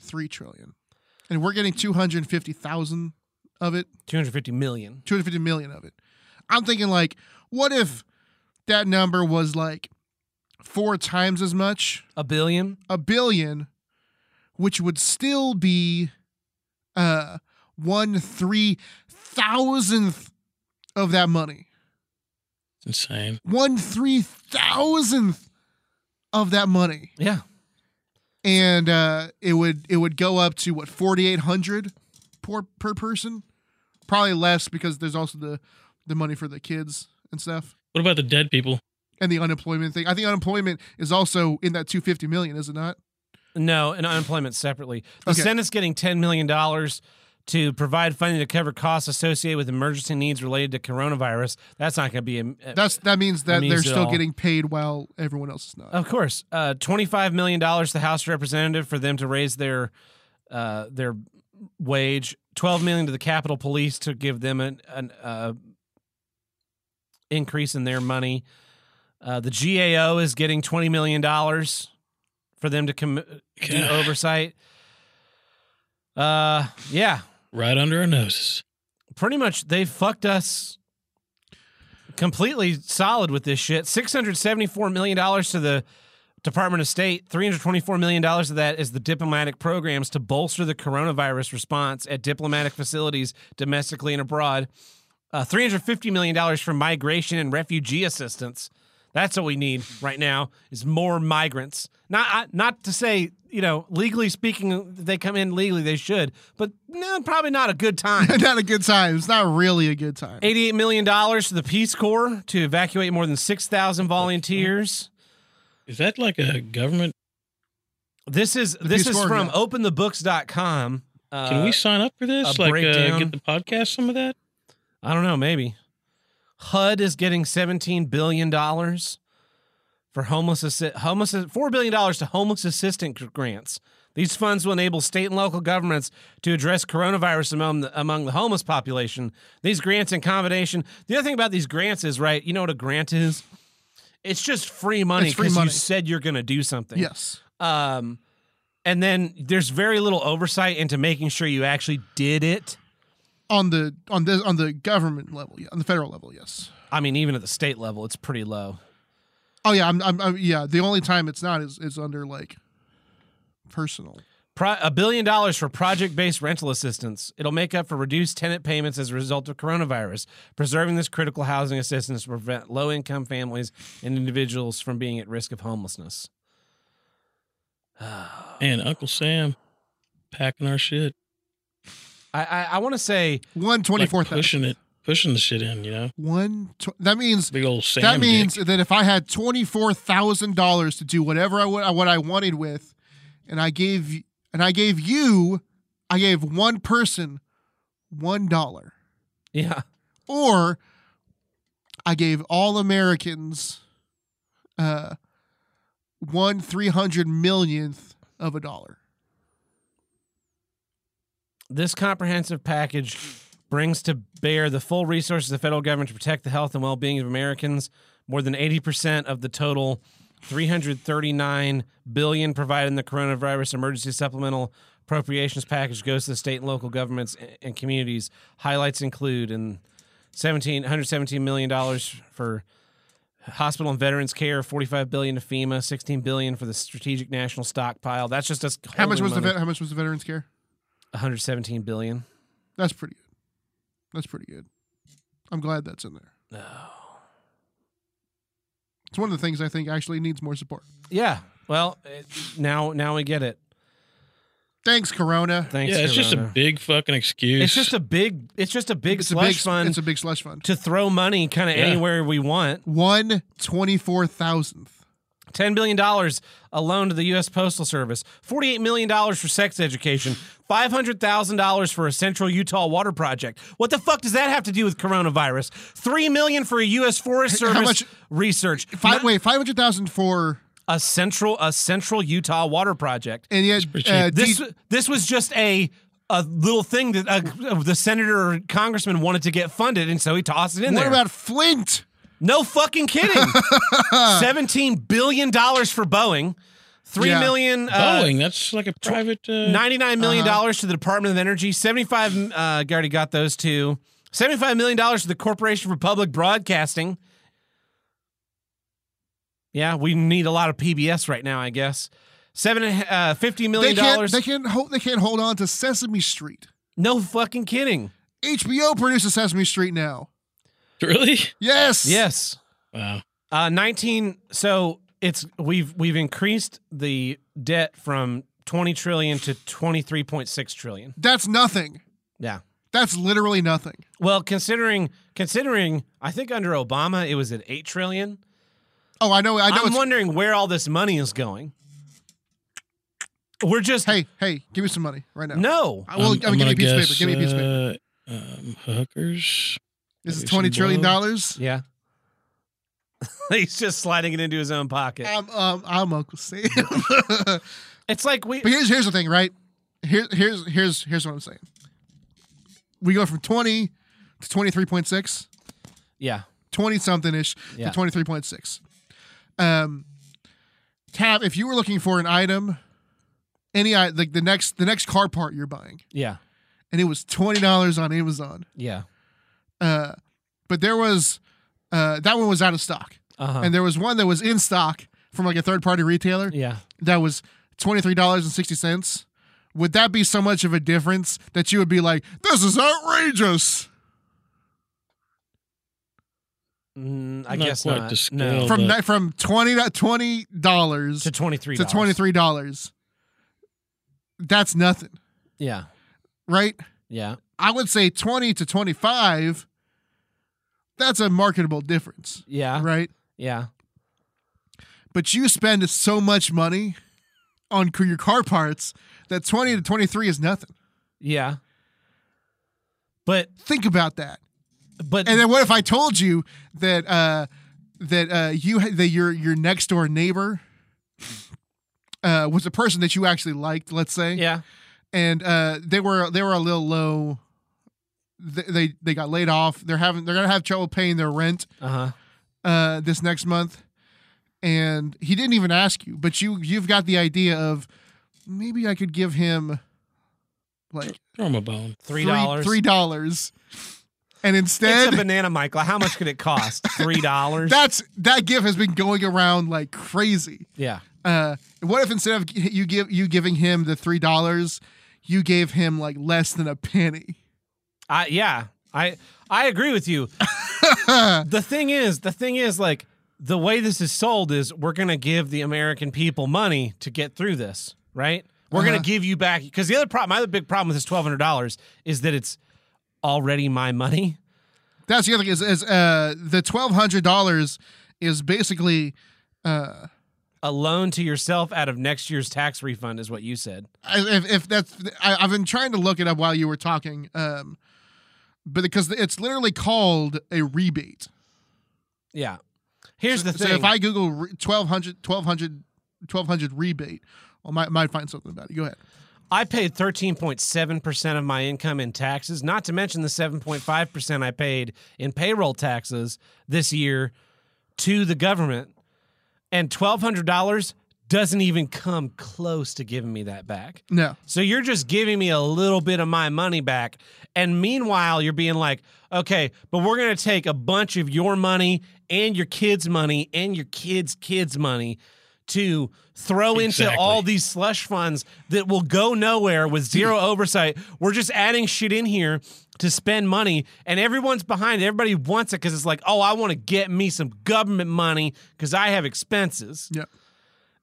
[SPEAKER 2] Three trillion, and we're getting two hundred fifty thousand of it.
[SPEAKER 1] 250 million
[SPEAKER 2] 250 million of it. I'm thinking like, what if that number was like four times as much,
[SPEAKER 1] a billion
[SPEAKER 2] a billion, which would still be uh one three thousandth of that money.
[SPEAKER 3] It's insane.
[SPEAKER 2] One three thousandth of that money.
[SPEAKER 1] yeah
[SPEAKER 2] And uh it would it would go up to what forty eight hundred per per person? Probably less because there's also the the money for the kids and stuff.
[SPEAKER 3] What about the dead people?
[SPEAKER 2] and the unemployment thing. I think unemployment is also in that 250 million, is it not?
[SPEAKER 1] no and unemployment separately the
[SPEAKER 2] Okay.
[SPEAKER 1] senate's getting 10 million dollars to provide funding to cover costs associated with emergency needs related to coronavirus that's not going to be a,
[SPEAKER 2] That's that means that
[SPEAKER 1] That means
[SPEAKER 2] they're
[SPEAKER 1] it
[SPEAKER 2] still
[SPEAKER 1] all.
[SPEAKER 2] getting paid while everyone else is not.
[SPEAKER 1] Of course, uh, twenty-five million dollars to the House representative for them to raise their uh, their wage. Twelve million to the Capitol Police to give them an, an uh, increase in their money. Uh, the GAO is getting twenty million dollars for them to com- do
[SPEAKER 3] God.
[SPEAKER 1] oversight. Uh, yeah,
[SPEAKER 3] Right under our noses.
[SPEAKER 1] pretty much they fucked us completely solid with this shit. Six hundred seventy-four million dollars to the Department of State. Three hundred twenty-four million dollars of that is the diplomatic programs to bolster the coronavirus response at diplomatic facilities domestically and abroad. Uh, Three hundred fifty million dollars for migration and refugee assistance. That's what we need right now is more migrants. Not I- not to say you know legally speaking they come in legally they should, but no, probably not a good time.
[SPEAKER 2] [LAUGHS] not a good time. It's not really a good time.
[SPEAKER 1] $88 million to the Peace Corps to evacuate more than 6,000 volunteers.
[SPEAKER 3] Is that like a government?
[SPEAKER 1] This is this
[SPEAKER 2] Peace
[SPEAKER 1] is
[SPEAKER 2] Corps,
[SPEAKER 1] from
[SPEAKER 2] yeah.
[SPEAKER 1] openthebooks.com. Uh,
[SPEAKER 3] Can we sign up for this?
[SPEAKER 1] a
[SPEAKER 3] Like, uh,
[SPEAKER 1] breakdown.
[SPEAKER 3] get the podcast some of that?
[SPEAKER 1] I don't know, maybe. HUD is getting $17 billion for homeless assi- homeless $4 billion to homeless assistance grants. These funds will enable state and local governments to address coronavirus among the, among the homeless population. These grants in combination. The other thing about these grants is, right, you know what a grant is? It's just free money
[SPEAKER 2] It's free
[SPEAKER 1] because you
[SPEAKER 2] money.
[SPEAKER 1] said you're going to do something.
[SPEAKER 2] Yes.
[SPEAKER 1] Um, and then there's very little oversight into making sure you actually did it.
[SPEAKER 2] On the on this on the government level, yeah, on the federal level, yes.
[SPEAKER 1] I mean, even at the state level, it's pretty low.
[SPEAKER 2] Oh yeah, I'm, I'm, I'm yeah. The only time it's not is is under like personal.
[SPEAKER 1] Pro- a billion dollars for project based rental assistance. It'll make up for reduced tenant payments as a result of coronavirus, preserving this critical housing assistance to prevent low income families and individuals from being at risk of homelessness. I,
[SPEAKER 3] And Uncle Sam packing our shit,
[SPEAKER 1] I, I want to say
[SPEAKER 2] One twenty
[SPEAKER 3] like
[SPEAKER 2] four
[SPEAKER 3] pushing it, pushing the shit in. You know,
[SPEAKER 2] One. Tw- that means
[SPEAKER 3] big old Sam.
[SPEAKER 2] that
[SPEAKER 3] dick.
[SPEAKER 2] means that if I had twenty four thousand dollars to do whatever I would what I wanted with, and I gave and I gave you, I gave one person one dollar,
[SPEAKER 1] yeah,
[SPEAKER 2] or I gave all Americans, uh, one three hundred millionth of a dollar.
[SPEAKER 1] This comprehensive package brings to bear the full resources of the federal government to protect the health and well being of Americans. More than 80% of the total 339 billion provided in the coronavirus emergency supplemental appropriations package goes to the state and local governments a- and communities. Highlights include and 17 117 million dollars for hospital and veterans care, 45 billion to FEMA, 16 billion for the strategic national stockpile. That's just us
[SPEAKER 2] How much
[SPEAKER 1] holding
[SPEAKER 2] was the
[SPEAKER 1] money.
[SPEAKER 2] vet, how much was the veterans care?
[SPEAKER 1] 117 billion.
[SPEAKER 2] That's pretty good. That's pretty good. I'm glad that's in there. It's one of the things I think actually needs more support.
[SPEAKER 1] Yeah. Well, it, now now we get it.
[SPEAKER 2] Thanks, Corona.
[SPEAKER 1] Thanks.
[SPEAKER 3] yeah, it's just a
[SPEAKER 1] Corona.
[SPEAKER 3] big fucking excuse.
[SPEAKER 1] It's just a big. It's just a big
[SPEAKER 2] It's a
[SPEAKER 1] slush
[SPEAKER 2] big
[SPEAKER 1] fund
[SPEAKER 2] It's a big slush fund.
[SPEAKER 1] to throw money kind of
[SPEAKER 3] Yeah.
[SPEAKER 1] anywhere we want.
[SPEAKER 2] One twenty-four thousandth.
[SPEAKER 1] Ten billion dollars a loan to the U.S. Postal Service. Forty-eight million dollars for sex education. Five hundred thousand dollars for a Central Utah water project. What the fuck does that have to do with coronavirus? Three million for a U.S. Forest
[SPEAKER 2] How
[SPEAKER 1] Service
[SPEAKER 2] much-
[SPEAKER 1] research.
[SPEAKER 2] Five,
[SPEAKER 1] Not-
[SPEAKER 2] wait, five hundred thousand for
[SPEAKER 1] a central a Central Utah water project.
[SPEAKER 2] and yet
[SPEAKER 3] pretty
[SPEAKER 2] uh,
[SPEAKER 3] cheap.
[SPEAKER 2] D-
[SPEAKER 1] this this was just a a little thing that uh, the senator or congressman wanted to get funded, and so he tossed it in
[SPEAKER 2] what
[SPEAKER 1] there.
[SPEAKER 2] about Flint?
[SPEAKER 1] no fucking
[SPEAKER 2] [LAUGHS]
[SPEAKER 1] kidding. Seventeen billion dollars for Boeing, three
[SPEAKER 2] Yeah.
[SPEAKER 1] million uh,
[SPEAKER 3] Boeing. that's like a private. Uh,
[SPEAKER 1] $99 million
[SPEAKER 2] Uh-huh.
[SPEAKER 1] dollars to the Department of Energy, 75 uh I already got those two. 75 million dollars to the Corporation for Public Broadcasting. Yeah, we need a lot of PBS right now, I guess. Seven and a- uh, 50
[SPEAKER 2] They
[SPEAKER 1] million
[SPEAKER 2] can't.
[SPEAKER 1] dollars.
[SPEAKER 2] They can't hold. They can't hold on to Sesame Street.
[SPEAKER 1] No fucking kidding.
[SPEAKER 2] HBO produces Sesame Street now.
[SPEAKER 3] [LAUGHS] really?
[SPEAKER 2] Yes.
[SPEAKER 1] Yes.
[SPEAKER 3] Wow.
[SPEAKER 1] Uh, 19 so it's we've we've increased the debt from 20 trillion to 23.6 trillion.
[SPEAKER 2] That's nothing.
[SPEAKER 1] Yeah.
[SPEAKER 2] That's literally nothing.
[SPEAKER 1] Well, considering considering I think under Obama it was at 8 trillion.
[SPEAKER 2] Oh, I know. I know.
[SPEAKER 1] I'm
[SPEAKER 2] it's-
[SPEAKER 1] wondering where all this money is going. We're just
[SPEAKER 2] hey, hey, give me some money right now.
[SPEAKER 1] no.
[SPEAKER 2] I will. I will give me a piece of paper. Give me a piece of paper.
[SPEAKER 3] paper. um, hookers.
[SPEAKER 2] This is
[SPEAKER 3] maybe
[SPEAKER 2] twenty
[SPEAKER 3] some
[SPEAKER 2] trillion
[SPEAKER 3] blow.
[SPEAKER 2] dollars.
[SPEAKER 1] Yeah. [LAUGHS] He's just sliding it into his own pocket.
[SPEAKER 2] I'm, um, I'm Uncle Sam. [LAUGHS] but
[SPEAKER 1] It's like we
[SPEAKER 2] here's here's the thing, right? Here, here's here's here's what I'm saying. We go from twenty to twenty three point six.
[SPEAKER 1] yeah.
[SPEAKER 2] 20 something ish
[SPEAKER 1] Yeah.
[SPEAKER 2] to 23.6. Um, Tab, if you were looking for an item, any i- like the next the next car part you're buying,
[SPEAKER 1] Yeah.
[SPEAKER 2] and it was twenty dollars on Amazon,
[SPEAKER 1] Yeah.
[SPEAKER 2] uh, but there was uh, that one was out of stock,
[SPEAKER 1] Uh-huh.
[SPEAKER 2] and there was one that was in stock from like a third party retailer
[SPEAKER 1] yeah.
[SPEAKER 2] that was twenty three dollars and sixty cents. Would that be so much of a difference that you would be like, "This is outrageous"?
[SPEAKER 1] Mm, I
[SPEAKER 3] Not
[SPEAKER 1] guess
[SPEAKER 3] quite
[SPEAKER 1] not.
[SPEAKER 3] to scale,
[SPEAKER 1] no.
[SPEAKER 2] From
[SPEAKER 3] but-
[SPEAKER 2] ni- from twenty twenty dollars
[SPEAKER 1] to 23
[SPEAKER 2] to twenty three dollars. That's nothing,
[SPEAKER 1] Yeah.
[SPEAKER 2] right?
[SPEAKER 1] Yeah.
[SPEAKER 2] I would say twenty to twenty five. That's a marketable difference,
[SPEAKER 1] Yeah.
[SPEAKER 2] right?
[SPEAKER 1] Yeah.
[SPEAKER 2] But you spend so much money on c- your car parts that twenty to twenty three is nothing.
[SPEAKER 1] Yeah. But
[SPEAKER 2] Think about that.
[SPEAKER 1] but
[SPEAKER 2] And then what if I told you that uh, that uh, you ha- that your your next door neighbor uh, was a person that you actually liked, let's say,
[SPEAKER 1] yeah.
[SPEAKER 2] and uh, they were they were a little low. They, they they got laid off. They're having they're gonna have trouble paying their rent
[SPEAKER 1] Uh-huh.
[SPEAKER 2] uh, this next month. And he didn't even ask you, but you you've got the idea of maybe I could give him like
[SPEAKER 3] Throw 'em a bone.
[SPEAKER 1] $3.
[SPEAKER 2] three dollars and
[SPEAKER 1] It's a
[SPEAKER 2] instead
[SPEAKER 1] banana, Michael. How much could it
[SPEAKER 2] [LAUGHS]
[SPEAKER 1] cost? Three dollars.
[SPEAKER 2] that's that gift has been going around like crazy.
[SPEAKER 1] yeah.
[SPEAKER 2] Uh, what if instead of you give you giving him the three dollars, you gave him like less than a penny?
[SPEAKER 1] I yeah. I I agree with
[SPEAKER 2] [LAUGHS]
[SPEAKER 1] you. the thing is, the thing is, like the way this is sold is we're gonna give the American people money to get through this, right? We're gonna
[SPEAKER 2] Uh-huh.
[SPEAKER 1] give you back because the other problem, my other big problem with this twelve hundred dollars is that it's already my money.
[SPEAKER 2] That's the other thing is, is uh, the twelve hundred dollars is basically uh,
[SPEAKER 1] A loan to yourself out of next year's tax refund is what you said.
[SPEAKER 2] I- if, if that's I, I've been trying to look it up while you were talking, um, but because it's literally called a rebate.
[SPEAKER 1] Yeah. Here's the thing.
[SPEAKER 2] So if I Google re- 1200, 1200, 1200 rebate, I might, might find something about it. Go ahead.
[SPEAKER 1] I paid 13.7% of my income in taxes, not to mention the 7.5% I paid in payroll taxes this year to the government. And $1,200 doesn't even come close to giving me that back.
[SPEAKER 2] No.
[SPEAKER 1] So you're just giving me a little bit of my money back. And meanwhile, you're being like, okay, but we're going to take a bunch of your money and your kids' money and your kids' kids' money to throw into
[SPEAKER 3] Exactly.
[SPEAKER 1] all these slush funds that will go nowhere with zero oversight. We're just adding shit in here to spend money and everyone's behind it. Everybody wants it because it's like, oh, I want to get me some government money because I have expenses.
[SPEAKER 2] Yeah. [LAUGHS]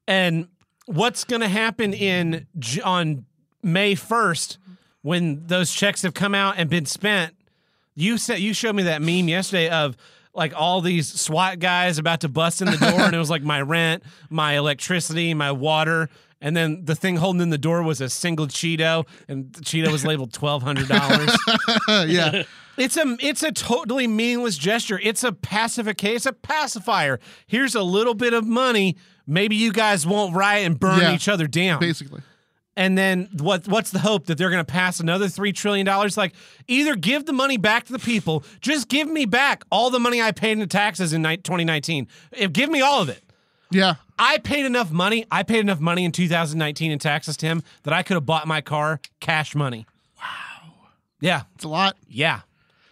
[SPEAKER 1] And what's going to happen in J- on May 1st when those checks have come out and been spent? You said you showed me that meme yesterday of like all these SWAT guys about to bust in the door and it was like my rent, my electricity, my water, and then the thing holding in the door was a single Cheeto and the Cheeto was labeled $1200.
[SPEAKER 2] yeah.
[SPEAKER 1] [LAUGHS] It's a it's a totally meaningless gesture. It's a pacification. It's a pacifier. Here's a little bit of money. Maybe you guys won't riot and burn
[SPEAKER 2] Yeah.
[SPEAKER 1] each other down.
[SPEAKER 2] Basically.
[SPEAKER 1] And then what? What's the hope that they're going to pass another three trillion dollars? Like either give the money back to the people, just give me back all the money I paid in taxes in ni- 2019. If give me all of it.
[SPEAKER 2] Yeah.
[SPEAKER 1] I paid enough money. I paid enough money in 2019 in taxes, Tim, that I could have bought my car cash money. Wow. Yeah.
[SPEAKER 2] It's a lot
[SPEAKER 1] Yeah.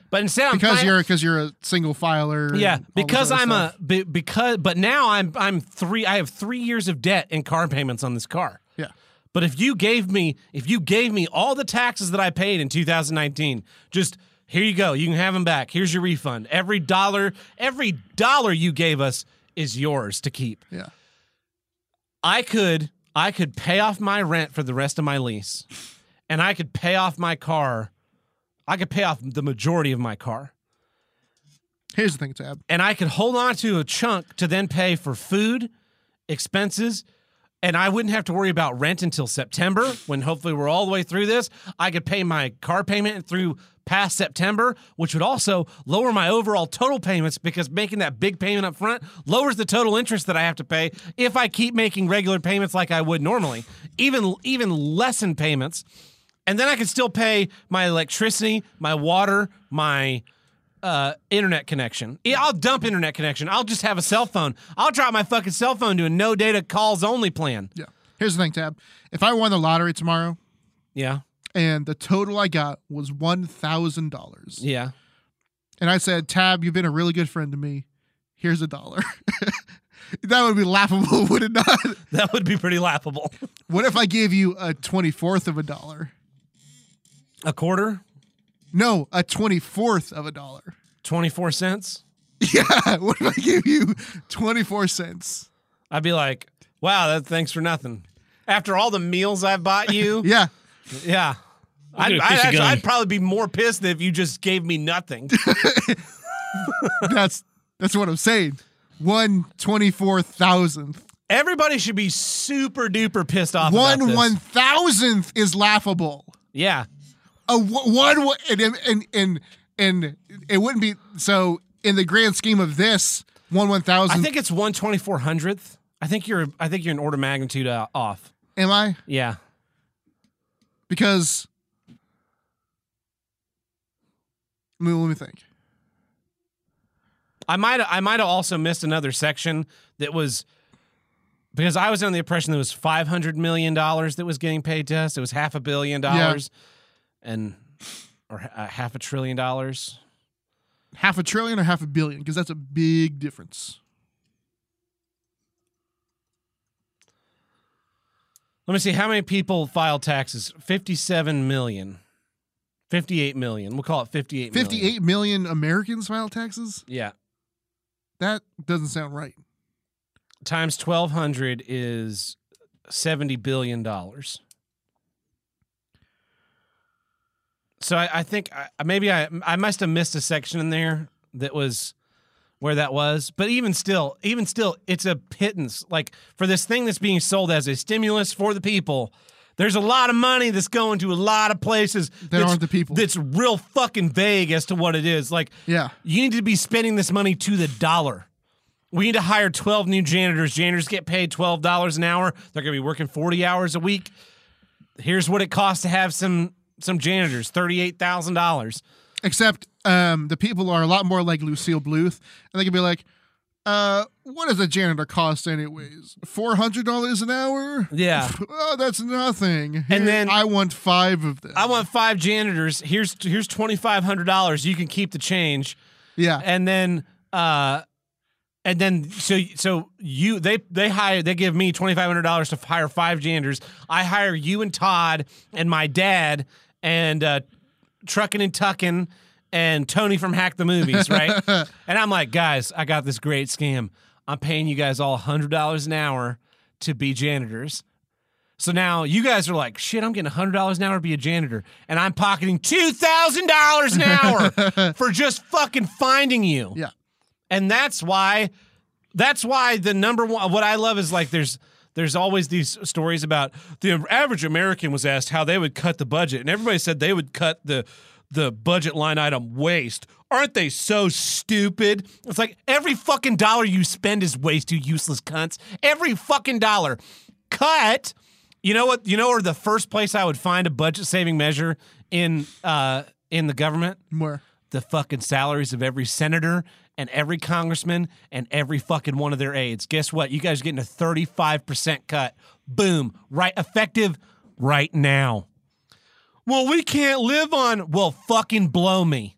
[SPEAKER 1] But instead, I'm
[SPEAKER 2] because
[SPEAKER 1] fin-
[SPEAKER 2] you're because you're a single filer. and
[SPEAKER 1] yeah,
[SPEAKER 2] all this
[SPEAKER 1] because
[SPEAKER 2] other
[SPEAKER 1] I'm
[SPEAKER 2] stuff.
[SPEAKER 1] a be, because but now I'm I'm three I have three years of debt and car payments on this car.
[SPEAKER 2] yeah.
[SPEAKER 1] But if you gave me if you gave me all the taxes that I paid in 2019, just here you go, you can have them back. Here's your refund. Every dollar every dollar you gave us is yours to keep.
[SPEAKER 2] Yeah.
[SPEAKER 1] I could I could pay off my rent for the rest of my lease, and I could pay off my car. I could pay off the majority of my car.
[SPEAKER 2] Here's the thing, Tab.
[SPEAKER 1] and I could hold on to a chunk to then pay for food, expenses, and I wouldn't have to worry about rent until September when hopefully we're all the way through this. I could pay my car payment through past September, which would also lower my overall total payments because making that big payment up front lowers the total interest that I have to pay if I keep making regular payments like I would normally. Even even lessen payments. And then I could still pay my electricity, my water, my uh, internet connection. Yeah, I'll dump internet connection. I'll just have a cell phone. I'll drop my fucking cell phone to a no data calls only plan.
[SPEAKER 2] Yeah. Here's the thing, Tab. If I won the lottery tomorrow
[SPEAKER 1] Yeah.
[SPEAKER 2] and the total I got was one thousand dollars,
[SPEAKER 1] Yeah.
[SPEAKER 2] and I said, Tab, you've been a really good friend to me. Here's a dollar. [LAUGHS] that would be laughable, [LAUGHS] would it not?
[SPEAKER 1] [LAUGHS] That would be pretty laughable.
[SPEAKER 2] What if I gave you a twenty fourth of a dollar?
[SPEAKER 1] A quarter,
[SPEAKER 2] No, a twenty fourth of a dollar. [LAUGHS]
[SPEAKER 1] 24 cents.
[SPEAKER 2] Yeah. [LAUGHS] What if I give you twenty four cents?
[SPEAKER 1] I'd be like, wow, that thanks for nothing. After all the meals I bought you,
[SPEAKER 2] Yeah.
[SPEAKER 1] [LAUGHS] yeah. I'd,
[SPEAKER 3] at a
[SPEAKER 1] I'd,
[SPEAKER 3] piece of
[SPEAKER 1] actually,
[SPEAKER 3] gum.
[SPEAKER 1] I'd probably be more pissed than if you just gave me [LAUGHS] nothing.
[SPEAKER 2] That's that's what I'm saying. One twenty four thousandth.
[SPEAKER 1] Everybody should be super duper pissed off. about
[SPEAKER 2] One
[SPEAKER 1] this.
[SPEAKER 2] one thousandth is laughable.
[SPEAKER 1] Yeah.
[SPEAKER 2] A wo- one wo- and and and and it wouldn't be so in the grand scheme of this one one
[SPEAKER 1] I
[SPEAKER 2] thousandth.
[SPEAKER 1] think it's one twenty four hundredth. I think you're. I think you're an order of magnitude uh, off.
[SPEAKER 2] am I
[SPEAKER 1] Yeah.
[SPEAKER 2] because. I mean, let me think.
[SPEAKER 1] I might I might have also missed another section that was because I was under the impression there was five hundred million dollars that was getting paid to us. It was half a billion dollars, and or uh, half a trillion dollars.
[SPEAKER 2] half a trillion or half a billion? Because that's a big difference.
[SPEAKER 1] Let me see how many people file taxes. 57 million. 58 million. We'll call it 58 million.
[SPEAKER 2] 58 million Americans file taxes?
[SPEAKER 1] Yeah.
[SPEAKER 2] That doesn't sound right.
[SPEAKER 1] Times 1200 is 70 billion dollars. So I, I think I, maybe I I must have missed a section in there that was where that was. But even still, even still, it's a pittance. Like for this thing that's being sold as a stimulus for the people, there's a lot of money that's going to a lot of places
[SPEAKER 2] That
[SPEAKER 1] that's-
[SPEAKER 2] aren't the people.
[SPEAKER 1] That's real fucking vague as to what it is. Like
[SPEAKER 2] Yeah.
[SPEAKER 1] you need to be spending this money to the dollar. We need to hire 12 new janitors. Janitors get paid $12 an hour. They're going to be working 40 hours a week. Here's what it costs to have some some janitors, $38,000.
[SPEAKER 2] Except um, the people are a lot more like Lucille Bluth, and they can be like, uh, what does a janitor cost anyways? Four hundred dollars an hour?
[SPEAKER 1] Yeah.
[SPEAKER 2] [LAUGHS] Oh, that's nothing. Here,
[SPEAKER 1] then-
[SPEAKER 2] I want five of them.
[SPEAKER 1] I want 5 janitors. Here's here's $2500. You can keep the change.
[SPEAKER 2] yeah.
[SPEAKER 1] and then uh and then so so you they they hire they give me twenty five hundred dollars to hire five janitors. I hire you and Todd and my dad and uh Truckin' and Tuckin' and Tony from Hack the Movies, right? and I'm like, guys, I got this great scam. I'm paying you guys all hundred dollars an hour to be janitors. So now you guys are like, shit, I'm getting $100 an hour to be a janitor. And I'm pocketing $2,000 an hour for just fucking finding you.
[SPEAKER 2] Yeah.
[SPEAKER 1] And that's why, that's why the number one, what I love is like there's, there's always these stories about the average American was asked how they would cut the budget. And everybody said they would cut the, the budget line item waste. Aren't they so stupid? It's like every fucking dollar you spend is waste, you useless cunts. Every fucking dollar. Cut. You know what? You know, or the first place I would find a budget saving measure in uh, in the government,
[SPEAKER 2] Where?
[SPEAKER 1] the fucking salaries of every senator and every congressman and every fucking one of their aides. Guess what? You guys are getting a thirty five percent cut. Boom! Right, effective right now. Well, we can't live on. Well, fucking blow me.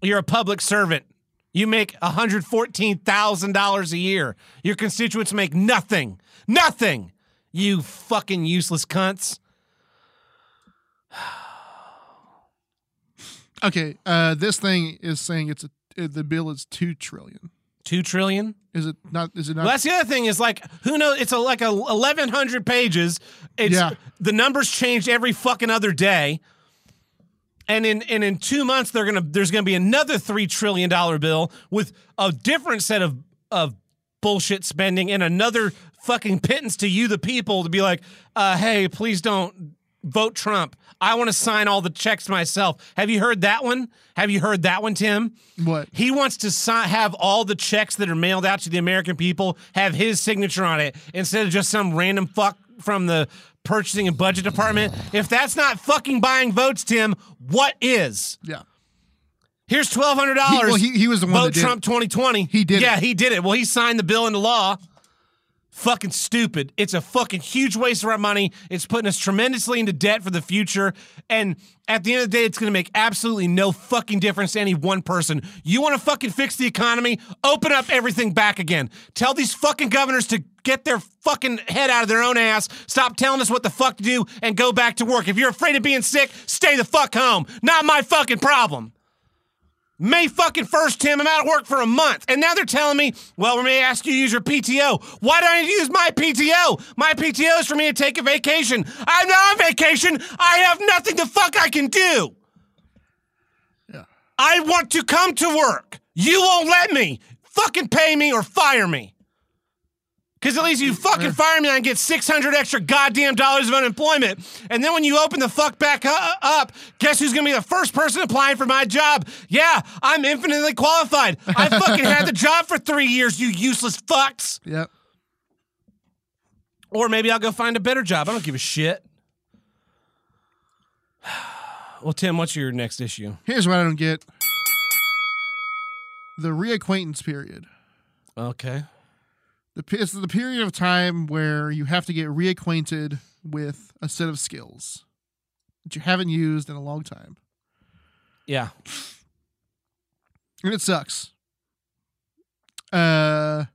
[SPEAKER 1] You're a public servant. You make $114,000 a year. Your constituents make nothing. Nothing. You fucking useless cunts.
[SPEAKER 2] Okay. Uh, this thing is saying it's a, uh, the bill is two trillion.
[SPEAKER 1] Two trillion.
[SPEAKER 2] Is it not? Is it not?
[SPEAKER 1] Well, that's the other thing is like, who knows? It's a, like a 1,100 pages. It's,
[SPEAKER 2] Yeah.
[SPEAKER 1] The numbers change every fucking other day. And in, and in two months, they're gonna there's gonna be another three trillion dollar bill with a different set of of bullshit spending and another fucking pittance to you, the people, to be like, uh, hey, please don't vote Trump. I want to sign all the checks myself. Have you heard that one? Have you heard that one, Tim?
[SPEAKER 2] What?
[SPEAKER 1] He wants to si- have all the checks that are mailed out to the American people have his signature on it instead of just some random fuck from the purchasing and budget department. If that's not fucking buying votes, Tim, what is?
[SPEAKER 2] yeah.
[SPEAKER 1] Here's twelve hundred
[SPEAKER 2] He,
[SPEAKER 1] dollars.
[SPEAKER 2] well, he, he was the one
[SPEAKER 1] Vote
[SPEAKER 2] that did it.
[SPEAKER 1] Trump twenty twenty.
[SPEAKER 2] He did
[SPEAKER 1] Yeah,
[SPEAKER 2] it.
[SPEAKER 1] he did it. Well, he signed the bill into law. Fucking stupid. It's a fucking huge waste of our money. It's putting us tremendously into debt for the future. And at the end of the day, it's going to make absolutely no fucking difference to any one person. You want to fucking fix the economy? Open up everything back again. Tell these fucking governors to get their fucking head out of their own ass. Stop telling us what the fuck to do and go back to work. If you're afraid of being sick, stay the fuck home. Not my fucking problem. May fucking first, Tim. I'm out of work for a month, and now they're telling me, "Well, we may ask you to use your PTO. Why don't I use my PTO? My PTO is for me to take a vacation. I'm not on vacation. I have nothing the fuck I can do.
[SPEAKER 2] Yeah.
[SPEAKER 1] I want to come to work. You won't let me. Fucking pay me or fire me. Because at least you fucking fire me, I can get 600 extra goddamn dollars of unemployment. And then when you open the fuck back u- up, guess who's going to be the first person applying for my job? Yeah, I'm infinitely qualified. I fucking had the job for three years, you useless fucks.
[SPEAKER 2] Yep.
[SPEAKER 1] Or maybe I'll go find a better job. I don't give a shit. [SIGHS] Well, Tim, what's your next issue?
[SPEAKER 2] Here's what I don't get. The reacquaintance period.
[SPEAKER 1] Okay.
[SPEAKER 2] The pe- it's the period of time where you have to get reacquainted with a set of skills that you haven't used in a long time.
[SPEAKER 1] Yeah.
[SPEAKER 2] and it sucks. Uh,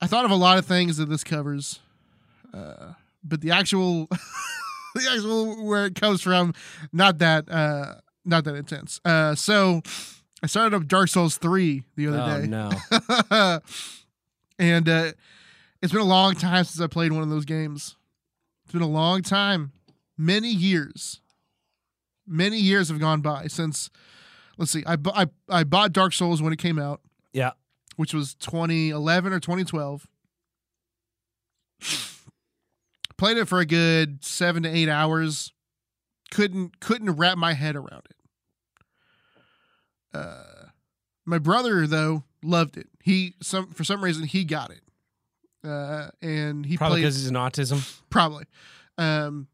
[SPEAKER 2] I thought of a lot of things that this covers, uh, but the actual, [LAUGHS] the actual where it comes from, not that, uh, not that intense. Uh, so I started up Dark Souls three the other
[SPEAKER 1] Oh
[SPEAKER 2] day
[SPEAKER 1] no.
[SPEAKER 2] [LAUGHS] and uh, it's been a long time since I played one of those games. It's been a long time, many years, many years have gone by since. Let's see, I bu- I I bought Dark Souls when it came out.
[SPEAKER 1] Yeah.
[SPEAKER 2] which was 2011 or 2012. [SIGHS] Played it for a good seven to eight hours. Couldn't couldn't wrap my head around it. Uh, my brother though loved it. He some for some reason he got it, uh, and [LAUGHS] he
[SPEAKER 1] Probably
[SPEAKER 2] played
[SPEAKER 1] because he's an autism.
[SPEAKER 2] probably. Um,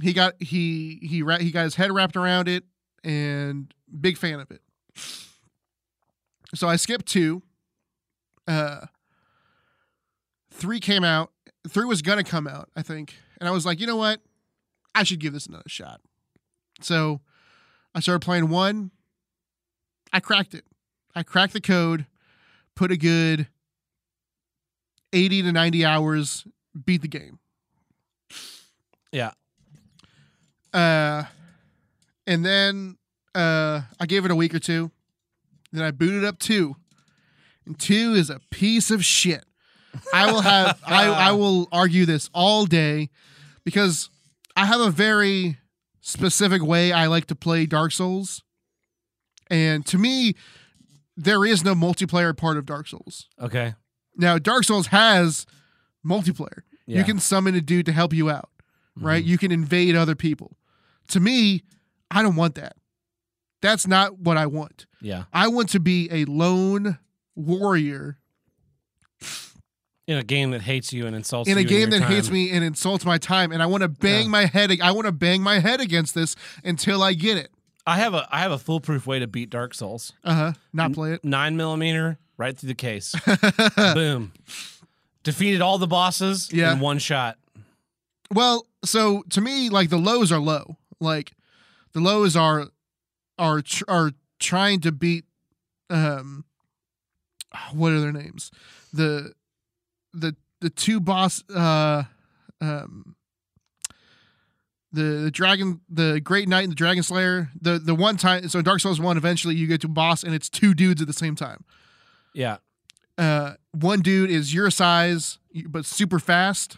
[SPEAKER 2] he got he he ra- he got his head wrapped around it, and big fan of it. So I skipped two. Uh, three came out. Three was gonna come out, I think, and I was like, you know what, I should give this another shot. So I started playing one. I cracked it. I cracked the code. Put a good eighty to ninety hours beat the game.
[SPEAKER 1] Yeah.
[SPEAKER 2] Uh, and then uh, I gave it a week or two. Then I booted up two, and two is a piece of shit. I will have I, I will argue this all day because I have a very specific way I like to play Dark Souls, and to me, there is no multiplayer part of Dark Souls.
[SPEAKER 1] Okay.
[SPEAKER 2] Now, Dark Souls has multiplayer.
[SPEAKER 1] Yeah. Mm-hmm.
[SPEAKER 2] You can summon a dude to help you out, right? You can invade other people. To me, I don't want that. That's not what I want.
[SPEAKER 1] Yeah.
[SPEAKER 2] I want to be a lone warrior
[SPEAKER 1] In a game that hates you and insults
[SPEAKER 2] in
[SPEAKER 1] you
[SPEAKER 2] a
[SPEAKER 1] and
[SPEAKER 2] game
[SPEAKER 1] your
[SPEAKER 2] that hates
[SPEAKER 1] time.
[SPEAKER 2] me and insults my time and I want to bang
[SPEAKER 1] Yeah.
[SPEAKER 2] my head I want to bang my head against this until I get it.
[SPEAKER 1] I have a I have a foolproof way to beat Dark Souls.
[SPEAKER 2] Uh-huh. Not play it.
[SPEAKER 1] Nine millimeter, right through the
[SPEAKER 2] [LAUGHS]
[SPEAKER 1] case. Boom. Defeated all the bosses
[SPEAKER 2] Yeah.
[SPEAKER 1] in one shot.
[SPEAKER 2] Well, so to me, like the lows are low. Like the lows are are tr- are trying to beat um what are their names? The the the two boss uh um the, the dragon the great knight and the dragon slayer the the one time so in dark souls 1 eventually you get to a boss and it's two dudes at the same time
[SPEAKER 1] Yeah.
[SPEAKER 2] uh, one dude is your size but super fast,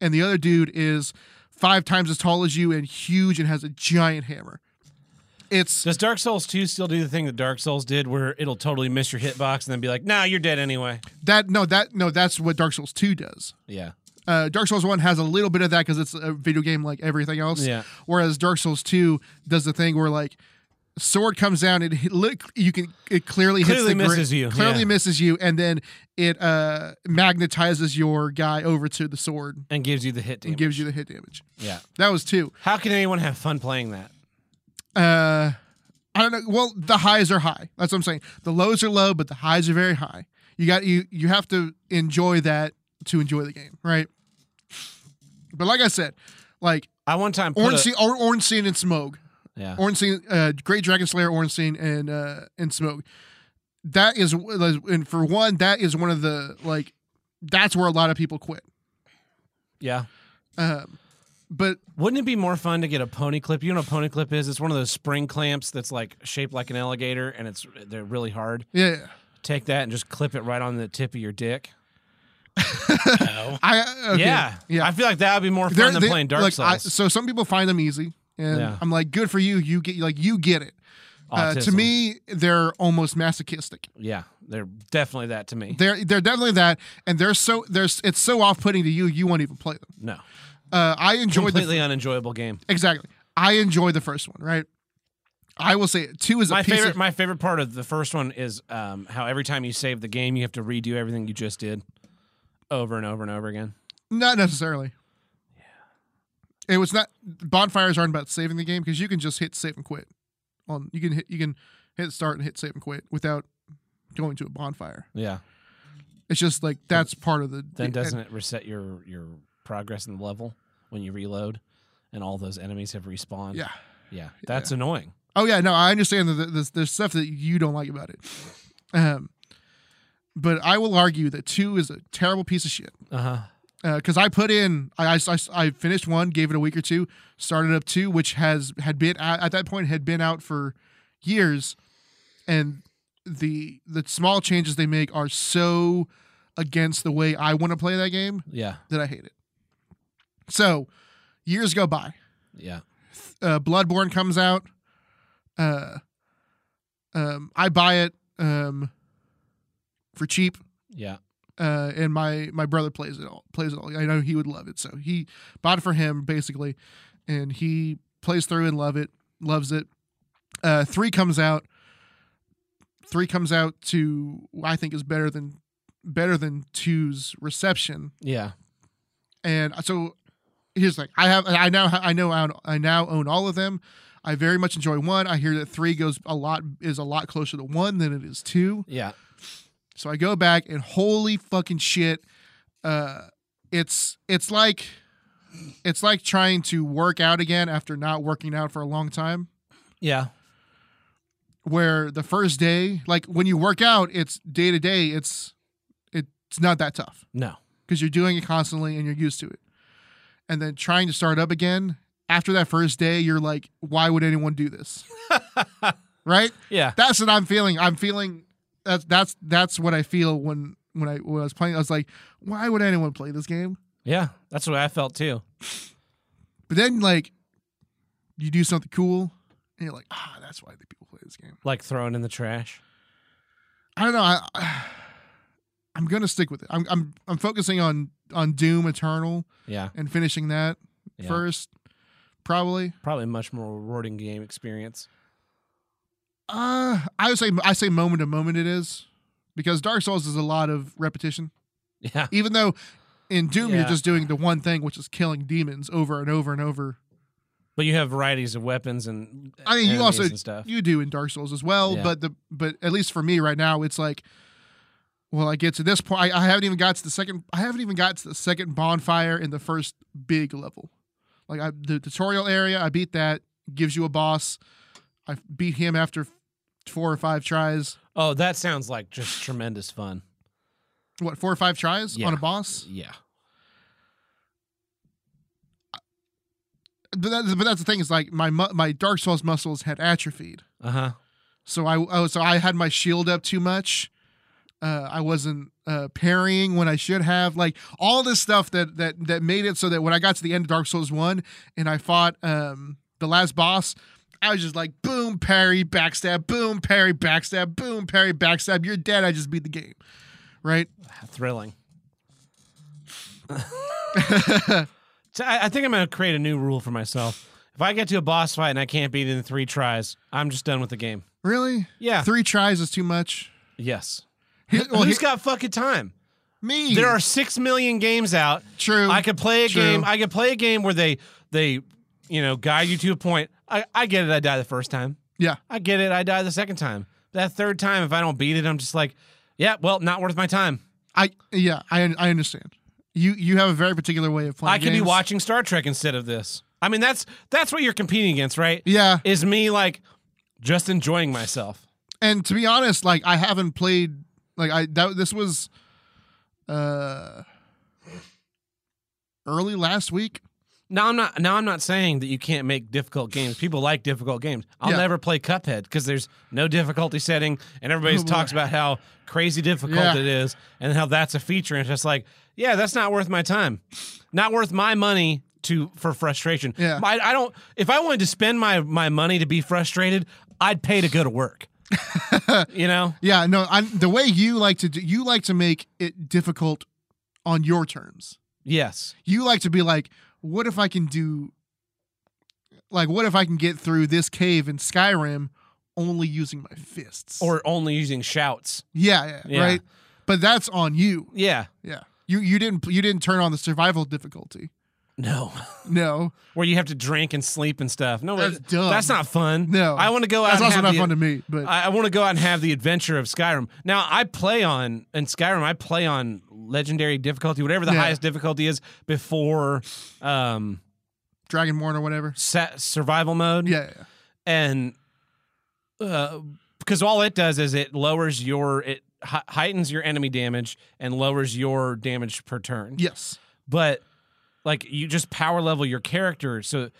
[SPEAKER 2] and the other dude is five times as tall as you and huge and has a giant hammer. It's
[SPEAKER 1] Does Dark Souls 2 still do the thing that Dark Souls did where it'll totally miss your hitbox and then be like, nah, you're dead anyway?
[SPEAKER 2] that no that no that's what Dark Souls two does.
[SPEAKER 1] Yeah.
[SPEAKER 2] Uh, Dark Souls one has a little bit of that because it's a video game like everything else.
[SPEAKER 1] Yeah.
[SPEAKER 2] Whereas Dark Souls two does the thing where like sword comes down and hit, look you can it clearly, hits
[SPEAKER 1] Clearly
[SPEAKER 2] the gri-
[SPEAKER 1] misses you,
[SPEAKER 2] clearly
[SPEAKER 1] yeah.
[SPEAKER 2] misses you and then it uh magnetizes your guy over to the sword
[SPEAKER 1] And gives you the hit damage.
[SPEAKER 2] and gives you the hit damage.
[SPEAKER 1] yeah.
[SPEAKER 2] That was two.
[SPEAKER 1] How can anyone have fun playing that?
[SPEAKER 2] Uh, I don't know. Well, the highs are high. That's what I'm saying. The lows are low, but the highs are very high. You got you. You have to enjoy that to enjoy the game, right? But like I said, like
[SPEAKER 1] I one time put
[SPEAKER 2] Orange,
[SPEAKER 1] a-
[SPEAKER 2] Sea- or, Orange Sea and Smoke,
[SPEAKER 1] yeah.
[SPEAKER 2] Orange Sea, uh, Great Dragon Slayer, Orange Sea and uh, and Smoke. That is, and for one, that is one of the like. That's where a lot of people quit.
[SPEAKER 1] yeah.
[SPEAKER 2] Um, but
[SPEAKER 1] Wouldn't it be more fun to get a pony clip? You know what a pony clip is? It's one of those spring clamps that's like shaped like an alligator and it's they're really hard.
[SPEAKER 2] yeah,
[SPEAKER 1] Take that and just clip it right on the tip of your dick.
[SPEAKER 3] Ow.
[SPEAKER 2] I okay.
[SPEAKER 1] Yeah.
[SPEAKER 2] [LAUGHS] yeah.
[SPEAKER 1] I feel like that would be more fun
[SPEAKER 2] They're-
[SPEAKER 1] than
[SPEAKER 2] they-
[SPEAKER 1] playing Dark
[SPEAKER 2] look,
[SPEAKER 1] Souls.
[SPEAKER 2] I, so some people find them easy, and
[SPEAKER 1] Yeah.
[SPEAKER 2] I'm like, good for you. You get like you get it. Uh, to
[SPEAKER 1] Autism.
[SPEAKER 2] me, they're almost masochistic.
[SPEAKER 1] yeah, they're definitely that to me.
[SPEAKER 2] They're they're definitely that, and they're so there's it's so off putting to you. You won't even play them.
[SPEAKER 1] No,
[SPEAKER 2] Uh, I enjoyed the
[SPEAKER 1] completely unenjoyable game.
[SPEAKER 2] exactly. I enjoyed the first one, right? I will say it. two is a
[SPEAKER 1] My
[SPEAKER 2] piece
[SPEAKER 1] favorite,
[SPEAKER 2] of
[SPEAKER 1] my favorite part of the first one is um, how every time you save the game, you have to redo everything you just did over and over and over again.
[SPEAKER 2] not necessarily. Yeah, it was not. Bonfires aren't about saving the game because you can just hit save and quit. On you can hit you can hit start and hit save and quit without going to a bonfire.
[SPEAKER 1] Yeah,
[SPEAKER 2] It's just like that's part of the.
[SPEAKER 1] then
[SPEAKER 2] and-
[SPEAKER 1] doesn't it reset your your progress in the level when you reload, and all those enemies have respawned?
[SPEAKER 2] yeah,
[SPEAKER 1] yeah, that's annoying.
[SPEAKER 2] Oh yeah, no, I understand that th- there's, there's stuff that you don't like about it. Um, but I will argue that two is a terrible piece of shit
[SPEAKER 1] Uh huh.
[SPEAKER 2] because I put in, I, I, I- I finished one, gave it a week or two, started up two, which has had been at, at that point had been out for years, and the the small changes they make are so against the way I want to play that game
[SPEAKER 1] Yeah.
[SPEAKER 2] that I hate it. So years go by,
[SPEAKER 1] Yeah.
[SPEAKER 2] uh, Bloodborne comes out. Uh, um, I buy it um, for cheap,
[SPEAKER 1] Yeah.
[SPEAKER 2] uh, and my my brother plays it all. Plays it all. I know he would love it, so he bought it for him basically, and he plays through and love it, loves it. Uh, three comes out. Three comes out to I think is better than better than two's reception
[SPEAKER 1] Yeah.
[SPEAKER 2] and so here's like I have I now I know I, I now own all of them. I very much enjoy one. I hear that three goes a lot is a lot closer to one than it is two.
[SPEAKER 1] Yeah.
[SPEAKER 2] So I go back and holy fucking shit, uh, it's it's like it's like trying to work out again after not working out for a long time.
[SPEAKER 1] Yeah.
[SPEAKER 2] Where the first day, like when you work out, it's day to day. It's it's not that tough
[SPEAKER 1] No.
[SPEAKER 2] because you're doing it constantly and you're used to it. And then trying to start up again after that first day, you're like, why would anyone do this? right?
[SPEAKER 1] Yeah.
[SPEAKER 2] That's what I'm feeling. I'm feeling that's that's that's what I feel when when I when I was playing. I was like, why would anyone play this game?
[SPEAKER 1] Yeah. That's what I felt too.
[SPEAKER 2] But then like you do something cool and you're like, ah, that's why the people play this game.
[SPEAKER 1] Like thrown in the trash.
[SPEAKER 2] I don't know. I, [SIGHS] I'm gonna stick with it. I'm I'm I'm focusing on on Doom Eternal
[SPEAKER 1] Yeah.
[SPEAKER 2] and finishing that
[SPEAKER 1] Yeah.
[SPEAKER 2] first, probably.
[SPEAKER 1] Probably a much more rewarding game experience.
[SPEAKER 2] Uh, I would say I say moment to moment it is because Dark Souls is a lot of repetition.
[SPEAKER 1] Yeah.
[SPEAKER 2] Even though in Doom
[SPEAKER 1] Yeah.
[SPEAKER 2] you're just doing the one thing, which is killing demons over and over and over.
[SPEAKER 1] But you have varieties of weapons and
[SPEAKER 2] I mean, you
[SPEAKER 1] enemies
[SPEAKER 2] also-
[SPEAKER 1] and stuff.
[SPEAKER 2] You do in Dark Souls as well,
[SPEAKER 1] Yeah.
[SPEAKER 2] but the but at least for me right now, it's like, well, I get to this point, I, I haven't even got to the second, I haven't even got to the second bonfire in the first big level. Like I, the tutorial area, I beat that. Gives you a boss. I beat him after four or five tries.
[SPEAKER 1] oh, that sounds like just tremendous fun.
[SPEAKER 2] What four or five tries
[SPEAKER 1] Yeah.
[SPEAKER 2] on a boss?
[SPEAKER 1] Yeah.
[SPEAKER 2] but, that, but that's the thing is like my mu- my dark souls muscles had atrophied
[SPEAKER 1] Uh huh.
[SPEAKER 2] so i oh, so i had my shield up too much uh, i wasn't uh, parrying when i should have like all this stuff that that that made it so that when i got to the end of dark souls 1 and i fought um the last boss i was just like boom parry backstab boom parry backstab boom parry backstab you're dead i just beat the game right [LAUGHS]
[SPEAKER 1] Thrilling. So I, I think I'm going to create a new rule for myself. If I get to a boss fight and I can't beat it in three tries, I'm just done with the game.
[SPEAKER 2] really
[SPEAKER 1] Yeah.
[SPEAKER 2] three tries is too much
[SPEAKER 1] yes.
[SPEAKER 2] Here- well,
[SPEAKER 1] Who's
[SPEAKER 2] here-
[SPEAKER 1] got fucking time?
[SPEAKER 2] me
[SPEAKER 1] There are six million games out.
[SPEAKER 2] true
[SPEAKER 1] I could play a
[SPEAKER 2] True.
[SPEAKER 1] game. I could play a game where they they you know guide you to a point. I, I get it. I die the first time.
[SPEAKER 2] yeah
[SPEAKER 1] I get it. I die the second time. That third time, if I don't beat it, I'm just like, yeah, well, not worth my time.
[SPEAKER 2] I yeah, I I understand. You you have a very particular way of playing.
[SPEAKER 1] I could be
[SPEAKER 2] games.
[SPEAKER 1] watching Star Trek instead of this. I mean, that's that's what you're competing against, right?
[SPEAKER 2] Yeah,
[SPEAKER 1] Is me like just enjoying myself?
[SPEAKER 2] and to be honest, like I haven't played like I that this was uh early last week.
[SPEAKER 1] Now I'm not. Now I'm not saying that you can't make difficult games. People like difficult games. I'll
[SPEAKER 2] Yeah.
[SPEAKER 1] never play Cuphead because there's no difficulty setting, and
[SPEAKER 2] [LAUGHS]
[SPEAKER 1] everybody
[SPEAKER 2] Oh, boy.
[SPEAKER 1] talks about how crazy difficult
[SPEAKER 2] Yeah.
[SPEAKER 1] it is, and how that's a feature. And it's just like, yeah, that's not worth my time, not worth my money to for frustration.
[SPEAKER 2] Yeah.
[SPEAKER 1] I, I don't. If I wanted to spend my my money to be frustrated, I'd pay to go to
[SPEAKER 2] [LAUGHS]
[SPEAKER 1] work. you know.
[SPEAKER 2] Yeah, no, I the way you like to do you like to make it difficult on your terms.
[SPEAKER 1] Yes.
[SPEAKER 2] You like to be like, what if I can do like what if I can get through this cave in Skyrim only using my fists?
[SPEAKER 1] Or only using shouts.
[SPEAKER 2] yeah, yeah,
[SPEAKER 1] Yeah.
[SPEAKER 2] right? But that's on you.
[SPEAKER 1] Yeah.
[SPEAKER 2] Yeah. You you didn't you didn't turn on the survival difficulty.
[SPEAKER 1] No.
[SPEAKER 2] No.
[SPEAKER 1] Where you have to drink and sleep and stuff. No,
[SPEAKER 2] That's
[SPEAKER 1] it-
[SPEAKER 2] dumb.
[SPEAKER 1] That's not fun.
[SPEAKER 2] No.
[SPEAKER 1] I want to go out.
[SPEAKER 2] That's
[SPEAKER 1] and
[SPEAKER 2] also
[SPEAKER 1] have
[SPEAKER 2] not
[SPEAKER 1] the- e-
[SPEAKER 2] fun to me, but
[SPEAKER 1] I, I want to go out and have the adventure of Skyrim. Now I play on in Skyrim. I play on legendary difficulty, whatever the
[SPEAKER 2] Yeah.
[SPEAKER 1] highest difficulty is before um,
[SPEAKER 2] Dragonborn or whatever.
[SPEAKER 1] sa survival mode.
[SPEAKER 2] Yeah, yeah, yeah.
[SPEAKER 1] and because all it does is it lowers your it hei- heightens your enemy damage and lowers your damage per turn.
[SPEAKER 2] Yes.
[SPEAKER 1] But like you just power level your character, so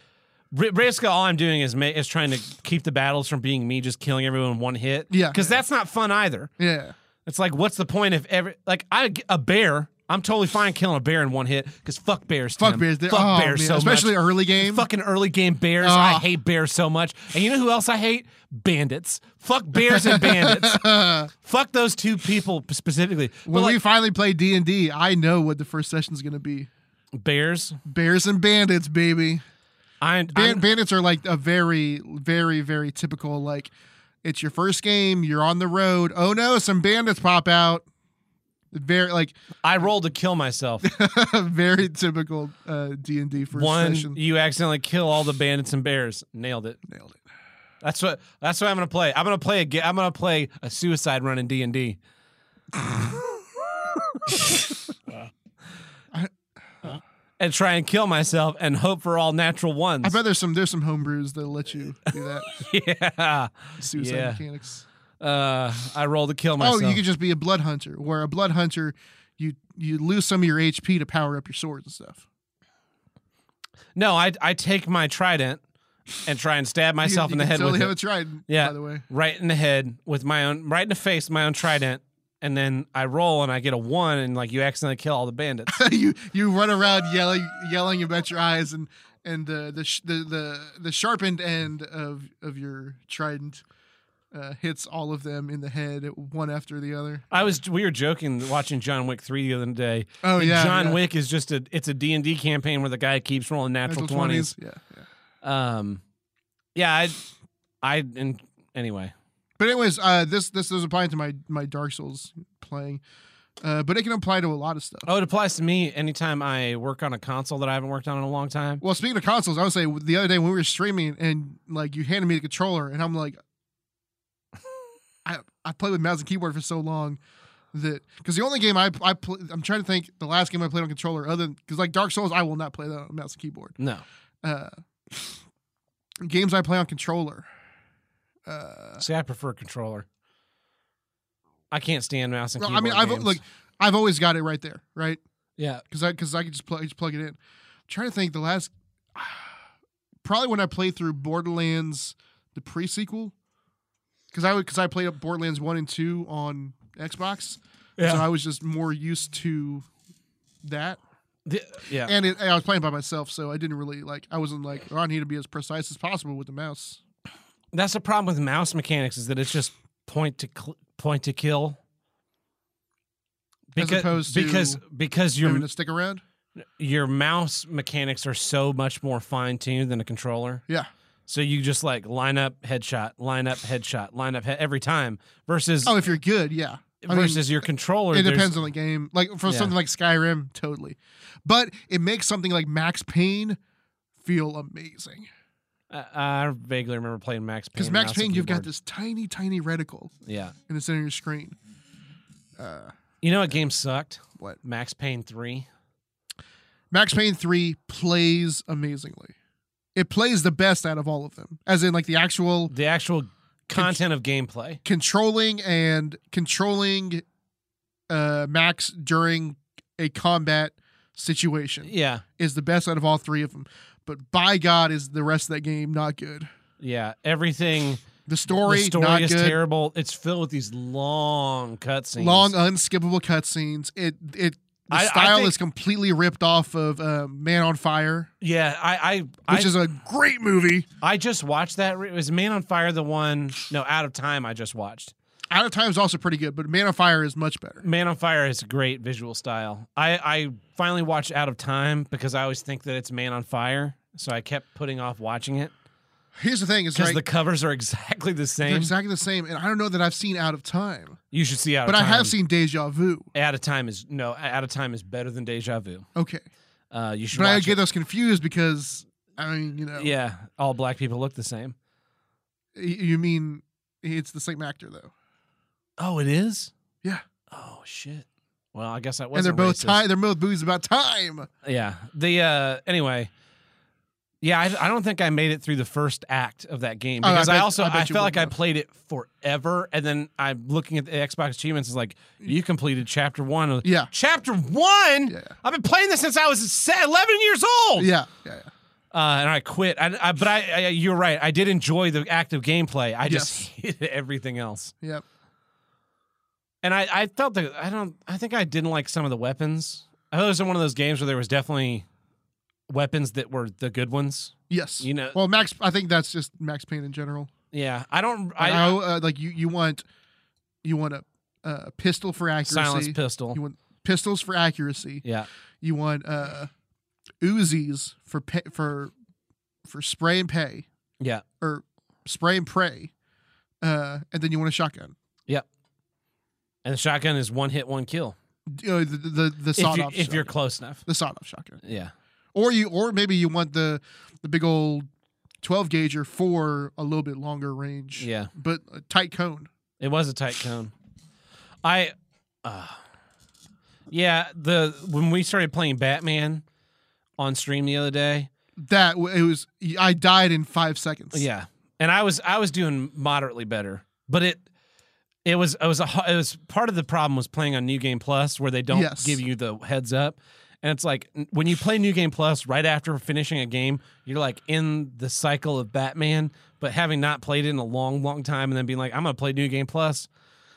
[SPEAKER 1] br- basically all I'm doing is ma- is trying to keep the battles from being me just killing everyone in one hit.
[SPEAKER 2] Yeah.
[SPEAKER 1] because that's not fun either.
[SPEAKER 2] Yeah.
[SPEAKER 1] It's like what's the point if every like I a bear. I'm totally fine killing a bear in one hit because fuck bears.
[SPEAKER 2] Fuck
[SPEAKER 1] Tim.
[SPEAKER 2] bears. They-
[SPEAKER 1] Fuck
[SPEAKER 2] oh,
[SPEAKER 1] bears
[SPEAKER 2] man,
[SPEAKER 1] so much.
[SPEAKER 2] especially early game. Ah.
[SPEAKER 1] Fucking early game bears. I
[SPEAKER 2] Ugh.
[SPEAKER 1] hate bears so much. And you know who else I hate? Bandits. Fuck bears and
[SPEAKER 2] [LAUGHS]
[SPEAKER 1] bandits. Fuck those two people specifically. But
[SPEAKER 2] when we
[SPEAKER 1] like
[SPEAKER 2] finally play D and D, I know what the first session's gonna be.
[SPEAKER 1] bears,
[SPEAKER 2] Bears and bandits, baby.
[SPEAKER 1] I,
[SPEAKER 2] Ban-
[SPEAKER 1] I'm-
[SPEAKER 2] bandits are like a very, very, very typical. Like, it's your first game. You're on the road. Oh no, some bandits pop out. Very like [LAUGHS]
[SPEAKER 1] I rolled to kill myself.
[SPEAKER 2] very typical uh, D and D first
[SPEAKER 1] One,
[SPEAKER 2] session.
[SPEAKER 1] you accidentally kill all the bandits and bears. Nailed it.
[SPEAKER 2] Nailed it.
[SPEAKER 1] That's what. That's what I'm gonna play. I'm gonna play a. ga- I'm gonna play a suicide run in D and
[SPEAKER 2] [LAUGHS]
[SPEAKER 1] D. [LAUGHS] And try and kill myself and hope for all natural ones.
[SPEAKER 2] I bet there's some there's some homebrews that'll let you do that.
[SPEAKER 1] [LAUGHS] yeah.
[SPEAKER 2] Suicide
[SPEAKER 1] Yeah.
[SPEAKER 2] mechanics.
[SPEAKER 1] Uh, I roll to kill myself.
[SPEAKER 2] Oh, you could just be a blood hunter, where a blood hunter, you you lose some of your HP to power up your swords and stuff.
[SPEAKER 1] no, I I take my trident and try and stab myself
[SPEAKER 2] you,
[SPEAKER 1] in the
[SPEAKER 2] you can
[SPEAKER 1] head
[SPEAKER 2] Totally
[SPEAKER 1] with
[SPEAKER 2] have
[SPEAKER 1] it.
[SPEAKER 2] a trident.
[SPEAKER 1] Yeah.
[SPEAKER 2] By the way, [LAUGHS]
[SPEAKER 1] right in the head with my own right in the face, my own trident, and then I roll and I get a one, and like you accidentally kill all the bandits.
[SPEAKER 2] [LAUGHS] you you run around yelling yelling about your eyes and and the the sh- the the, the sharpened end of of your trident. Uh, hits all of them in the head, one after the other.
[SPEAKER 1] I was we were joking watching John Wick three the other day.
[SPEAKER 2] Oh,
[SPEAKER 1] And
[SPEAKER 2] yeah,
[SPEAKER 1] John
[SPEAKER 2] yeah.
[SPEAKER 1] Wick is just a it's a D and D campaign where the guy keeps rolling natural
[SPEAKER 2] Natural
[SPEAKER 1] twenties.
[SPEAKER 2] Yeah, yeah.
[SPEAKER 1] Um, yeah, I, I and anyway,
[SPEAKER 2] But anyways, uh, this this is applying to my my Dark Souls playing, uh, but it can apply to a lot of stuff.
[SPEAKER 1] oh, it applies to me anytime I work on a console that I haven't worked on in a long time.
[SPEAKER 2] Well, speaking of consoles, I would say the other day when we were streaming and like you handed me the controller, and I'm like, I I played with mouse and keyboard for so long that because the only game I I pl- I'm trying to think the last game I played on controller other because like Dark Souls I will not play that on mouse and keyboard.
[SPEAKER 1] No,
[SPEAKER 2] Uh, games I play on controller. Uh,
[SPEAKER 1] see, I prefer controller. I can't stand mouse and
[SPEAKER 2] well,
[SPEAKER 1] keyboard.
[SPEAKER 2] I mean, I've
[SPEAKER 1] games.
[SPEAKER 2] look, I've always got it right there, right?
[SPEAKER 1] yeah,
[SPEAKER 2] because I because I could just plug just plug it in. I'm trying to think the last [SIGHS] probably when I played through Borderlands the pre sequel because I because I played up Borderlands one and two on Xbox, so I was just more used to that.
[SPEAKER 1] The- yeah.
[SPEAKER 2] And, it, and I was playing by myself, so I didn't really like. I wasn't like, oh, I need to be as precise as possible with the mouse.
[SPEAKER 1] That's the problem with mouse mechanics is that it's just point to cl- point to kill.
[SPEAKER 2] As
[SPEAKER 1] Becau-
[SPEAKER 2] opposed to
[SPEAKER 1] because because
[SPEAKER 2] You're
[SPEAKER 1] your
[SPEAKER 2] gonna stick around.
[SPEAKER 1] your mouse mechanics are so much more fine tuned than a controller.
[SPEAKER 2] Yeah,
[SPEAKER 1] So you just like line up headshot, line up headshot, line up he- every time versus
[SPEAKER 2] Oh, if you're good, yeah. I mean,
[SPEAKER 1] versus your controller.
[SPEAKER 2] it
[SPEAKER 1] there's-
[SPEAKER 2] depends on the game. Like for
[SPEAKER 1] Yeah.
[SPEAKER 2] something like Skyrim, totally. But it makes something like Max Payne feel amazing
[SPEAKER 1] I, I vaguely remember playing Max Payne.
[SPEAKER 2] because
[SPEAKER 1] on
[SPEAKER 2] Max
[SPEAKER 1] mouse and
[SPEAKER 2] Payne, you've got
[SPEAKER 1] keyboard.
[SPEAKER 2] this tiny, tiny reticle
[SPEAKER 1] Yeah.
[SPEAKER 2] in the center of your screen.
[SPEAKER 1] You know what game sucked?
[SPEAKER 2] What?
[SPEAKER 1] Max Payne three.
[SPEAKER 2] Max Payne Three plays amazingly. It plays the best out of all of them, as in like the actual
[SPEAKER 1] The actual content of gameplay.
[SPEAKER 2] controlling and controlling uh, Max during a combat situation
[SPEAKER 1] Yeah.
[SPEAKER 2] is the best out of all three of them. But by God, is the rest of that game not good?
[SPEAKER 1] Yeah. Everything.
[SPEAKER 2] The story,
[SPEAKER 1] the story
[SPEAKER 2] not
[SPEAKER 1] is
[SPEAKER 2] good.
[SPEAKER 1] terrible. It's filled with these long cutscenes.
[SPEAKER 2] Long, unskippable cutscenes. It it the
[SPEAKER 1] I- I
[SPEAKER 2] style
[SPEAKER 1] think-
[SPEAKER 2] is completely ripped off of uh, Man on Fire,
[SPEAKER 1] yeah. I I
[SPEAKER 2] which
[SPEAKER 1] I,
[SPEAKER 2] is a great movie.
[SPEAKER 1] I just watched that. It was Man on Fire the one? No, Out of Time. I just watched
[SPEAKER 2] Out of Time is also pretty good, but Man on Fire is much better.
[SPEAKER 1] Man on Fire has great visual style. I I finally watched Out of Time because I always think that it's Man on Fire, so I kept putting off watching it
[SPEAKER 2] Here's the thing: is
[SPEAKER 1] because
[SPEAKER 2] like
[SPEAKER 1] the covers are [LAUGHS] exactly the
[SPEAKER 2] they're
[SPEAKER 1] same.
[SPEAKER 2] exactly the same, and I don't know that I've seen Out of Time,
[SPEAKER 1] you should see Out
[SPEAKER 2] but
[SPEAKER 1] of
[SPEAKER 2] I
[SPEAKER 1] Time.
[SPEAKER 2] have seen Deja Vu.
[SPEAKER 1] Out of Time is no Out of Time is better than Deja Vu.
[SPEAKER 2] Okay,
[SPEAKER 1] Uh, you should.
[SPEAKER 2] but I
[SPEAKER 1] watch
[SPEAKER 2] get
[SPEAKER 1] it.
[SPEAKER 2] those confused because I mean, you know,
[SPEAKER 1] yeah, all black people look the same.
[SPEAKER 2] y- you mean it's the same actor though,
[SPEAKER 1] Oh, it is.
[SPEAKER 2] Yeah.
[SPEAKER 1] Oh shit. Well, I guess that
[SPEAKER 2] and
[SPEAKER 1] was.
[SPEAKER 2] they're both time. They're both movies about time.
[SPEAKER 1] Yeah. The uh. Anyway. Yeah, I, I don't think I made it through the first act of that game
[SPEAKER 2] Oh, I
[SPEAKER 1] because I,
[SPEAKER 2] bet-
[SPEAKER 1] also
[SPEAKER 2] I
[SPEAKER 1] I,
[SPEAKER 2] bet you
[SPEAKER 1] felt like
[SPEAKER 2] wouldn't
[SPEAKER 1] I
[SPEAKER 2] have.
[SPEAKER 1] played it forever, and then I'm looking at the Xbox achievements. It's like you completed chapter one. I'm like,
[SPEAKER 2] Yeah.
[SPEAKER 1] chapter one.
[SPEAKER 2] Yeah.
[SPEAKER 1] I've been playing this since I was se- eleven years old.
[SPEAKER 2] Yeah, yeah, yeah.
[SPEAKER 1] uh, and I quit. I, I, but I, I, you're right. I did enjoy the active gameplay. I just
[SPEAKER 2] Yes.
[SPEAKER 1] [LAUGHS] hated everything else.
[SPEAKER 2] Yep.
[SPEAKER 1] And I, I felt that I don't. I think I didn't like some of the weapons. I thought it was one of those games where there was definitely weapons that were the good ones.
[SPEAKER 2] Yes.
[SPEAKER 1] You know.
[SPEAKER 2] well, Max. I think that's just Max Payne in general.
[SPEAKER 1] yeah. I don't.
[SPEAKER 2] I,
[SPEAKER 1] I,
[SPEAKER 2] uh, like you. You want you want a, a pistol for accuracy.
[SPEAKER 1] silence pistol.
[SPEAKER 2] You want pistols for accuracy.
[SPEAKER 1] Yeah.
[SPEAKER 2] You want uh, Uzis for pay, for for spray and pay
[SPEAKER 1] Yeah.
[SPEAKER 2] or spray and pray, uh, and then you want a shotgun.
[SPEAKER 1] And the shotgun is one hit, one kill.
[SPEAKER 2] You know, uh, the the, the
[SPEAKER 1] If,
[SPEAKER 2] sawed
[SPEAKER 1] you,
[SPEAKER 2] off.
[SPEAKER 1] if you're
[SPEAKER 2] shotgun.
[SPEAKER 1] close enough.
[SPEAKER 2] the sawed off shotgun,
[SPEAKER 1] Yeah.
[SPEAKER 2] or you or maybe you want the the big old twelve gauger for a little bit longer range.
[SPEAKER 1] Yeah.
[SPEAKER 2] but a tight cone.
[SPEAKER 1] It was a tight cone. I, uh, yeah. The when we started playing Batman on stream the other day.
[SPEAKER 2] That w- it was. I died in five seconds.
[SPEAKER 1] Yeah. And I was I was doing moderately better, but it it was it was a hu- it was part of the problem was playing on New Game Plus where they don't
[SPEAKER 2] Yes.
[SPEAKER 1] give you the heads up. And it's like n- when you play New Game Plus right after finishing a game, you're like in the cycle of Batman, but having not played it in a long, long time, and then being like, "I'm gonna play New Game Plus."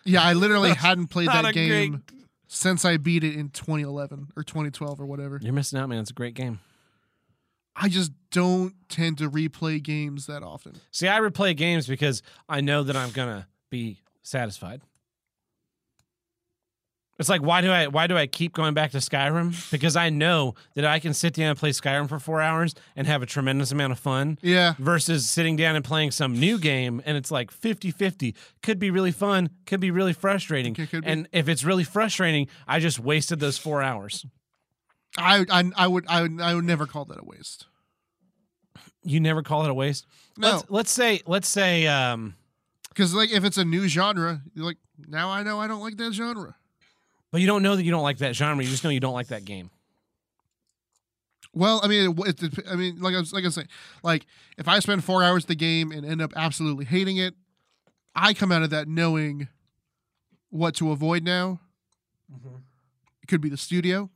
[SPEAKER 2] yeah. I
[SPEAKER 1] [LAUGHS]
[SPEAKER 2] literally hadn't played
[SPEAKER 1] Not
[SPEAKER 2] that
[SPEAKER 1] a great-
[SPEAKER 2] game since I beat it in 2011 or 2012 or whatever.
[SPEAKER 1] You're missing out, man. It's a great game.
[SPEAKER 2] I just don't tend to replay games that often.
[SPEAKER 1] See, I replay games because I know that I'm gonna be satisfied. It's like why do I why do I keep going back to Skyrim? Because I know that I can sit down and play Skyrim for four hours and have a tremendous amount of fun
[SPEAKER 2] Yeah.
[SPEAKER 1] versus sitting down and playing some new game and it's like 50-50. Could be really fun, could be really frustrating.
[SPEAKER 2] It could be.
[SPEAKER 1] And if it's really frustrating, I just wasted those four hours.
[SPEAKER 2] I, I I would I would I would never call that a waste.
[SPEAKER 1] You never call it a waste.
[SPEAKER 2] No,
[SPEAKER 1] Let's, let's say let's say um
[SPEAKER 2] because like if it's a new genre, you're like now I know I don't like that genre.
[SPEAKER 1] but you don't know that you don't like that genre, you just know you don't like that game.
[SPEAKER 2] Well, I mean, it, it, I mean, like I was like I was saying, like if I spend four hours at the game and end up absolutely hating it, I come out of that knowing what to avoid. Now,
[SPEAKER 1] Mm-hmm.
[SPEAKER 2] it could be the studio,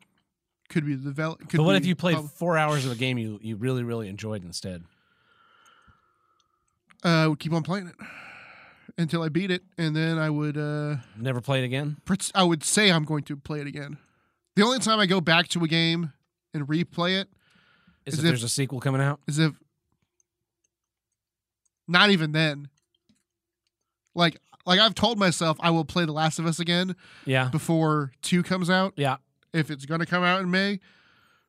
[SPEAKER 2] could be the develop. Could
[SPEAKER 1] but what
[SPEAKER 2] be
[SPEAKER 1] if you played
[SPEAKER 2] pub-
[SPEAKER 1] four hours of a game you, you really really enjoyed instead?
[SPEAKER 2] uh, I would keep on playing it until I beat it, and then I would. uh
[SPEAKER 1] Never played again?
[SPEAKER 2] pret- I would say I'm going to play it again. The only time I go back to a game and replay it
[SPEAKER 1] Is
[SPEAKER 2] As
[SPEAKER 1] if
[SPEAKER 2] if-
[SPEAKER 1] there's a sequel coming out?
[SPEAKER 2] is if not even then. Like like I've told myself I will play The Last of Us again
[SPEAKER 1] Yeah,
[SPEAKER 2] before 2 comes out
[SPEAKER 1] yeah.
[SPEAKER 2] if it's going to come out in May.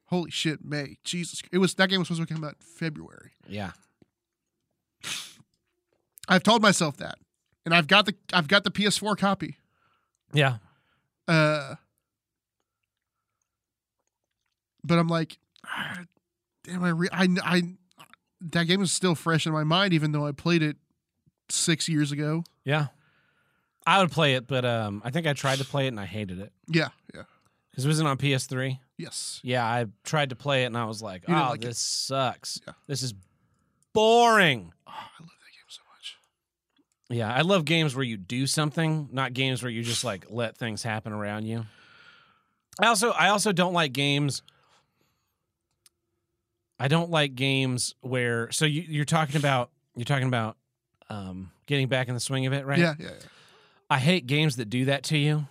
[SPEAKER 2] Holy shit, May. Jesus. It was that game was supposed to come out in February.
[SPEAKER 1] Yeah.
[SPEAKER 2] I've told myself that. And I've got the I've got the PS4 copy.
[SPEAKER 1] Yeah.
[SPEAKER 2] Uh, but I'm like, "Ah, damn, I, re- I, I, that game is still fresh in my mind, even though I played it six years ago.
[SPEAKER 1] Yeah. I would play it, but um I think I tried to play it and I hated it.
[SPEAKER 2] Yeah, yeah,
[SPEAKER 1] Because it wasn't on PS3.
[SPEAKER 2] yes,
[SPEAKER 1] Yeah, I tried to play it and I was like,
[SPEAKER 2] You didn't
[SPEAKER 1] oh,
[SPEAKER 2] like it."
[SPEAKER 1] this sucks.
[SPEAKER 2] Yeah.
[SPEAKER 1] This is boring.
[SPEAKER 2] oh, I love that game so much.
[SPEAKER 1] Yeah, I love games where you do something, not games where you just like let things happen around you. I also I also don't like games. I don't like games where so you, you're talking about you're talking about um, getting back in the swing of it, right?
[SPEAKER 2] Yeah, yeah, yeah.
[SPEAKER 1] I hate games that do that to you.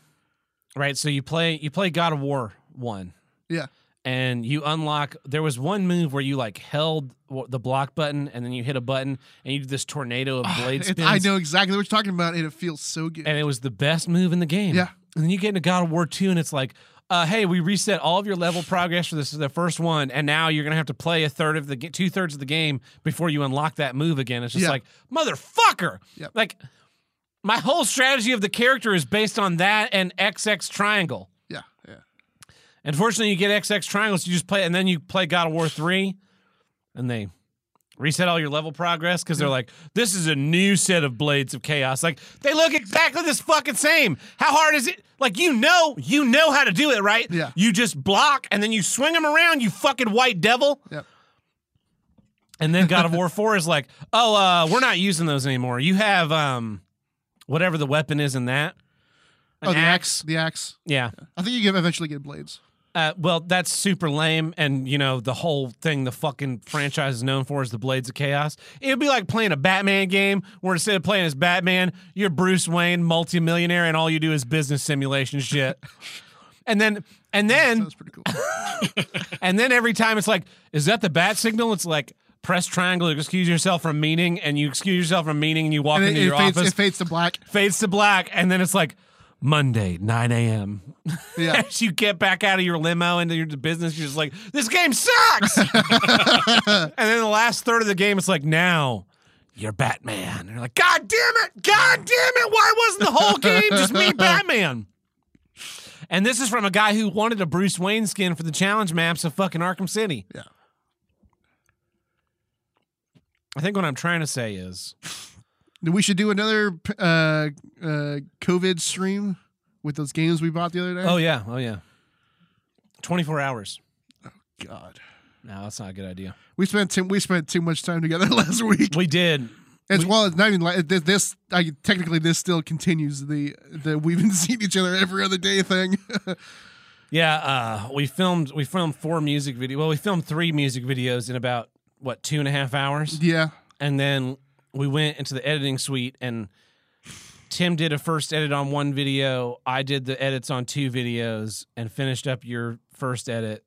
[SPEAKER 1] Right? So you play you play God of War 1.
[SPEAKER 2] Yeah.
[SPEAKER 1] And you unlock there was one move where you like held w- the block button and then you hit a button and you did this tornado of
[SPEAKER 2] Ah,
[SPEAKER 1] blade
[SPEAKER 2] it-
[SPEAKER 1] spins.
[SPEAKER 2] I know exactly what you're talking about, and it feels so good.
[SPEAKER 1] And it was the best move in the game.
[SPEAKER 2] Yeah.
[SPEAKER 1] And then you get into God of War 2 and it's like, uh, hey, we reset all of your level progress for this the first one, and now you're gonna have to play a third of the two thirds of the game before you unlock that move again. It's just
[SPEAKER 2] Yeah.
[SPEAKER 1] like motherfucker.
[SPEAKER 2] Yep.
[SPEAKER 1] Like my whole strategy of the character is based on that and XX triangle.
[SPEAKER 2] yeah, yeah.
[SPEAKER 1] Unfortunately, you get XX triangles, you just play, and then you play God of War 3, and they reset all your level progress because they're like, this is a new set of Blades of Chaos. Like, they look exactly this fucking same. How hard is it? Like, you know, you know how to do it, right?
[SPEAKER 2] Yeah.
[SPEAKER 1] You just block and then you swing them around, you fucking white devil.
[SPEAKER 2] Yep.
[SPEAKER 1] And then God of War [LAUGHS] 4 is like, oh, uh, we're not using those anymore. You have um, whatever the weapon is in that. An
[SPEAKER 2] Oh, the
[SPEAKER 1] axe.
[SPEAKER 2] The axe.
[SPEAKER 1] Yeah.
[SPEAKER 2] I think you get eventually get blades.
[SPEAKER 1] Uh, well, that's super lame. And, you know, the whole thing the fucking franchise is known for is the Blades of Chaos. It'd be like playing a Batman game where instead of playing as Batman, you're Bruce Wayne, multimillionaire, and all you do is business simulation shit. [LAUGHS] and then, and
[SPEAKER 2] [LAUGHS]
[SPEAKER 1] then,
[SPEAKER 2] That's pretty cool.
[SPEAKER 1] and then every time it's like, is that the bat signal? It's like, press triangle to excuse yourself from meeting, and you excuse yourself from meeting, and you walk
[SPEAKER 2] and it,
[SPEAKER 1] into
[SPEAKER 2] it
[SPEAKER 1] your
[SPEAKER 2] fades,
[SPEAKER 1] office,
[SPEAKER 2] it fades to black.
[SPEAKER 1] fades to black, and then it's like, Monday, 9 a.m.
[SPEAKER 2] Yeah.
[SPEAKER 1] [LAUGHS] As you get back out of your limo into your business, you're just like, this game sucks. and then the last third of the game, it's like, now you're Batman. And you're like, God damn it. God damn it. Why wasn't the whole game just me, Batman? And this is from a guy who wanted a Bruce Wayne skin for the challenge maps of fucking Arkham City.
[SPEAKER 2] Yeah.
[SPEAKER 1] I think what I'm trying to say is
[SPEAKER 2] We should do another p- uh, uh, COVID stream with those games we bought the other day.
[SPEAKER 1] oh, yeah. Oh, yeah. 24 hours.
[SPEAKER 2] God,
[SPEAKER 1] No, that's not a good idea.
[SPEAKER 2] we spent too, we spent too much time together [LAUGHS] last week.
[SPEAKER 1] We did.
[SPEAKER 2] As well as not even like this. this I, technically, this still continues the the we've been [LAUGHS] seeing each other every other day thing. [LAUGHS]
[SPEAKER 1] Yeah, uh, we filmed we filmed four music video. Well, we filmed three music videos in about what two and a half hours,
[SPEAKER 2] yeah,
[SPEAKER 1] and then we went into the editing suite and Tim did a first edit on one video. I did the edits on two videos and finished up your first edit.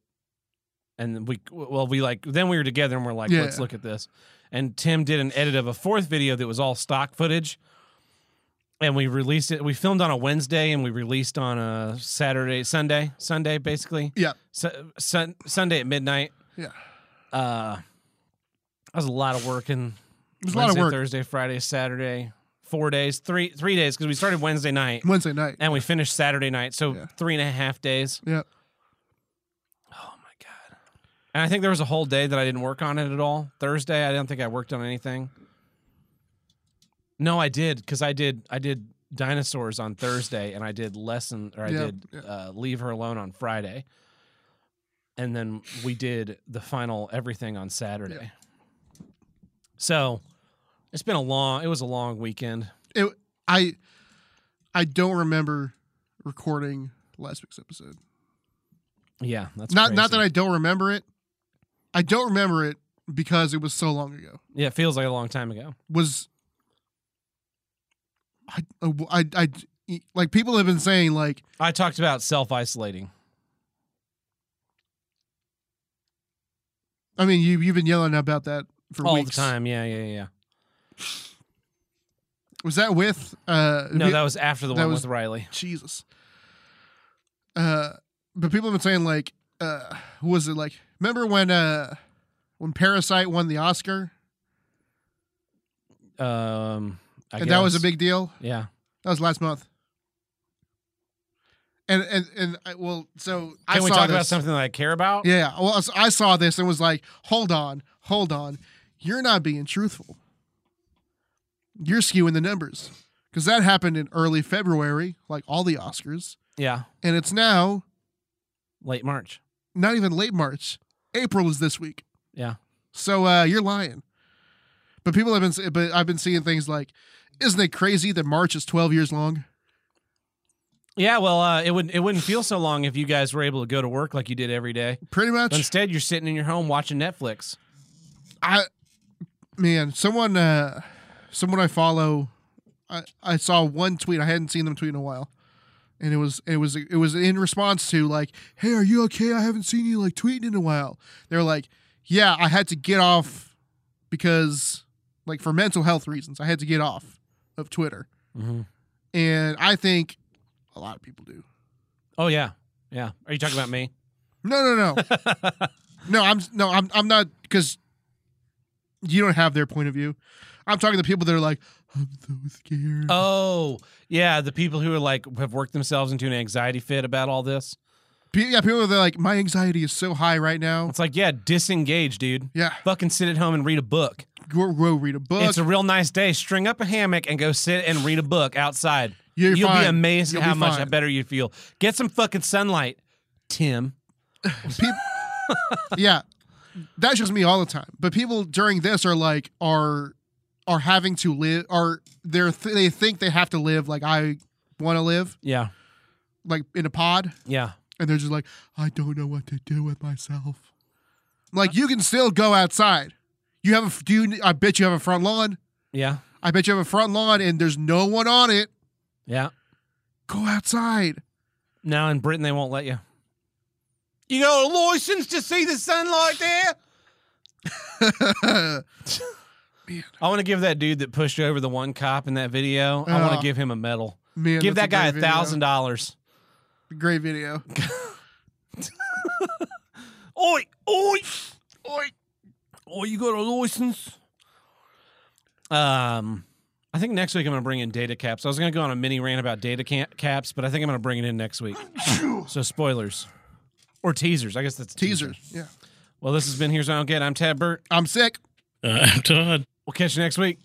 [SPEAKER 1] And then we well we like then we were together and we're like
[SPEAKER 2] Yeah.
[SPEAKER 1] let's look at this. And Tim did an edit of a fourth video that was all stock footage. And we released it. We filmed on a Wednesday and we released on a Saturday, Sunday, Sunday basically.
[SPEAKER 2] yeah,
[SPEAKER 1] Su- sun, Sunday at midnight.
[SPEAKER 2] yeah.
[SPEAKER 1] Uh, that was a lot of work and
[SPEAKER 2] It was a lot of work.
[SPEAKER 1] Thursday, Friday, Saturday, four days, three three days because we started Wednesday night
[SPEAKER 2] Wednesday night.
[SPEAKER 1] and we finished Saturday night, so
[SPEAKER 2] Yeah.
[SPEAKER 1] three and a half days.
[SPEAKER 2] Yeah,
[SPEAKER 1] Oh my god! And I think there was a whole day that I didn't work on it at all. Thursday, I don't think I worked on anything. No, I did because I did I did dinosaurs on Thursday and I did lesson or I
[SPEAKER 2] Yeah,
[SPEAKER 1] did
[SPEAKER 2] yeah.
[SPEAKER 1] Uh, leave her alone on Friday, and then we did the final everything on Saturday. So it's been a long. It was a long weekend.
[SPEAKER 2] it, I I don't remember recording last week's episode.
[SPEAKER 1] Yeah, that's
[SPEAKER 2] not not that I don't remember it. I don't remember it because it was so long ago.
[SPEAKER 1] Yeah, it feels like a long time ago.
[SPEAKER 2] Was I I I, I like people have been saying like
[SPEAKER 1] I talked about self isolating.
[SPEAKER 2] I mean you you've been yelling about that for
[SPEAKER 1] all
[SPEAKER 2] weeks.
[SPEAKER 1] the time. Yeah, yeah, yeah.
[SPEAKER 2] Was that with uh
[SPEAKER 1] No,
[SPEAKER 2] we-
[SPEAKER 1] that was after the
[SPEAKER 2] that
[SPEAKER 1] one
[SPEAKER 2] was-
[SPEAKER 1] with Riley.
[SPEAKER 2] Jesus. Uh but people have been saying like uh who was it like remember when uh when Parasite won the Oscar
[SPEAKER 1] Um, I
[SPEAKER 2] and that was a
[SPEAKER 1] guess.
[SPEAKER 2] big deal?
[SPEAKER 1] yeah.
[SPEAKER 2] That was last month. And and and I, well, so I
[SPEAKER 1] Can we
[SPEAKER 2] saw
[SPEAKER 1] talk
[SPEAKER 2] this.
[SPEAKER 1] about something that I care about?
[SPEAKER 2] Yeah, well, I s- I saw this and was like, hold on, hold on, you're not being truthful. You're skewing the numbers because that happened in early February, like all the Oscars,
[SPEAKER 1] Yeah.
[SPEAKER 2] and it's now
[SPEAKER 1] Late March.
[SPEAKER 2] not even late March. April is this week.
[SPEAKER 1] Yeah.
[SPEAKER 2] So uh, you're lying. But people have been, s- but I've been seeing things like, isn't it crazy that March is 12 years long?
[SPEAKER 1] Yeah. Well, uh, it would it wouldn't feel so long if you guys were able to go to work like you did every day.
[SPEAKER 2] Pretty much.
[SPEAKER 1] But instead, you're sitting in your home watching Netflix.
[SPEAKER 2] I man, someone uh someone I follow I, I saw one tweet. I hadn't seen them tweet in a while. And it was it was it was in response to like, "Hey, are you okay? I haven't seen you like tweeting in a while." They're like, "Yeah, I had to get off because like for mental health reasons. I had to get off of Twitter."
[SPEAKER 1] Mm-hmm.
[SPEAKER 2] And I think a lot of people do.
[SPEAKER 1] Oh yeah, yeah. Are you talking about me?
[SPEAKER 2] No, no, no.
[SPEAKER 1] [LAUGHS]
[SPEAKER 2] No, I'm no, I'm I'm not because you don't have their point of view. I'm talking to people that are like, I'm so scared.
[SPEAKER 1] oh yeah, the people who are like have worked themselves into an anxiety fit about all this.
[SPEAKER 2] Pe- yeah, people that are like, my anxiety is so high right now.
[SPEAKER 1] It's like yeah, disengage, dude.
[SPEAKER 2] Yeah,
[SPEAKER 1] Fucking sit at home and read a book.
[SPEAKER 2] go, go read a book.
[SPEAKER 1] It's a real nice day. String up a hammock and go sit and read a book outside.
[SPEAKER 2] You're
[SPEAKER 1] will
[SPEAKER 2] fine.
[SPEAKER 1] be amazed
[SPEAKER 2] You'll
[SPEAKER 1] at how
[SPEAKER 2] be
[SPEAKER 1] much
[SPEAKER 2] fine.
[SPEAKER 1] better you feel. Get some fucking sunlight, Tim.
[SPEAKER 2] Peop- yeah, that's just me all the time. But people during this are like are are having to live are they're th- they think they have to live like I want to live
[SPEAKER 1] Yeah.
[SPEAKER 2] like in a pod
[SPEAKER 1] Yeah.
[SPEAKER 2] and they're just like I don't know what to do with myself. Like you can still go outside. You have a f- do you, I bet you have a front lawn.
[SPEAKER 1] Yeah.
[SPEAKER 2] I bet you have a front lawn and there's no one on it.
[SPEAKER 1] Yeah.
[SPEAKER 2] Go outside. [LAUGHS]
[SPEAKER 1] Now in Britain they won't let you. You got a license to see the sunlight there? I want to give that dude that pushed over the one cop in that video. I want
[SPEAKER 2] Oh.
[SPEAKER 1] to give him a medal.
[SPEAKER 2] Man,
[SPEAKER 1] give
[SPEAKER 2] that's
[SPEAKER 1] that guy Uh-huh. a
[SPEAKER 2] great video.
[SPEAKER 1] thousand dollars.
[SPEAKER 2] Great video.
[SPEAKER 1] Oi, oi, oi, oi! You got a license? Um, I think next week I'm going to bring in data caps. I was going to go on a mini rant about data ca- caps, but I think I'm going to bring it in next week. so spoilers or teasers. I guess that's a teaser.
[SPEAKER 2] Teaser. Yeah.
[SPEAKER 1] Well, this has been here's what I don't get. I'm Tad Burt.
[SPEAKER 2] I'm sick.
[SPEAKER 3] [LAUGHS] Uh, I'm Todd.
[SPEAKER 1] We'll catch you next week.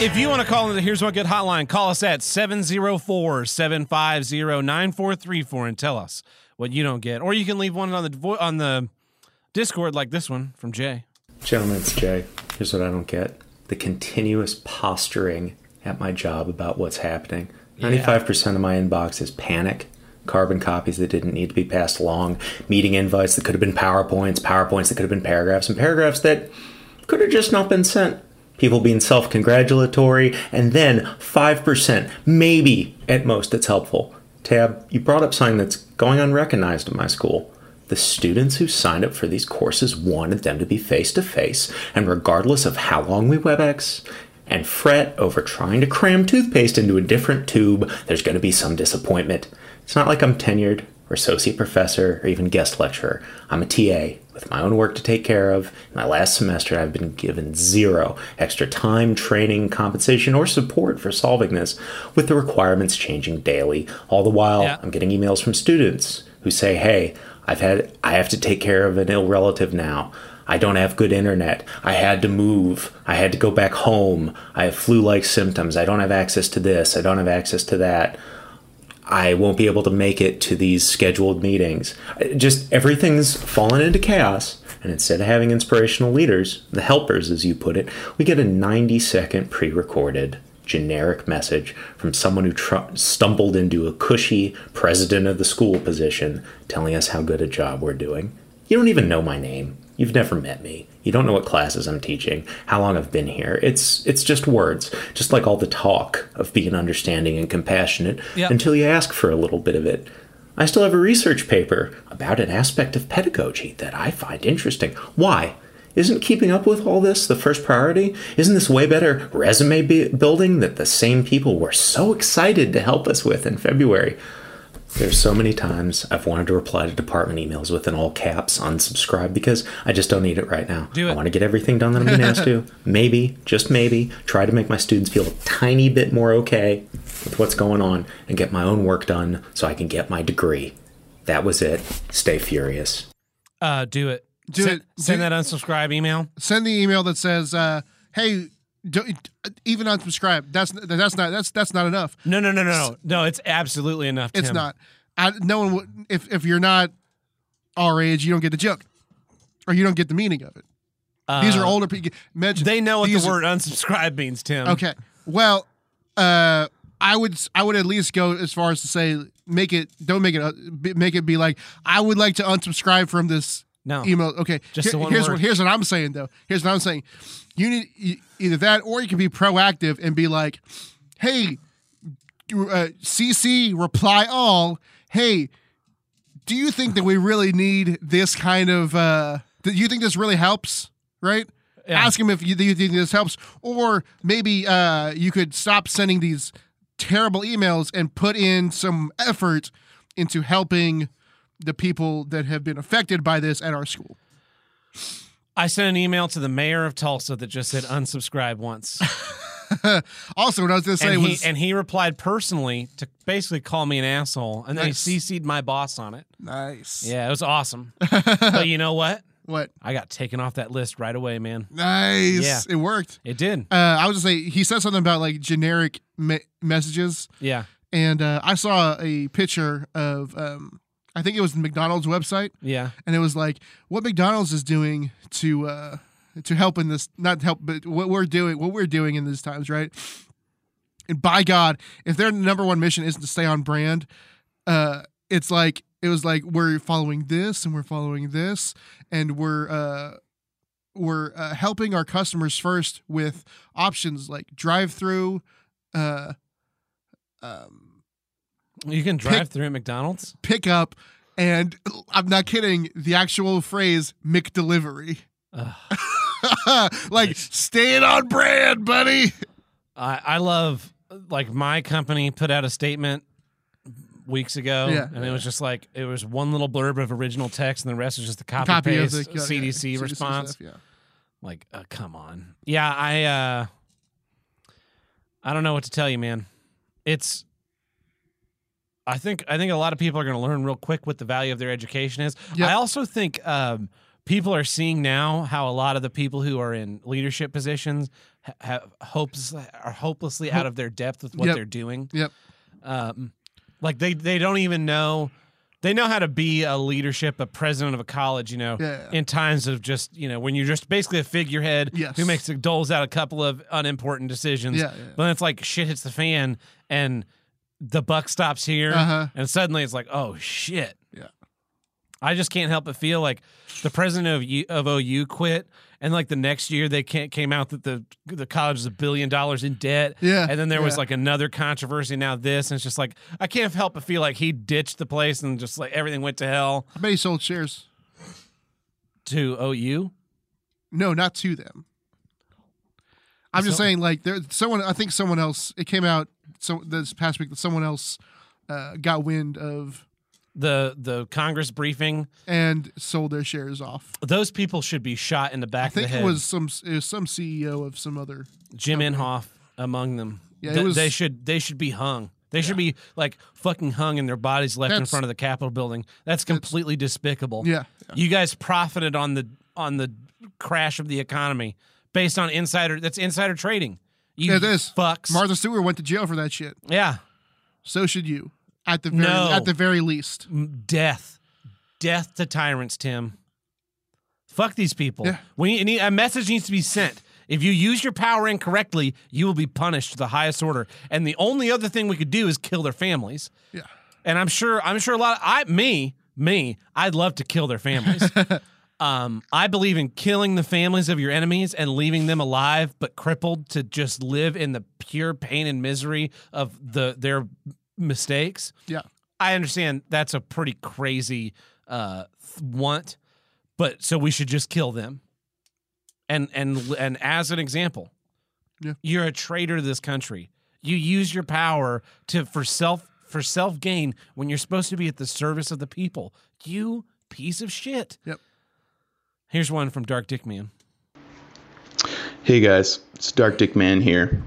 [SPEAKER 1] If you want to call into the Here's What Good hotline, call us at 704 750 9434 and tell us what you don't get. Or you can leave one on the vo- on the Discord like this one from Jay.
[SPEAKER 6] Gentlemen, it's Jay. Here's what I don't get the continuous posturing at my job about what's happening. 95% of my inbox is panic, carbon copies that didn't need to be passed along, meeting invites that could have been PowerPoints, PowerPoints that could have been paragraphs, and paragraphs that could have just not been sent. People being self congratulatory, and then 5%, maybe at most, it's helpful. Tab, you brought up something that's going unrecognized at my school. The students who signed up for these courses wanted them to be face to face, and regardless of how long we WebEx and fret over trying to cram toothpaste into a different tube, there's going to be some disappointment. It's not like I'm tenured or associate professor or even guest lecturer. I'm a TA with my own work to take care of. In my last semester, I've been given zero extra time, training, compensation, or support for solving this, with the requirements changing daily. All the while,
[SPEAKER 1] Yeah.
[SPEAKER 6] I'm getting emails from students who say, "Hey, I've had I have to take care of an ill relative now. I don't have good internet. I had to move. I had to go back home. I have flu-like symptoms. I don't have access to this. I don't have access to that." I won't be able to make it to these scheduled meetings. Uh, Just everything's fallen into chaos. And instead of having inspirational leaders, the helpers, as you put it, we get a 90 second pre recorded generic message from someone who tr- stumbled into a cushy president of the school position telling us how good a job we're doing. You don't even know my name. You've never met me. You don't know what classes I'm teaching, how long I've been here. It's it's just words, just like all the talk of being understanding and compassionate
[SPEAKER 1] Yep.
[SPEAKER 6] until you ask for a little bit of it. I still have a research paper about an aspect of pedagogy that I find interesting. Why? Isn't keeping up with all this the first priority? Isn't this way better resume bu- building that the same people were so excited to help us with in February? There's so many times I've wanted to reply to department emails with an all caps unsubscribe because I just don't need it right now.
[SPEAKER 1] Do it.
[SPEAKER 6] I want to get everything done that I'm being
[SPEAKER 1] [LAUGHS]
[SPEAKER 6] asked to. Maybe, just maybe, try to make my students feel a tiny bit more okay with what's going on and get my own work done so I can get my degree. That was it. Stay furious.
[SPEAKER 1] Uh, do it.
[SPEAKER 2] Do
[SPEAKER 1] send,
[SPEAKER 2] it.
[SPEAKER 1] Send
[SPEAKER 2] Do-
[SPEAKER 1] that unsubscribe email.
[SPEAKER 2] Send the email that says, uh, "Hey, don't, even unsubscribe. That's that's not that's that's not enough.
[SPEAKER 1] No, no, no, no, no. No, it's absolutely enough.
[SPEAKER 2] It's
[SPEAKER 1] Tim.
[SPEAKER 2] not. I, no one. would- If if you're not our age, you don't get the joke, or you don't get the meaning of it. These are
[SPEAKER 1] Uh,
[SPEAKER 2] older people. Imagine
[SPEAKER 1] They know what the
[SPEAKER 2] these are-
[SPEAKER 1] word unsubscribe means, Tim.
[SPEAKER 2] [LAUGHS] Okay. Well, uh, I would I would at least go as far as to say make it don't make it uh, be- make it be like I would like to unsubscribe from this
[SPEAKER 1] No.
[SPEAKER 2] email. Okay.
[SPEAKER 1] Just the one
[SPEAKER 2] here's
[SPEAKER 1] word.
[SPEAKER 2] what here's what I'm saying though. Here's what I'm saying. You need you, either that or you can be proactive and be like, hey, you, uh, CC reply all. Hey, do you think that we really need this kind of? Uh, do you think this really helps? Right.
[SPEAKER 1] Yeah.
[SPEAKER 2] Ask him if you, do you think this helps, or maybe uh, you could stop sending these terrible emails and put in some effort into helping the people that have been affected by this at our school.
[SPEAKER 1] I sent an email to the mayor of Tulsa that just said unsubscribe
[SPEAKER 2] [LAUGHS]
[SPEAKER 1] once.
[SPEAKER 2] Also, what I was going to say
[SPEAKER 1] and,
[SPEAKER 2] was
[SPEAKER 1] he, and he replied personally to basically call me an asshole. And then
[SPEAKER 2] Nice.
[SPEAKER 1] he CC'd my boss on it.
[SPEAKER 2] nice. [LAUGHS]
[SPEAKER 1] Yeah, it was awesome. but you know what?
[SPEAKER 2] What?
[SPEAKER 1] I got taken off that list right away, man.
[SPEAKER 2] Nice.
[SPEAKER 1] Yeah.
[SPEAKER 2] It worked.
[SPEAKER 1] It did.
[SPEAKER 2] Uh, I was just say he said something about like generic me- messages.
[SPEAKER 1] Yeah.
[SPEAKER 2] and uh, I saw a picture of um, I think it was the McDonald's website,
[SPEAKER 1] Yeah.
[SPEAKER 2] and it was like what McDonald's is doing to uh, to help in this not help, but what we're doing what we're doing in these times, right? And by God, if their number one mission isn't to stay on brand, uh, it's like it was like we're following this and we're following this and we're uh, we're uh, helping our customers first with options like drive through. Uh, um,
[SPEAKER 1] You can drive through at McDonald's.
[SPEAKER 2] pick up and I'm not kidding, the actual phrase McDelivery.
[SPEAKER 1] Ugh.
[SPEAKER 2] [LAUGHS] like
[SPEAKER 3] Nice.
[SPEAKER 2] staying on brand, buddy.
[SPEAKER 1] I, I love like my company put out a statement weeks ago,
[SPEAKER 2] Yeah.
[SPEAKER 1] and it was just like it was one little blurb of original text, and the rest was just the copy,
[SPEAKER 2] of
[SPEAKER 1] paste
[SPEAKER 2] the- yeah,
[SPEAKER 1] CDC
[SPEAKER 2] yeah,
[SPEAKER 1] response.
[SPEAKER 2] stuff, yeah.
[SPEAKER 1] Like, uh, come on. Yeah, I uh I don't know what to tell you, man. It's I think I think a lot of people are going to learn real quick what the value of their education is.
[SPEAKER 2] Yep.
[SPEAKER 1] I also think um people are seeing now how a lot of the people who are in leadership positions ha- have hopes are hopelessly out of their depth with what
[SPEAKER 2] Yep.
[SPEAKER 1] they're doing.
[SPEAKER 2] Yep.
[SPEAKER 1] Um like they they don't even know they know how to be a leadership, a president of a college, you know,
[SPEAKER 2] Yeah.
[SPEAKER 1] in times of just you know when you're just basically a figurehead
[SPEAKER 2] Yes.
[SPEAKER 1] who makes doles out a couple of unimportant decisions.
[SPEAKER 2] Yeah, yeah.
[SPEAKER 1] But then it's like shit hits the fan and the buck stops here,
[SPEAKER 2] Uh-huh.
[SPEAKER 1] and suddenly it's like oh shit.
[SPEAKER 2] Yeah.
[SPEAKER 1] I just can't help but feel like the president of U, of OU quit, and like the next year they can't, came out that the the college is a billion dollars in debt.
[SPEAKER 2] Yeah,
[SPEAKER 1] and then there was
[SPEAKER 2] yeah.
[SPEAKER 1] like another controversy. Now this, and it's just like I can't help but feel like he ditched the place and just like everything went to hell
[SPEAKER 2] I bet he sold shares.
[SPEAKER 1] to OU.
[SPEAKER 2] No, not to them. I'm just
[SPEAKER 1] So-
[SPEAKER 2] saying, like, there someone. I think someone else. It came out so this past week that someone else uh, got wind of
[SPEAKER 1] the the Congress briefing,
[SPEAKER 2] and sold their shares off.
[SPEAKER 1] those people should be shot in the
[SPEAKER 2] I
[SPEAKER 1] back of
[SPEAKER 2] think
[SPEAKER 1] the
[SPEAKER 2] it
[SPEAKER 1] head.
[SPEAKER 2] was some it was some CEO of some other
[SPEAKER 1] Jim Inhofe among them.
[SPEAKER 2] Yeah, it
[SPEAKER 1] Th-
[SPEAKER 2] was-
[SPEAKER 1] they should they should be hung. They should be like fucking hung and their bodies left in
[SPEAKER 2] That's-
[SPEAKER 1] front of the Capitol building. That's completely despicable.
[SPEAKER 2] Yeah.
[SPEAKER 1] You guys profited on the on the crash of the economy based on insider that's insider trading. You
[SPEAKER 2] Yeah, it is.
[SPEAKER 1] fucks.
[SPEAKER 2] Martha Stewart went to jail for that shit.
[SPEAKER 1] yeah.
[SPEAKER 2] So should you. At the very
[SPEAKER 1] No.
[SPEAKER 2] at the very least.
[SPEAKER 1] M- death, death to tyrants, Tim. Fuck these people.
[SPEAKER 2] Yeah.
[SPEAKER 1] We need, a message needs to be sent. If you use your power incorrectly, you will be punished to the highest order. And the only other thing we could do is kill their families.
[SPEAKER 2] Yeah.
[SPEAKER 1] And I'm sure, I'm sure a lot. Of, I, me, me, I'd love to kill their
[SPEAKER 2] [LAUGHS]
[SPEAKER 1] families. um, I believe in killing the families of your enemies and leaving them alive but crippled to just live in the pure pain and misery of the their mistakes.
[SPEAKER 2] Yeah. [LAUGHS]
[SPEAKER 1] I understand that's a pretty crazy uh, th- want, but so we should just kill them. And and and as an example,
[SPEAKER 2] Yeah.
[SPEAKER 1] you're a traitor to this country. You use your power to for self for self gain when you're supposed to be at the service of the people. You piece of shit.
[SPEAKER 2] Yep.
[SPEAKER 1] Here's one from Dark Dick Man.
[SPEAKER 7] Hey guys, it's Dark Dick Man here.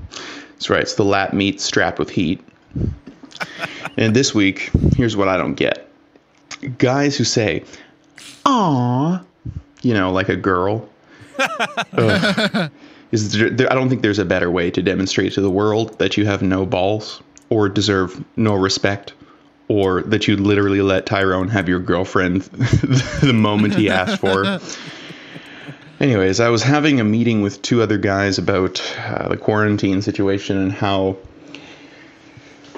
[SPEAKER 7] That's right, it's the lap meat strapped with heat. and this week, here's what I don't get. Guys who say, aww, you know, like a girl. Ugh. Is there, there, I don't think there's a better way to demonstrate to the world that you have no balls or deserve no respect or that you literally let Tyrone have your girlfriend [LAUGHS] the moment he asked for her. Anyways, I was having a meeting with two other guys about uh, the quarantine situation and how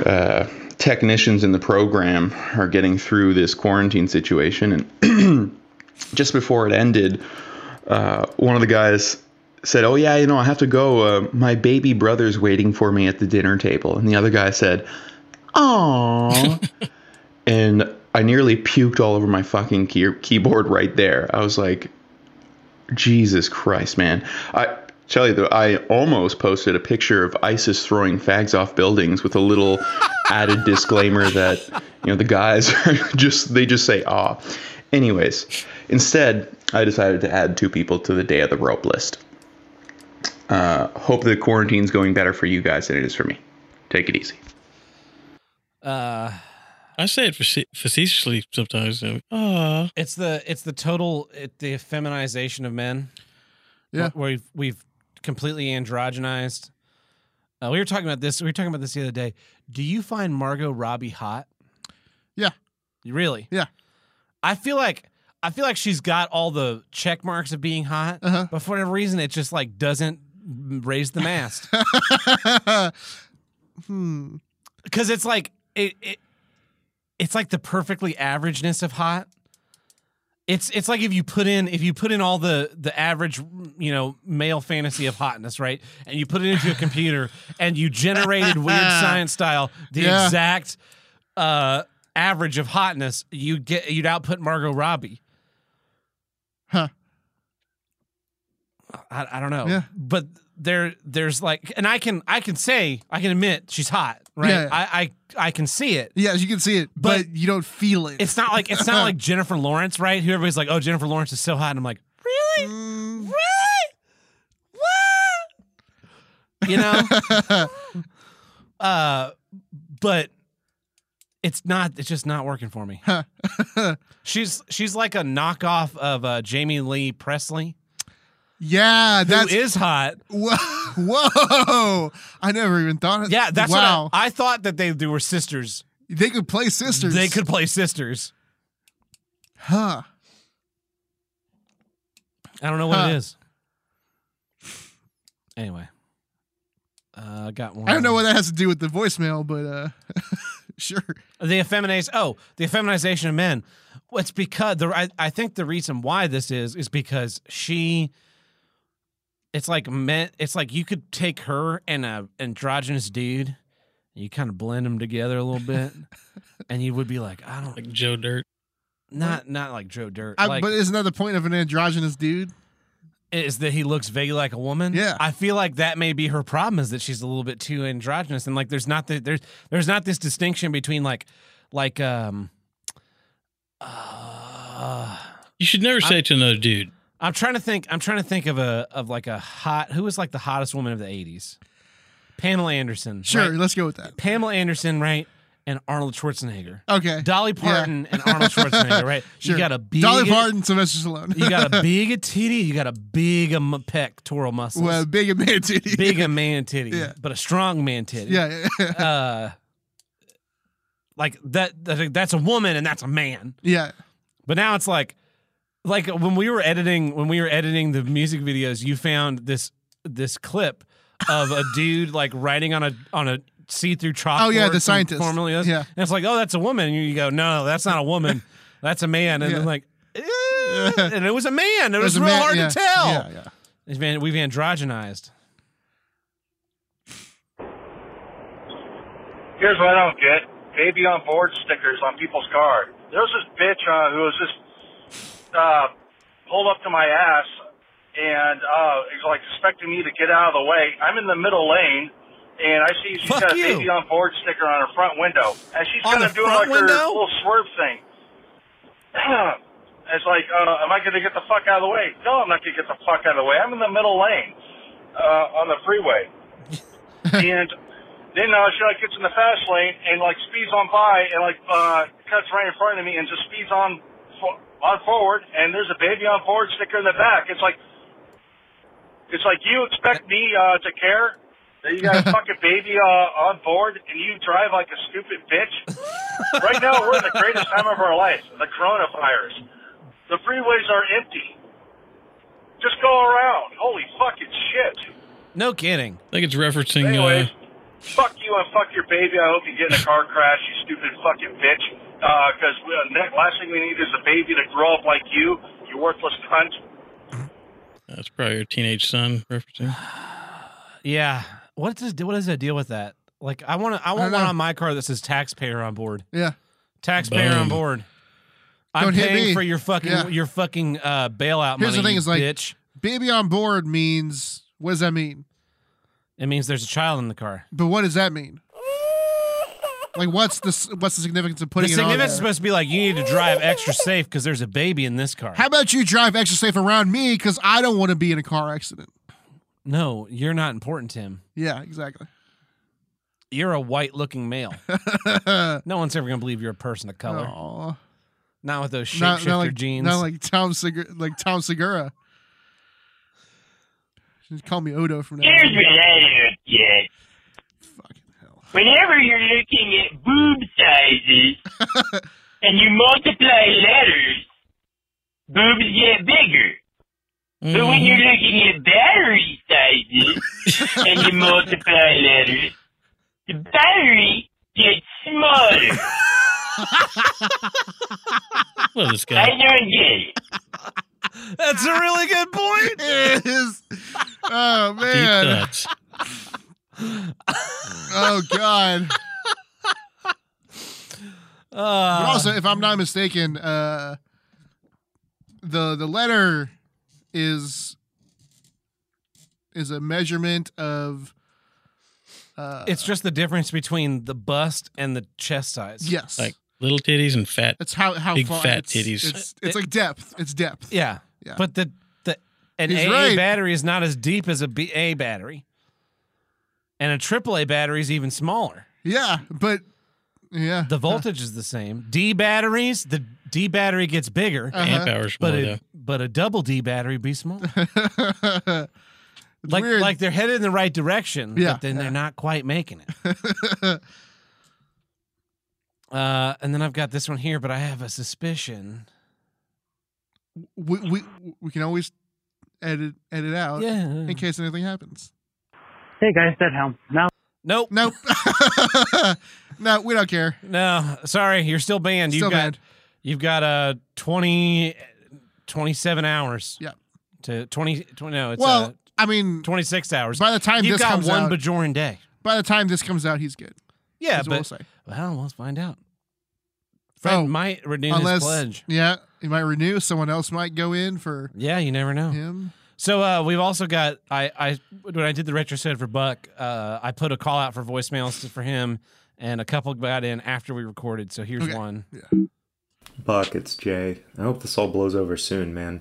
[SPEAKER 7] uh, technicians in the program are getting through this quarantine situation. And [CLEARS THROAT] just before it ended, uh, one of the guys said, Oh, yeah, you know, I have to go. Uh, my baby brother's waiting for me at the dinner table. And the other guy said, Aww. and I nearly puked all over my fucking key- keyboard right there. I was like, Jesus Christ, man. I tell you though, I almost posted a picture of ISIS throwing fags off buildings with a little added disclaimer that, you know, the guys [LAUGHS] are just they just say ah. Anyways, instead, I decided to add two people to the day of the rope list. Uh, hope the quarantine's going better for you guys than it is for me. Take it easy.
[SPEAKER 1] Uh,
[SPEAKER 3] I say it face- facetiously sometimes. you know, Ah,
[SPEAKER 1] It's the it's the total it, the feminization of men.
[SPEAKER 2] Yeah.
[SPEAKER 1] where we've we've completely androgenized. Uh, we were talking about this. We were talking about this the other day. Do you find Margot Robbie hot?
[SPEAKER 2] Yeah.
[SPEAKER 1] You Really?
[SPEAKER 2] Yeah.
[SPEAKER 1] I feel like I feel like she's got all the check marks of being hot,
[SPEAKER 2] Uh-huh.
[SPEAKER 1] but for whatever reason, it just like doesn't raise the mast
[SPEAKER 2] hmm.
[SPEAKER 1] because it's like it, it it's like the perfectly averageness of hot. It's it's like if you put in if you put in all the the average you know male fantasy of hotness right, and you put it into a
[SPEAKER 2] [LAUGHS]
[SPEAKER 1] computer and you generated weird science style the
[SPEAKER 2] Yeah.
[SPEAKER 1] exact uh, average of hotness you get you'd output Margot Robbie.
[SPEAKER 2] Huh.
[SPEAKER 1] I, I don't know.
[SPEAKER 2] Yeah.
[SPEAKER 1] But there there's like and I can I can say I can admit she's hot, right?
[SPEAKER 2] Yeah.
[SPEAKER 1] I, I I can see it.
[SPEAKER 2] Yes, you can see it, but,
[SPEAKER 1] But-
[SPEAKER 2] you don't feel it.
[SPEAKER 1] It's not like it's not like Jennifer Lawrence, right? Who everybody's like, oh Jennifer Lawrence is so hot. And I'm like, really?
[SPEAKER 2] Mm.
[SPEAKER 1] Really? What? You
[SPEAKER 2] [LAUGHS]
[SPEAKER 1] know? uh but it's not it's just not working for me.
[SPEAKER 2] [LAUGHS]
[SPEAKER 1] she's she's like a knockoff of uh Jamie Lee Presley.
[SPEAKER 2] [LAUGHS] yeah,
[SPEAKER 1] Who
[SPEAKER 2] that's
[SPEAKER 1] is hot.
[SPEAKER 2] Whoa, [LAUGHS] whoa! I never even thought. Of,
[SPEAKER 1] Yeah, that's
[SPEAKER 2] wow.
[SPEAKER 1] what I, I thought that they, they were sisters.
[SPEAKER 2] they could play sisters.
[SPEAKER 1] They could play sisters.
[SPEAKER 2] huh?
[SPEAKER 1] I don't know what
[SPEAKER 2] Huh.
[SPEAKER 1] it is. Anyway, uh, I got one.
[SPEAKER 2] I don't know what that has to do with the voicemail, but uh, [LAUGHS] sure.
[SPEAKER 1] the effemination. Oh, the effeminization of men. Well, It's because the I, I think the reason why this is is because she. It's like men. It's like you could take her and a androgynous dude, and you kind of blend them together a little
[SPEAKER 2] [LAUGHS]
[SPEAKER 1] bit, and you would be like, I don't
[SPEAKER 3] like Joe Dirt.
[SPEAKER 1] not not like Joe Dirt.
[SPEAKER 2] I,
[SPEAKER 1] like,
[SPEAKER 2] but isn't that the point of an androgynous dude?
[SPEAKER 1] is that he looks vaguely like a woman.
[SPEAKER 2] Yeah.
[SPEAKER 1] I feel like that may be her problem is that she's a little bit too androgynous and like there's not the, there's there's not this distinction between like like um uh,
[SPEAKER 3] You should never say it to another dude.
[SPEAKER 1] I'm trying to think I'm trying to think of a of like a hot who was like the hottest woman of the 80s. Pamela Anderson.
[SPEAKER 2] Sure,
[SPEAKER 1] right?
[SPEAKER 2] let's go with that.
[SPEAKER 1] Pamela Anderson, right? And Arnold Schwarzenegger.
[SPEAKER 2] Okay,
[SPEAKER 1] Dolly Parton and Arnold Schwarzenegger,
[SPEAKER 2] [LAUGHS]
[SPEAKER 1] right?
[SPEAKER 2] sure.
[SPEAKER 1] You got a big
[SPEAKER 2] Dolly Parton, Sylvester Stallone.
[SPEAKER 1] You got a big a titty, you got a big um, pectoral muscles.
[SPEAKER 2] [LAUGHS] well, big and man titty.
[SPEAKER 1] big a man titty,
[SPEAKER 2] Yeah.
[SPEAKER 1] but a strong man titty.
[SPEAKER 2] [LAUGHS] Yeah, [LAUGHS] yeah,
[SPEAKER 1] Uh, like that, that- That's a woman and that's a man.
[SPEAKER 2] yeah.
[SPEAKER 1] But now it's like, like when we were editing when we were editing the music videos, you found this this clip of
[SPEAKER 2] [LAUGHS]
[SPEAKER 1] a dude like writing on a on a see through chalkboard.
[SPEAKER 2] Oh, yeah, the
[SPEAKER 1] from
[SPEAKER 2] scientist.
[SPEAKER 1] Formerly us.
[SPEAKER 2] Yeah.
[SPEAKER 1] and it's like, oh, that's a woman. And you go, no, that's not a woman.
[SPEAKER 2] [LAUGHS]
[SPEAKER 1] that's a man. And
[SPEAKER 2] Yeah.
[SPEAKER 1] then like. eh, and it was a man. It was
[SPEAKER 2] There's a
[SPEAKER 1] real
[SPEAKER 2] man-
[SPEAKER 1] hard
[SPEAKER 2] yeah,
[SPEAKER 1] to tell.
[SPEAKER 2] Yeah, yeah.
[SPEAKER 1] It's been- We've androgenized.
[SPEAKER 8] Here's what I don't get: baby on board stickers on people's car. There was this bitch uh, who was just uh, pulled up to my ass and uh, is like expecting me to get out of the way. I'm in the middle lane, and I see she's
[SPEAKER 1] Fuck
[SPEAKER 8] got
[SPEAKER 1] you.
[SPEAKER 8] a baby on board sticker on her front window, and she's
[SPEAKER 1] On
[SPEAKER 8] kind
[SPEAKER 1] the
[SPEAKER 8] of doing
[SPEAKER 1] front
[SPEAKER 8] like
[SPEAKER 1] window?
[SPEAKER 8] her little swerve thing. [CLEARS THROAT] it's like, uh, am I going to get the fuck out of the way? No, I'm not going to get the fuck out of the way. I'm in the middle lane uh, on the
[SPEAKER 1] [LAUGHS]
[SPEAKER 8] freeway and then uh, she like gets in the fast lane and like speeds on by and like uh, cuts right in front of me and just speeds on fo- on forward and there's a baby on forward sticker in the back. It's like it's like you expect me uh, to care that you got a fucking baby uh, on board and you drive like a stupid bitch. right now we're in the greatest time of our life, the coronavirus. The freeways are empty. Just go around. Holy fucking shit.
[SPEAKER 1] No kidding.
[SPEAKER 3] I think it's referencing.
[SPEAKER 8] Anyways,
[SPEAKER 3] Uh,
[SPEAKER 8] fuck you and fuck your baby. I hope you get in a car crash, you stupid fucking bitch. Because uh, ne- last thing we need is a baby to grow up like you, you worthless cunt.
[SPEAKER 3] that's probably your teenage son
[SPEAKER 2] [LAUGHS]
[SPEAKER 3] referencing.
[SPEAKER 1] Yeah. What does what does that deal with that? Like I want to I
[SPEAKER 2] don't
[SPEAKER 1] want one
[SPEAKER 2] know.
[SPEAKER 1] on my car that says taxpayer on board.
[SPEAKER 2] yeah.
[SPEAKER 1] Taxpayer on
[SPEAKER 3] Boom.
[SPEAKER 1] board. I'm
[SPEAKER 2] Don't hit
[SPEAKER 1] paying
[SPEAKER 2] me.
[SPEAKER 1] for your fucking
[SPEAKER 2] Yeah.
[SPEAKER 1] your fucking uh, bailout
[SPEAKER 2] Here's
[SPEAKER 1] money.
[SPEAKER 2] the thing
[SPEAKER 1] you
[SPEAKER 2] is, like-
[SPEAKER 1] bitch.
[SPEAKER 2] Baby on board means what does that mean?
[SPEAKER 1] It means there's a child in the car.
[SPEAKER 2] But what does that mean? Like, what's the what's the significance of
[SPEAKER 1] The
[SPEAKER 2] putting it on
[SPEAKER 1] significance is
[SPEAKER 2] there?
[SPEAKER 1] supposed to be like you need to drive extra safe because there's a baby in this car.
[SPEAKER 2] How about you drive extra safe around me because I don't want to be in a car accident?
[SPEAKER 1] no, you're not important, Tim.
[SPEAKER 2] Yeah, exactly.
[SPEAKER 1] You're a white looking
[SPEAKER 2] [LAUGHS]
[SPEAKER 1] male. no one's ever gonna believe you're a person of color.
[SPEAKER 2] Aw.
[SPEAKER 1] Not with those
[SPEAKER 2] Not,
[SPEAKER 1] shapeshifter
[SPEAKER 2] not like
[SPEAKER 1] jeans.
[SPEAKER 2] not like Tom Segura, like Tom Segura. Just call me Odo from now. on.
[SPEAKER 9] Here's what I don't get.
[SPEAKER 2] Fucking hell.
[SPEAKER 9] Whenever you're looking at boob sizes
[SPEAKER 2] [LAUGHS]
[SPEAKER 9] and you multiply letters, boobs get bigger. But
[SPEAKER 1] Mm.
[SPEAKER 9] when you're looking at battery sizes
[SPEAKER 2] [LAUGHS]
[SPEAKER 9] and you multiply letters, the battery gets smaller.
[SPEAKER 3] Love this
[SPEAKER 9] I
[SPEAKER 3] guy.
[SPEAKER 9] don't get it.
[SPEAKER 1] That's a really good
[SPEAKER 2] [LAUGHS]
[SPEAKER 1] point.
[SPEAKER 2] [LAUGHS] It is. Oh
[SPEAKER 3] Deep
[SPEAKER 2] man.
[SPEAKER 3] thoughts.
[SPEAKER 2] Oh god.
[SPEAKER 1] Uh,
[SPEAKER 2] But also, if I'm not mistaken, uh, the the letter is is a measurement of. Uh,
[SPEAKER 1] it's just the difference between the bust and the chest size.
[SPEAKER 2] yes,
[SPEAKER 3] Like little titties and fat.
[SPEAKER 2] it's how how
[SPEAKER 3] big
[SPEAKER 2] far
[SPEAKER 3] fat
[SPEAKER 2] it's,
[SPEAKER 3] titties.
[SPEAKER 2] It's, it's like depth. It's depth.
[SPEAKER 1] Uh, Yeah.
[SPEAKER 2] Yeah.
[SPEAKER 1] But the the an
[SPEAKER 2] He's
[SPEAKER 1] AA
[SPEAKER 2] right.
[SPEAKER 1] battery is not as deep as a BA battery. And a AAA battery is even smaller.
[SPEAKER 2] Yeah, but yeah,
[SPEAKER 1] The voltage is the same. D batteries, the D battery gets bigger,
[SPEAKER 2] Uh-huh.
[SPEAKER 3] Amp hours
[SPEAKER 1] but
[SPEAKER 3] more though.
[SPEAKER 1] a, but a double D battery would be smaller.
[SPEAKER 2] [LAUGHS] It's
[SPEAKER 1] like
[SPEAKER 2] weird.
[SPEAKER 1] like they're headed in the right direction,
[SPEAKER 2] Yeah,
[SPEAKER 1] but then they're not quite making it.
[SPEAKER 2] [LAUGHS]
[SPEAKER 1] uh, and then I've got this one here, but I have a suspicion.
[SPEAKER 2] we, we we can always edit edit out
[SPEAKER 1] Yeah.
[SPEAKER 2] in case anything happens.
[SPEAKER 10] Hey guys, Dead Helm. Now
[SPEAKER 1] Nope.
[SPEAKER 2] Nope. [LAUGHS] no, we don't care.
[SPEAKER 1] No. Sorry, you're still banned.
[SPEAKER 2] Still
[SPEAKER 1] you've got
[SPEAKER 2] banned.
[SPEAKER 1] you've got uh 20 27 hours.
[SPEAKER 2] Yep.
[SPEAKER 1] To 20, 20 no, it's
[SPEAKER 2] well,
[SPEAKER 1] uh,
[SPEAKER 2] I mean,
[SPEAKER 1] 26 hours.
[SPEAKER 2] by the time
[SPEAKER 1] You've
[SPEAKER 2] this
[SPEAKER 1] got
[SPEAKER 2] comes
[SPEAKER 1] one
[SPEAKER 2] out,
[SPEAKER 1] Bajoran day.
[SPEAKER 2] by the time this comes out, he's good.
[SPEAKER 1] Yeah,
[SPEAKER 2] is what
[SPEAKER 1] but
[SPEAKER 2] we'll say.
[SPEAKER 1] Well, let's find out. Fred
[SPEAKER 2] Oh,
[SPEAKER 1] might renew
[SPEAKER 2] Unless,
[SPEAKER 1] his pledge.
[SPEAKER 2] yeah, he might renew. Someone else might go in for
[SPEAKER 1] Yeah, you never know.
[SPEAKER 2] him.
[SPEAKER 1] So uh, we've also got I, I when I did the retrosed for Buck, uh, I put a call out for voicemails to- for him, and a couple got in after we recorded. So here's
[SPEAKER 2] Okay.
[SPEAKER 1] one.
[SPEAKER 6] Buck, it's Jay. I hope this all blows over soon, man.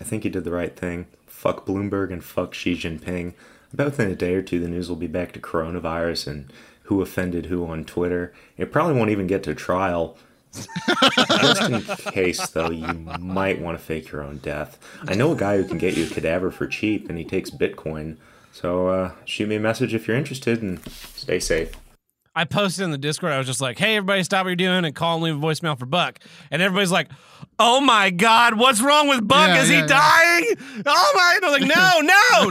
[SPEAKER 6] I think you did the right thing. Fuck Bloomberg and fuck Xi Jinping. About within a day or two, the news will be back to coronavirus and who offended who on Twitter. It probably won't even get to trial. [LAUGHS] Just in case, though, you might want to fake your own death. I know a guy who can get you a cadaver for cheap, and he takes Bitcoin. So uh, shoot me a message if you're interested, and stay safe.
[SPEAKER 1] I posted in the Discord. I was just like, "Hey, everybody, stop what you're doing and call and leave a voicemail for Buck." And everybody's like, "Oh my God, what's wrong with Buck?
[SPEAKER 2] Yeah,
[SPEAKER 1] Is
[SPEAKER 2] yeah,
[SPEAKER 1] he
[SPEAKER 2] yeah.
[SPEAKER 1] dying? Oh my!" And I was like, "No,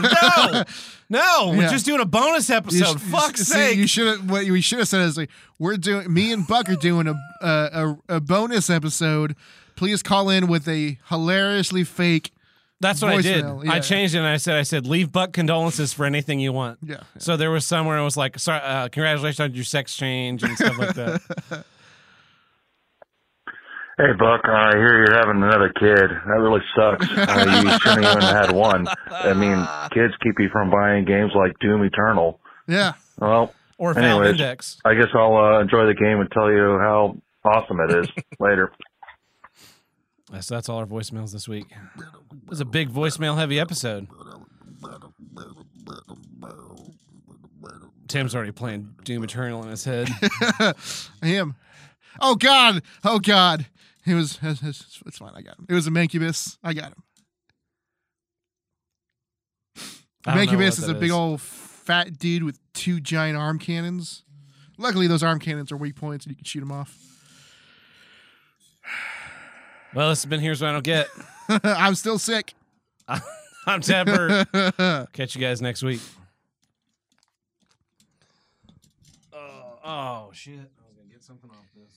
[SPEAKER 1] no, no,
[SPEAKER 2] [LAUGHS]
[SPEAKER 1] no. We're
[SPEAKER 2] Yeah.
[SPEAKER 1] just doing a bonus episode.
[SPEAKER 2] sh-
[SPEAKER 1] Fuck's
[SPEAKER 2] see,
[SPEAKER 1] sake!"
[SPEAKER 2] You should have. What we should have said is like, we're doing. Me and Buck are doing a a, a a bonus episode. Please call in with a hilariously fake.
[SPEAKER 1] That's what I did.
[SPEAKER 2] voicemail,
[SPEAKER 1] I
[SPEAKER 2] yeah.
[SPEAKER 1] changed it and I said, "I said leave Buck condolences for anything you want."
[SPEAKER 2] Yeah, yeah.
[SPEAKER 1] So there was somewhere it was like, "Sorry, uh, congratulations on your sex change and stuff like
[SPEAKER 2] [LAUGHS]
[SPEAKER 1] that."
[SPEAKER 8] Hey Buck, I hear you're having another kid. That really sucks. uh, you shouldn't even had one. I mean, kids keep you from buying games like Doom Eternal.
[SPEAKER 2] Yeah,
[SPEAKER 8] Well,
[SPEAKER 1] Or Valve
[SPEAKER 8] Anyways.
[SPEAKER 1] Index.
[SPEAKER 8] I guess I'll uh, enjoy the game and tell you how awesome it is later.
[SPEAKER 1] So that's all our voicemails this week. It was a big voicemail heavy episode. Tim's already playing Doom Eternal in his
[SPEAKER 2] [LAUGHS]
[SPEAKER 1] head.
[SPEAKER 2] him. Oh God. Oh God. He was. [LAUGHS] It's, it's- it's fine. I got him. It was a mancubus. I got him.
[SPEAKER 1] I don't know
[SPEAKER 2] Mancubus
[SPEAKER 1] what
[SPEAKER 2] is
[SPEAKER 1] that
[SPEAKER 2] a big old fat dude with two giant arm cannons. Luckily, those arm cannons are weak points, and you can shoot them off. [LAUGHS]
[SPEAKER 1] Well, this has been Here's What I Don't Get. [LAUGHS]
[SPEAKER 2] I'm still sick.
[SPEAKER 1] I'm Ted
[SPEAKER 2] [LAUGHS]
[SPEAKER 1] Bird. Catch you guys next week. Oh, oh shit. I was going to get something off this.